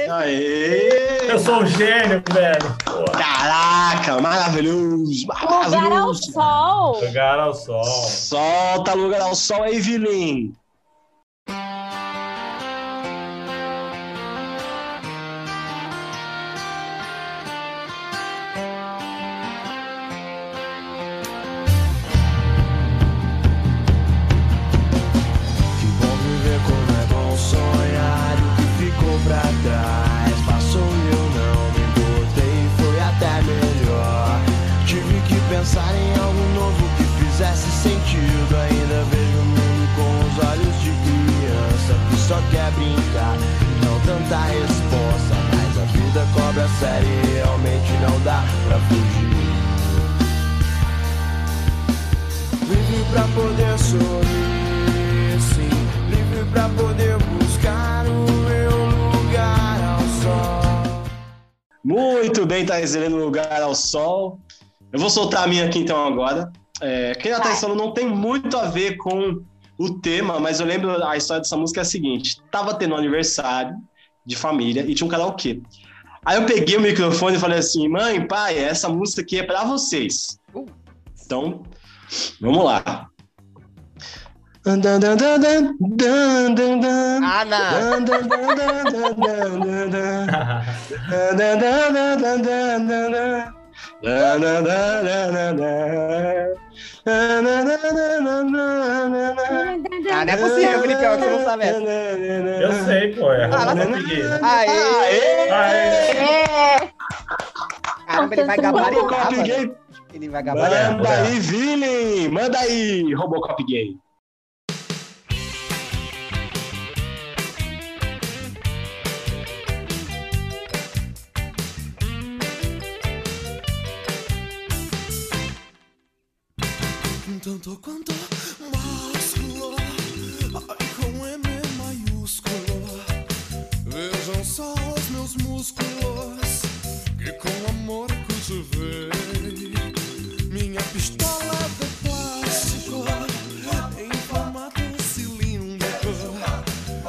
Speaker 3: É.
Speaker 1: Aê!
Speaker 5: Eu sou um gênio, velho. Pô,
Speaker 1: Caraca, maravilhoso,
Speaker 3: Lugar ao
Speaker 1: maravilhoso.
Speaker 3: sol.
Speaker 5: Lugar ao sol.
Speaker 1: Solta lugar ao sol aí, Vilin.
Speaker 6: Que bom viver como é bom sonhar o que ficou pra trás. Passou e eu não me importei, foi até melhor. Tive que pensar em algo novo que fizesse sentido. Ainda vejo o mundo com os olhos de criança que só quer brincar. Não tanta resposta, mas a vida cobra a série e realmente não dá pra fugir. Livre pra poder sorrir, sim. Livre pra poder buscar o meu lugar ao sol.
Speaker 1: Muito bem, Thaís Heleno, lugar ao sol. Eu vou soltar a minha aqui então agora. É, quem já tá
Speaker 3: Vai.
Speaker 1: pensando não tem muito a ver com o tema, mas eu lembro a história dessa música é a seguinte: tava tendo um aniversário de família e tinha um karaokê. Aí eu peguei o microfone e falei assim: mãe, pai, essa música aqui é pra vocês. Então, vamos lá. Dan, dan, dan, dan, dan, dan, dan.
Speaker 4: Ah, não.
Speaker 1: Dan, dan, dan, dan, dan, dan, dan. Ah,
Speaker 4: Ah, não é possível, Felipão, que você não tá sabe essa.
Speaker 5: Eu sei, pô. É
Speaker 4: Ah, lá
Speaker 5: Romeu
Speaker 4: na-
Speaker 5: Figueira.
Speaker 4: Aê!
Speaker 5: Aê!
Speaker 3: É,
Speaker 4: Caramba, Ah, ele vai gabaritar.
Speaker 1: Robocop
Speaker 4: mano.
Speaker 1: Gay,
Speaker 4: Ele vai gabaritar.
Speaker 1: manda aí, Vili! Manda aí, Robocop Gay!
Speaker 6: Tanto quanto másculo, ai, com M maiúsculo. Vejam só os meus músculos, que com amor cultivei. Minha pistola de plástico, em formato cilíndrico.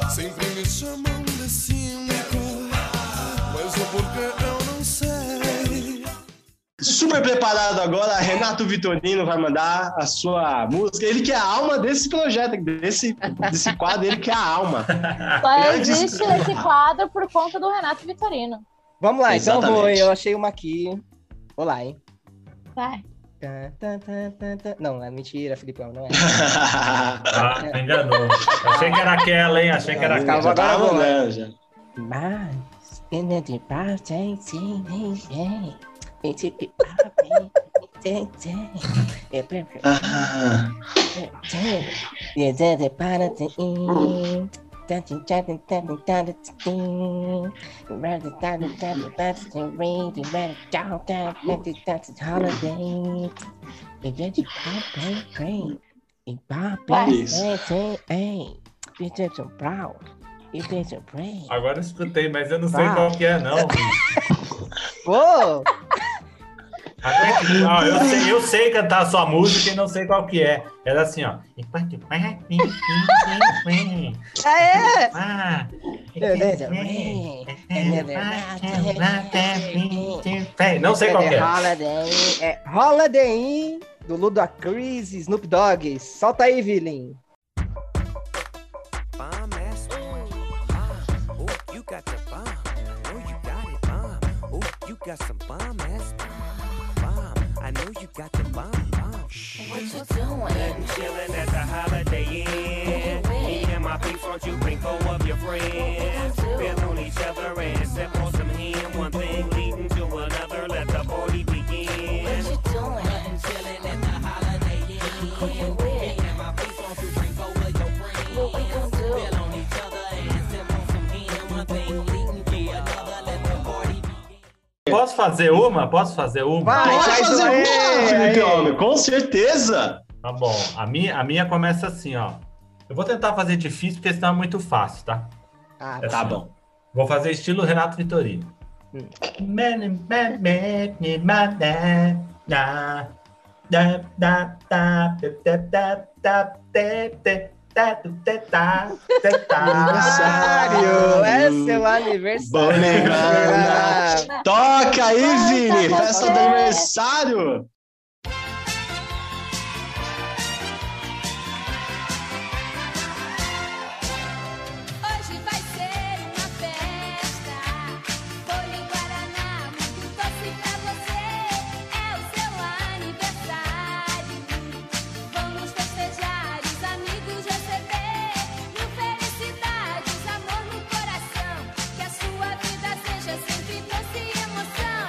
Speaker 6: Sempre me chamam de cínico, mas o porquê eu não sei.
Speaker 1: Super preparado agora, Renato Vitorino vai mandar a sua música. Ele que é a alma desse projeto, desse, desse quadro, ele que é a alma.
Speaker 3: Só
Speaker 1: Eu disse-
Speaker 3: existe esse quadro por conta do Renato Vitorino.
Speaker 4: Vamos lá, então eu vou.
Speaker 1: Exatamente.
Speaker 4: Eu achei uma aqui. Vou lá, hein?
Speaker 3: Vai.
Speaker 4: Tá, tá, tá, tá, tá. Não, é mentira, Filipão, não é.
Speaker 5: Ah, me enganou. Achei que era aquela, hein? Achei que era
Speaker 4: Calma,
Speaker 5: aquela.
Speaker 1: já
Speaker 4: agora
Speaker 1: tava
Speaker 4: vou, né?
Speaker 1: mandando, já.
Speaker 4: Mas, de parte, sim, ninguém.
Speaker 1: Ah,
Speaker 5: Agora eu escutei, mas eu não sei
Speaker 4: Ah.
Speaker 5: qual que é, não.
Speaker 4: Uou!
Speaker 5: Até que- ó, eu, sei, eu sei cantar a sua música e não sei qual que é. Era assim, ó.
Speaker 4: É!
Speaker 5: Ah, Não sei qual que é.
Speaker 4: Holiday, é Holiday Inn, do Ludacris e Snoop Dogg. Solta aí, Villain.
Speaker 6: bomb ass one. Bomb. Oh, you got the bomb. Oh, you got it bomb. Oh, you got some bomb ass bomb. I know you got the bomb. bomb.
Speaker 7: What you doing?
Speaker 6: Chilling at the Holiday Inn. Me and my peeps, won't you bring four of your friends? Feel on each other and sip on some hen. One thing leading to another. Let the party begin.
Speaker 7: What you doing? Chillin' at the holiday inn. Who you with? And my face won't you drink over your friends. What we gon' do? Feel on each other and sip on some gin. One thing leading to another. Let the party begin.
Speaker 5: Posso fazer uma? Posso fazer uma?
Speaker 4: Vai.
Speaker 1: Pode
Speaker 4: faz
Speaker 1: fazer
Speaker 4: um aí,
Speaker 1: um
Speaker 4: aí.
Speaker 1: Felipe Homem, com certeza.
Speaker 5: Tá bom. A minha, a minha começa assim, ó. Eu vou tentar fazer difícil, porque senão é muito fácil, tá?
Speaker 4: Ah,
Speaker 5: É
Speaker 1: Tá
Speaker 5: assim,
Speaker 1: bom.
Speaker 5: Vou fazer estilo Renato Vitorino. né,
Speaker 4: Hum.
Speaker 5: né, tá, tá,
Speaker 4: Aniversário! É seu aniversário!
Speaker 1: Bonegana. Toca aí,
Speaker 3: Canta
Speaker 1: Vini!
Speaker 3: você.
Speaker 1: Festa do aniversário!
Speaker 8: Hoje vai ser uma festa. Bolo em Guaraná, muito doce pra você. É o seu aniversário. Vamos festejar, os amigos receber. Mil felicidades, amor no coração. Que a sua vida seja sempre doce e emoção.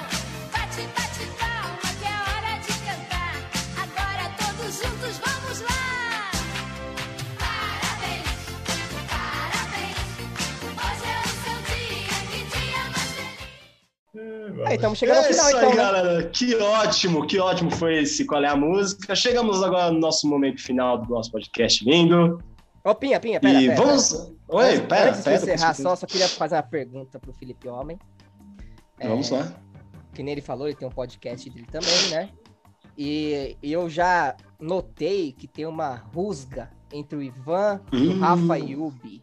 Speaker 8: Bate, bate palma, que é hora de cantar. Agora todos juntos vamos lá. Parabéns, parabéns. Hoje é o seu dia, que dia mais feliz.
Speaker 4: Aí, estamos chegando ao final,
Speaker 1: isso aí,
Speaker 4: Ah, então, né?
Speaker 1: galera. Que ótimo, que ótimo foi esse Qual é a Música. Chegamos agora no nosso momento final do nosso podcast lindo.
Speaker 4: Ô, Pinha, Pinha, pera,
Speaker 1: e
Speaker 4: pera.
Speaker 1: vamos. Oi,
Speaker 4: Antes-
Speaker 1: pera,
Speaker 4: Antes
Speaker 1: pera.
Speaker 4: de
Speaker 1: com
Speaker 4: encerrar,
Speaker 1: certeza.
Speaker 4: só, só queria fazer uma pergunta pro Felipe Homem. É,
Speaker 1: Vamos lá.
Speaker 4: Que nem ele falou, ele tem um podcast dele também, né? E e eu já notei que tem uma rusga entre o Ivan, o
Speaker 1: Hum.
Speaker 4: Rafa e o Ubi.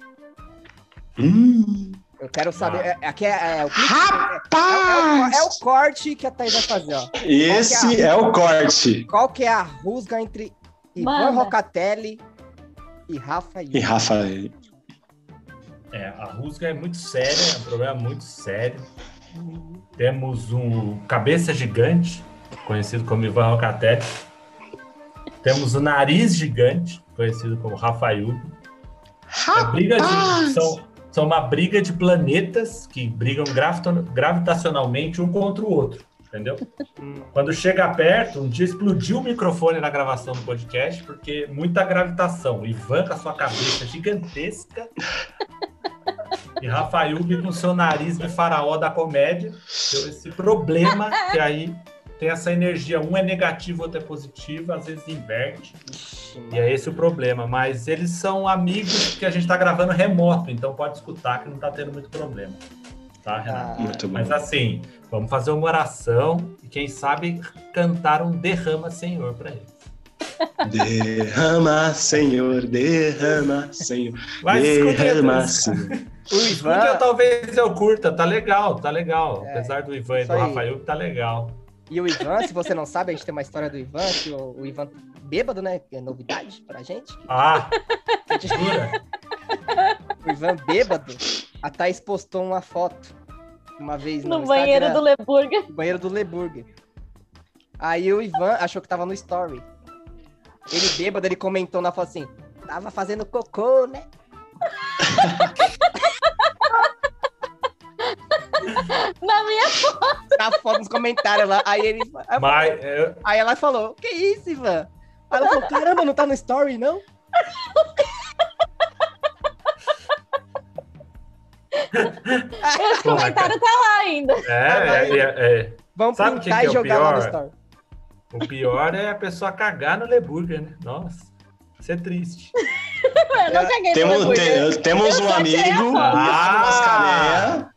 Speaker 1: Hum.
Speaker 4: Eu quero saber.
Speaker 5: Ah.
Speaker 4: é- Aqui é, é o clipe-
Speaker 1: Rapaz!
Speaker 4: é- é o corte que a Thaís vai fazer, ó.
Speaker 1: Esse é o corte.
Speaker 4: Qual que é a rusga entre Ivan
Speaker 3: Manda.
Speaker 4: Rocatelli e Rafa
Speaker 1: E
Speaker 4: Yubi?
Speaker 1: Rafa.
Speaker 5: É, a rusga é muito séria, é um problema muito sério. Temos um cabeça gigante, conhecido como Ivan Rocatelli. Temos o nariz gigante, conhecido como Rafaiub. É briga de, são, são uma briga de planetas que brigam gravita- gravitacionalmente um contra o outro, entendeu? Quando chega perto, um dia explodiu o microfone na gravação do podcast, porque muita gravitação. Ivan com a sua cabeça gigantesca e Rafaiub com seu nariz de faraó da comédia. Deu esse problema que aí tem essa energia, um é negativo, outro é positivo, às vezes inverte. E é esse o problema. Mas eles são amigos que a gente tá gravando remoto, então pode escutar que não tá tendo muito problema. Tá, Renato?
Speaker 4: Ah,
Speaker 1: Muito bom.
Speaker 5: Mas assim, vamos fazer uma oração e quem sabe cantar um derrama Senhor pra ele.
Speaker 1: Derrama, Senhor, derrama, Senhor.
Speaker 5: Vai
Speaker 1: derrama,
Speaker 5: escuta. Um
Speaker 1: Senhor.
Speaker 4: o
Speaker 5: Escuta,
Speaker 4: Ivan.
Speaker 5: talvez eu curta, tá legal, tá legal.
Speaker 4: É,
Speaker 5: Apesar do Ivan e
Speaker 4: isso
Speaker 5: do
Speaker 4: aí.
Speaker 5: Rafael, tá legal.
Speaker 4: E o Ivan, se você não sabe, a gente tem uma história do Ivan, que o, o Ivan bêbado, né? Que é novidade pra gente.
Speaker 5: Ah,
Speaker 4: A gente-
Speaker 5: jura?
Speaker 4: o Ivan bêbado, a Thaís postou uma foto uma vez no,
Speaker 3: No banheiro do
Speaker 4: Instagram,
Speaker 3: Leburger.
Speaker 4: do... banheiro do Leburger. Aí o Ivan achou que tava no story. Ele bêbado, ele comentou na foto assim, tava fazendo cocô, né?
Speaker 3: Na minha
Speaker 4: Tá foto nos comentários lá. Aí ele... aí eu
Speaker 5: Mas, é,
Speaker 4: Aí ela falou, que isso, Ivan? Aí ela falou, caramba, não tá no story, não?
Speaker 3: Esse
Speaker 5: Porra,
Speaker 3: comentário tá lá ainda.
Speaker 5: é, é, é.
Speaker 4: Vamos
Speaker 5: Sabe o que
Speaker 4: pintar
Speaker 5: que
Speaker 4: e
Speaker 5: é o
Speaker 4: jogar lá no
Speaker 5: pior?
Speaker 4: story.
Speaker 5: O pior é a pessoa cagar no Leburger, né? Nossa, isso é triste.
Speaker 3: Eu não caguei no
Speaker 1: Temos,
Speaker 3: Leburger.
Speaker 1: um te- temos
Speaker 3: Eu
Speaker 1: um
Speaker 3: só tirei tá é a
Speaker 1: amigo,
Speaker 5: foto.
Speaker 1: Iago Mascarenha.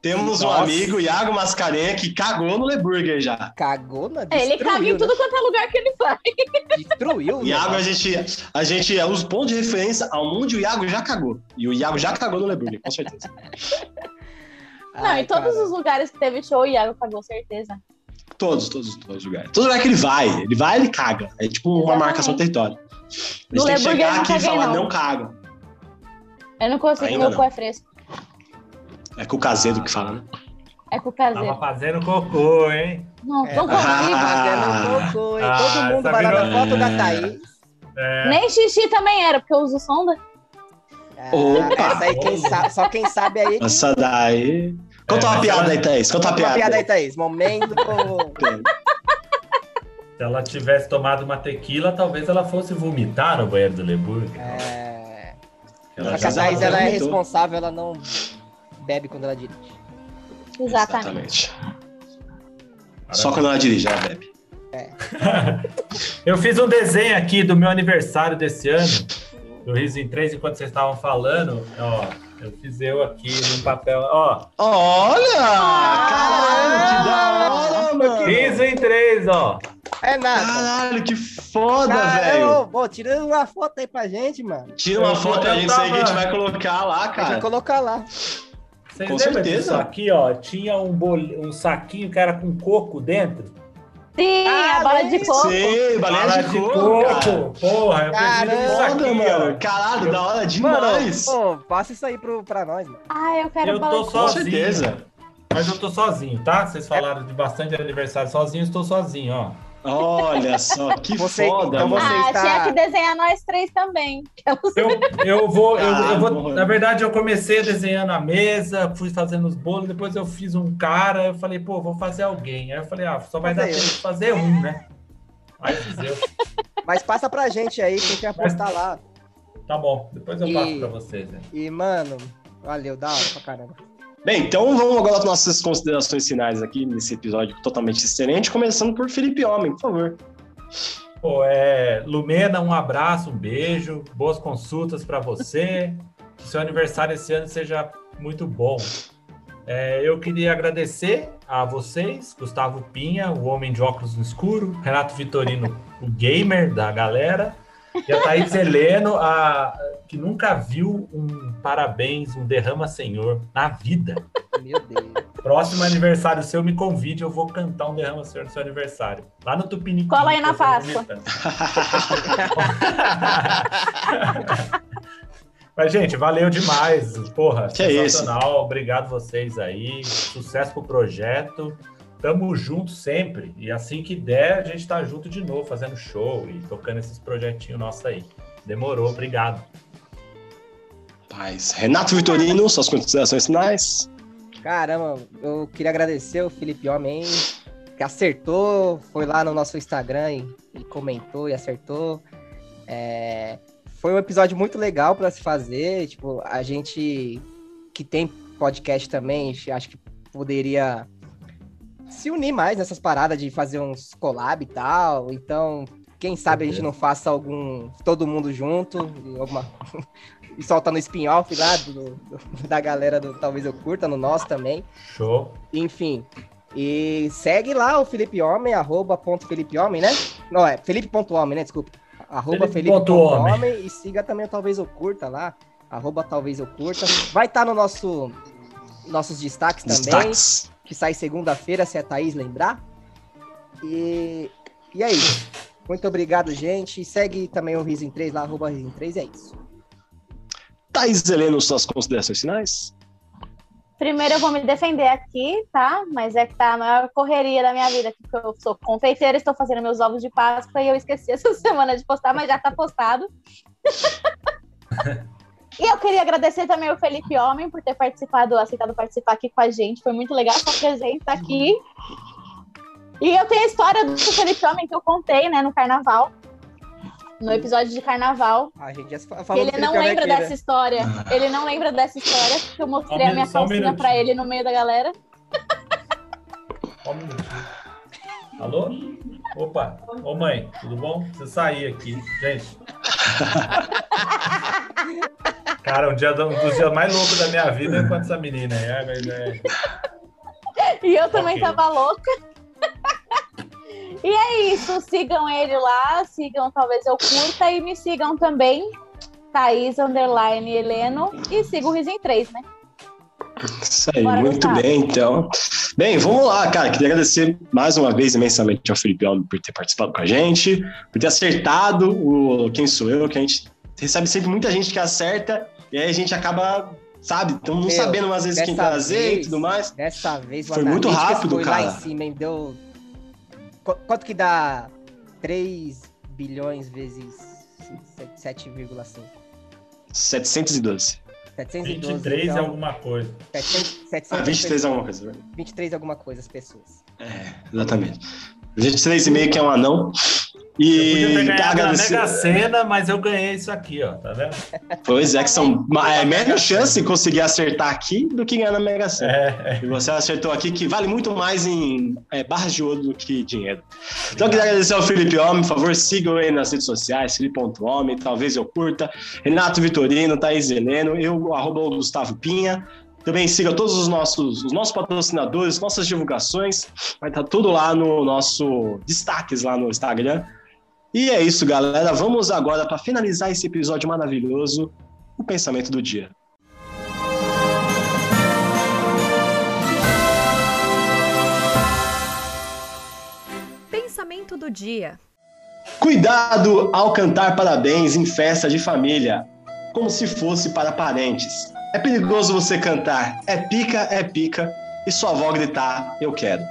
Speaker 1: Temos um
Speaker 4: Nossa.
Speaker 1: amigo, Iago Mascarenha, que cagou no Leburger já.
Speaker 4: Cagou, na
Speaker 3: É,
Speaker 4: destruiu,
Speaker 3: Ele caga em
Speaker 4: né?
Speaker 3: tudo quanto é lugar que ele vai.
Speaker 4: Destruiu, né?
Speaker 1: Iago, é a gente, a gente é os pontos de referência aonde o Iago já cagou. E o Iago já cagou no Leburger, com certeza.
Speaker 3: Não,
Speaker 4: Ai,
Speaker 3: em todos
Speaker 4: cara.
Speaker 3: os lugares que teve show, o Iago pagou certeza.
Speaker 1: Todos, todos, todos os lugares. Todo lugar que ele vai, ele vai, ele caga. É tipo uma
Speaker 3: Exatamente.
Speaker 1: marcação do território. A
Speaker 3: No
Speaker 1: gente tem que
Speaker 3: Leburger eu
Speaker 1: chegar
Speaker 3: não
Speaker 1: aqui e
Speaker 3: caguei,
Speaker 1: falar,
Speaker 3: não.
Speaker 1: não caga.
Speaker 3: Eu não consigo,
Speaker 1: Ainda
Speaker 3: meu
Speaker 1: não.
Speaker 3: cu é fresco.
Speaker 1: É com o caseiro que fala, né?
Speaker 3: É com o caseiro.
Speaker 5: Tava fazendo cocô, hein?
Speaker 3: Não,
Speaker 4: É.
Speaker 3: não consigo.
Speaker 1: Ah,
Speaker 4: Fazendo um cocô, hein?
Speaker 5: ah,
Speaker 4: Todo mundo
Speaker 5: tá
Speaker 4: vai lá na
Speaker 5: virando-
Speaker 4: foto da Thaís.
Speaker 5: É,
Speaker 3: Nem xixi também era, porque eu uso sonda.
Speaker 4: Ah,
Speaker 1: Opa!
Speaker 4: Essa aí quem sabe, só quem sabe aí.
Speaker 1: Nossa, daí. Conta
Speaker 5: É,
Speaker 1: uma
Speaker 5: mas
Speaker 1: piada
Speaker 5: ela-
Speaker 1: aí, Thaís. Conta uma
Speaker 4: Uma piada.
Speaker 1: piada.
Speaker 4: aí, Thaís. Momento.
Speaker 5: Se ela tivesse tomado uma tequila, talvez ela fosse vomitar no banheiro do Leburger.
Speaker 4: É...
Speaker 1: Ela
Speaker 4: Só que
Speaker 1: já
Speaker 4: a Thaís ela é
Speaker 1: vomitou.
Speaker 4: responsável, ela não bebe quando ela dirige.
Speaker 3: Exatamente.
Speaker 1: Só quando ela dirige, né, ela bebe.
Speaker 5: Eu fiz um desenho aqui do meu aniversário desse ano, do Riso em 3, enquanto vocês estavam falando. Ó, eu fiz eu aqui no papel. Ó,
Speaker 1: Olha! caralho, que da hora, mano!
Speaker 5: Riso em 3, ó.
Speaker 4: É nada.
Speaker 1: Caralho, que foda, velho!
Speaker 4: Caramba, pô, tira uma foto aí pra gente, mano.
Speaker 1: Tira uma
Speaker 5: Eu
Speaker 1: foto aí, isso
Speaker 5: tava-
Speaker 1: aí que a gente vai colocar lá,
Speaker 4: A gente vai
Speaker 1: cara.
Speaker 4: colocar lá.
Speaker 5: Vocês
Speaker 1: Com
Speaker 5: lembram
Speaker 1: certeza.
Speaker 5: disso aqui, ó? Tinha um, bol... um saquinho que era com coco dentro.
Speaker 3: Sim,
Speaker 4: Ah,
Speaker 3: a bala
Speaker 4: mas
Speaker 3: de coco.
Speaker 1: Sim, balé
Speaker 5: Bala
Speaker 1: de coco, cara.
Speaker 5: Porra, eu prefiro
Speaker 4: Caramba,
Speaker 5: isso
Speaker 1: Foda,
Speaker 5: aqui,
Speaker 1: mano.
Speaker 5: ó.
Speaker 1: Caralho, da hora demais.
Speaker 4: Mano, pô, passa isso aí pro, pra nós, mano.
Speaker 3: Ah, eu quero
Speaker 5: Eu
Speaker 3: bala
Speaker 5: tô
Speaker 3: de
Speaker 1: Com
Speaker 5: só-
Speaker 3: coco.
Speaker 5: sozinho.
Speaker 1: certeza.
Speaker 5: Mas eu tô sozinho, tá? Vocês falaram de bastante aniversário sozinho, eu estou sozinho, ó.
Speaker 1: Olha só, que
Speaker 4: Você-
Speaker 1: foda,
Speaker 4: então
Speaker 1: mano.
Speaker 4: você-
Speaker 3: Ah,
Speaker 4: está-
Speaker 3: tinha que desenhar nós três também.
Speaker 5: Eu, eu vou, eu, eu vou.
Speaker 1: Ah,
Speaker 5: Na verdade, eu comecei desenhando a mesa, fui fazendo os bolos, depois eu fiz um cara, eu falei, pô, vou fazer alguém. Aí eu falei, ah, só vai dar
Speaker 4: Fazer
Speaker 5: tempo
Speaker 4: eu.
Speaker 5: de fazer um, né? Aí fiz eu.
Speaker 4: Mas passa pra gente aí, quem quer apostar lá.
Speaker 5: Tá bom, depois eu passo
Speaker 4: E-
Speaker 5: pra vocês, né?
Speaker 4: E, mano, valeu, da hora pra caramba.
Speaker 1: Bem, então vamos agora às nossas considerações finais aqui nesse episódio totalmente excelente, começando por Felipe Homem, por favor.
Speaker 5: Pô, é, Lumena, um abraço, um beijo, boas consultas para você. Que seu aniversário esse ano seja muito bom. É, eu queria agradecer a vocês, Gustavo Pinha, o homem de óculos no escuro, Renato Vitorino, o gamer da galera, e a Thaís Heleno, a, que nunca viu um parabéns, um derrama senhor na vida.
Speaker 4: Meu Deus.
Speaker 5: Próximo aniversário seu, me convide, eu vou cantar um derrama senhor no seu aniversário. Lá no Tupiniquim.
Speaker 3: Cola aí na
Speaker 5: eu vou
Speaker 3: Páscoa.
Speaker 5: vomitar. Mas, gente, valeu demais. Porra,
Speaker 1: Que é isso.
Speaker 5: sensacional. Obrigado vocês aí. Sucesso pro projeto. Tamo junto sempre. E assim que der, a gente tá junto de novo, fazendo show e tocando esses projetinhos nossos aí. Demorou, obrigado.
Speaker 1: Paz. Renato Vitorino, suas considerações finais.
Speaker 4: Caramba, eu queria agradecer o Felipe Homem, que acertou, foi lá no nosso Instagram e, e comentou e acertou. É, foi um episódio muito legal para se fazer. Tipo, a gente que tem podcast também, a gente acho que poderia se unir mais nessas paradas de fazer uns collab e tal. Então, quem sabe a gente não faça algum. todo mundo junto, e alguma e solta no spin-off lá do- do- da galera do Talvez Eu Curta, no nosso também.
Speaker 5: Show.
Speaker 4: Enfim. E segue lá o Felipe Homem, arroba ponto Felipe Homem, né? Não, é Felipe.homem, né? Desculpa. Arroba
Speaker 5: Felipe ponto
Speaker 4: Felipe.homem e siga também o Talvez Eu Curta lá. Arroba Talvez Eu Curta. Vai estar no nosso nossos destaques também,
Speaker 1: Destaques.
Speaker 4: que sai segunda-feira, se a Thaís lembrar. E, e é isso. Muito obrigado, gente. E segue também o Riso em 3 lá, arroba Riso em 3, é isso.
Speaker 1: Thaís Heleno, suas considerações finais?
Speaker 3: Primeiro eu vou me defender aqui, tá? Mas é que tá a maior correria da minha vida, aqui, porque eu sou confeiteira, estou fazendo meus ovos de Páscoa e eu esqueci essa semana de postar, mas já tá postado. e eu queria agradecer também o Felipe Homem por ter participado, aceitado participar aqui com a gente. Foi muito legal a sua presença aqui. E eu tenho a história do Felipe Homem que eu contei, né, no carnaval. No episódio de carnaval,
Speaker 4: A gente já se fa-
Speaker 3: que
Speaker 4: falou né,
Speaker 3: ele
Speaker 4: do
Speaker 3: não
Speaker 4: Felipe
Speaker 3: lembra
Speaker 4: Almeida.
Speaker 3: dessa história. Ele não lembra dessa história, porque eu mostrei
Speaker 5: Só um
Speaker 3: a minha
Speaker 5: minu- só um
Speaker 3: calcinha pra
Speaker 5: minutinho.
Speaker 3: ele no meio da galera.
Speaker 5: Só um minutinho. Alô? Opa, ô mãe, tudo bom? Você sair aqui, gente. Cara, um, dia, do- um dos dias mais loucos da minha vida é com essa menina. aí. É, mas é-
Speaker 3: E eu também
Speaker 5: Ok.
Speaker 3: tava louca. e é isso, sigam ele lá, sigam talvez eu curta e me sigam também, Thaís Underline Heleno, e siga o Risin 3, né?
Speaker 1: Isso aí,
Speaker 3: Bora
Speaker 1: muito
Speaker 3: voltar.
Speaker 1: bem, então. Bem, vamos lá, cara. Queria agradecer mais uma vez imensamente ao Felipe Alves por ter participado com a gente, por ter acertado o Quem Sou Eu, que a gente recebe sempre muita gente que acerta, e aí a gente acaba, sabe, então não
Speaker 4: Meu,
Speaker 1: sabendo às vezes quem
Speaker 4: dessa
Speaker 1: trazer e
Speaker 4: vez-
Speaker 1: tudo mais.
Speaker 4: Dessa vez o
Speaker 1: Foi muito
Speaker 4: Analytics
Speaker 1: rápido,
Speaker 4: foi
Speaker 1: cara.
Speaker 4: lá em cima, hein? Deu. Qu- Quanto que dá 3 bilhões vezes 7,5?
Speaker 1: 712.
Speaker 4: 712.
Speaker 5: 23 é
Speaker 4: então,
Speaker 5: alguma coisa.
Speaker 4: 700,
Speaker 1: Ah,
Speaker 4: 700
Speaker 1: 23 é alguma coisa, né?
Speaker 4: 23 alguma coisa as pessoas.
Speaker 1: exatamente. 23,5 que é um anão. E
Speaker 5: eu podia ter ganhado na
Speaker 1: agradecer-
Speaker 5: Mega Sena, mas eu ganhei isso aqui, ó. Tá vendo?
Speaker 1: Pois é, que são é menos chance de conseguir acertar aqui do que ganhar na Mega Sena.
Speaker 5: É, é.
Speaker 1: E você acertou aqui que vale muito mais em é, barras de ouro do que dinheiro. Então, eu queria agradecer ao Felipe Homem. Por favor, sigam ele nas redes sociais, Felipe.homem, talvez eu curta. Renato Vitorino, Thaís Heleno, eu, arroba o Gustavo Pinha. Também siga todos os nossos, os nossos patrocinadores, nossas divulgações. Vai estar tudo lá no nosso destaques lá no Instagram. E é isso, galera. Vamos agora, para finalizar esse episódio maravilhoso, o pensamento do dia.
Speaker 2: Pensamento do dia.
Speaker 1: Cuidado ao cantar parabéns em festa de família, como se fosse para parentes. É perigoso você cantar é pica, é pica e sua avó gritar eu quero.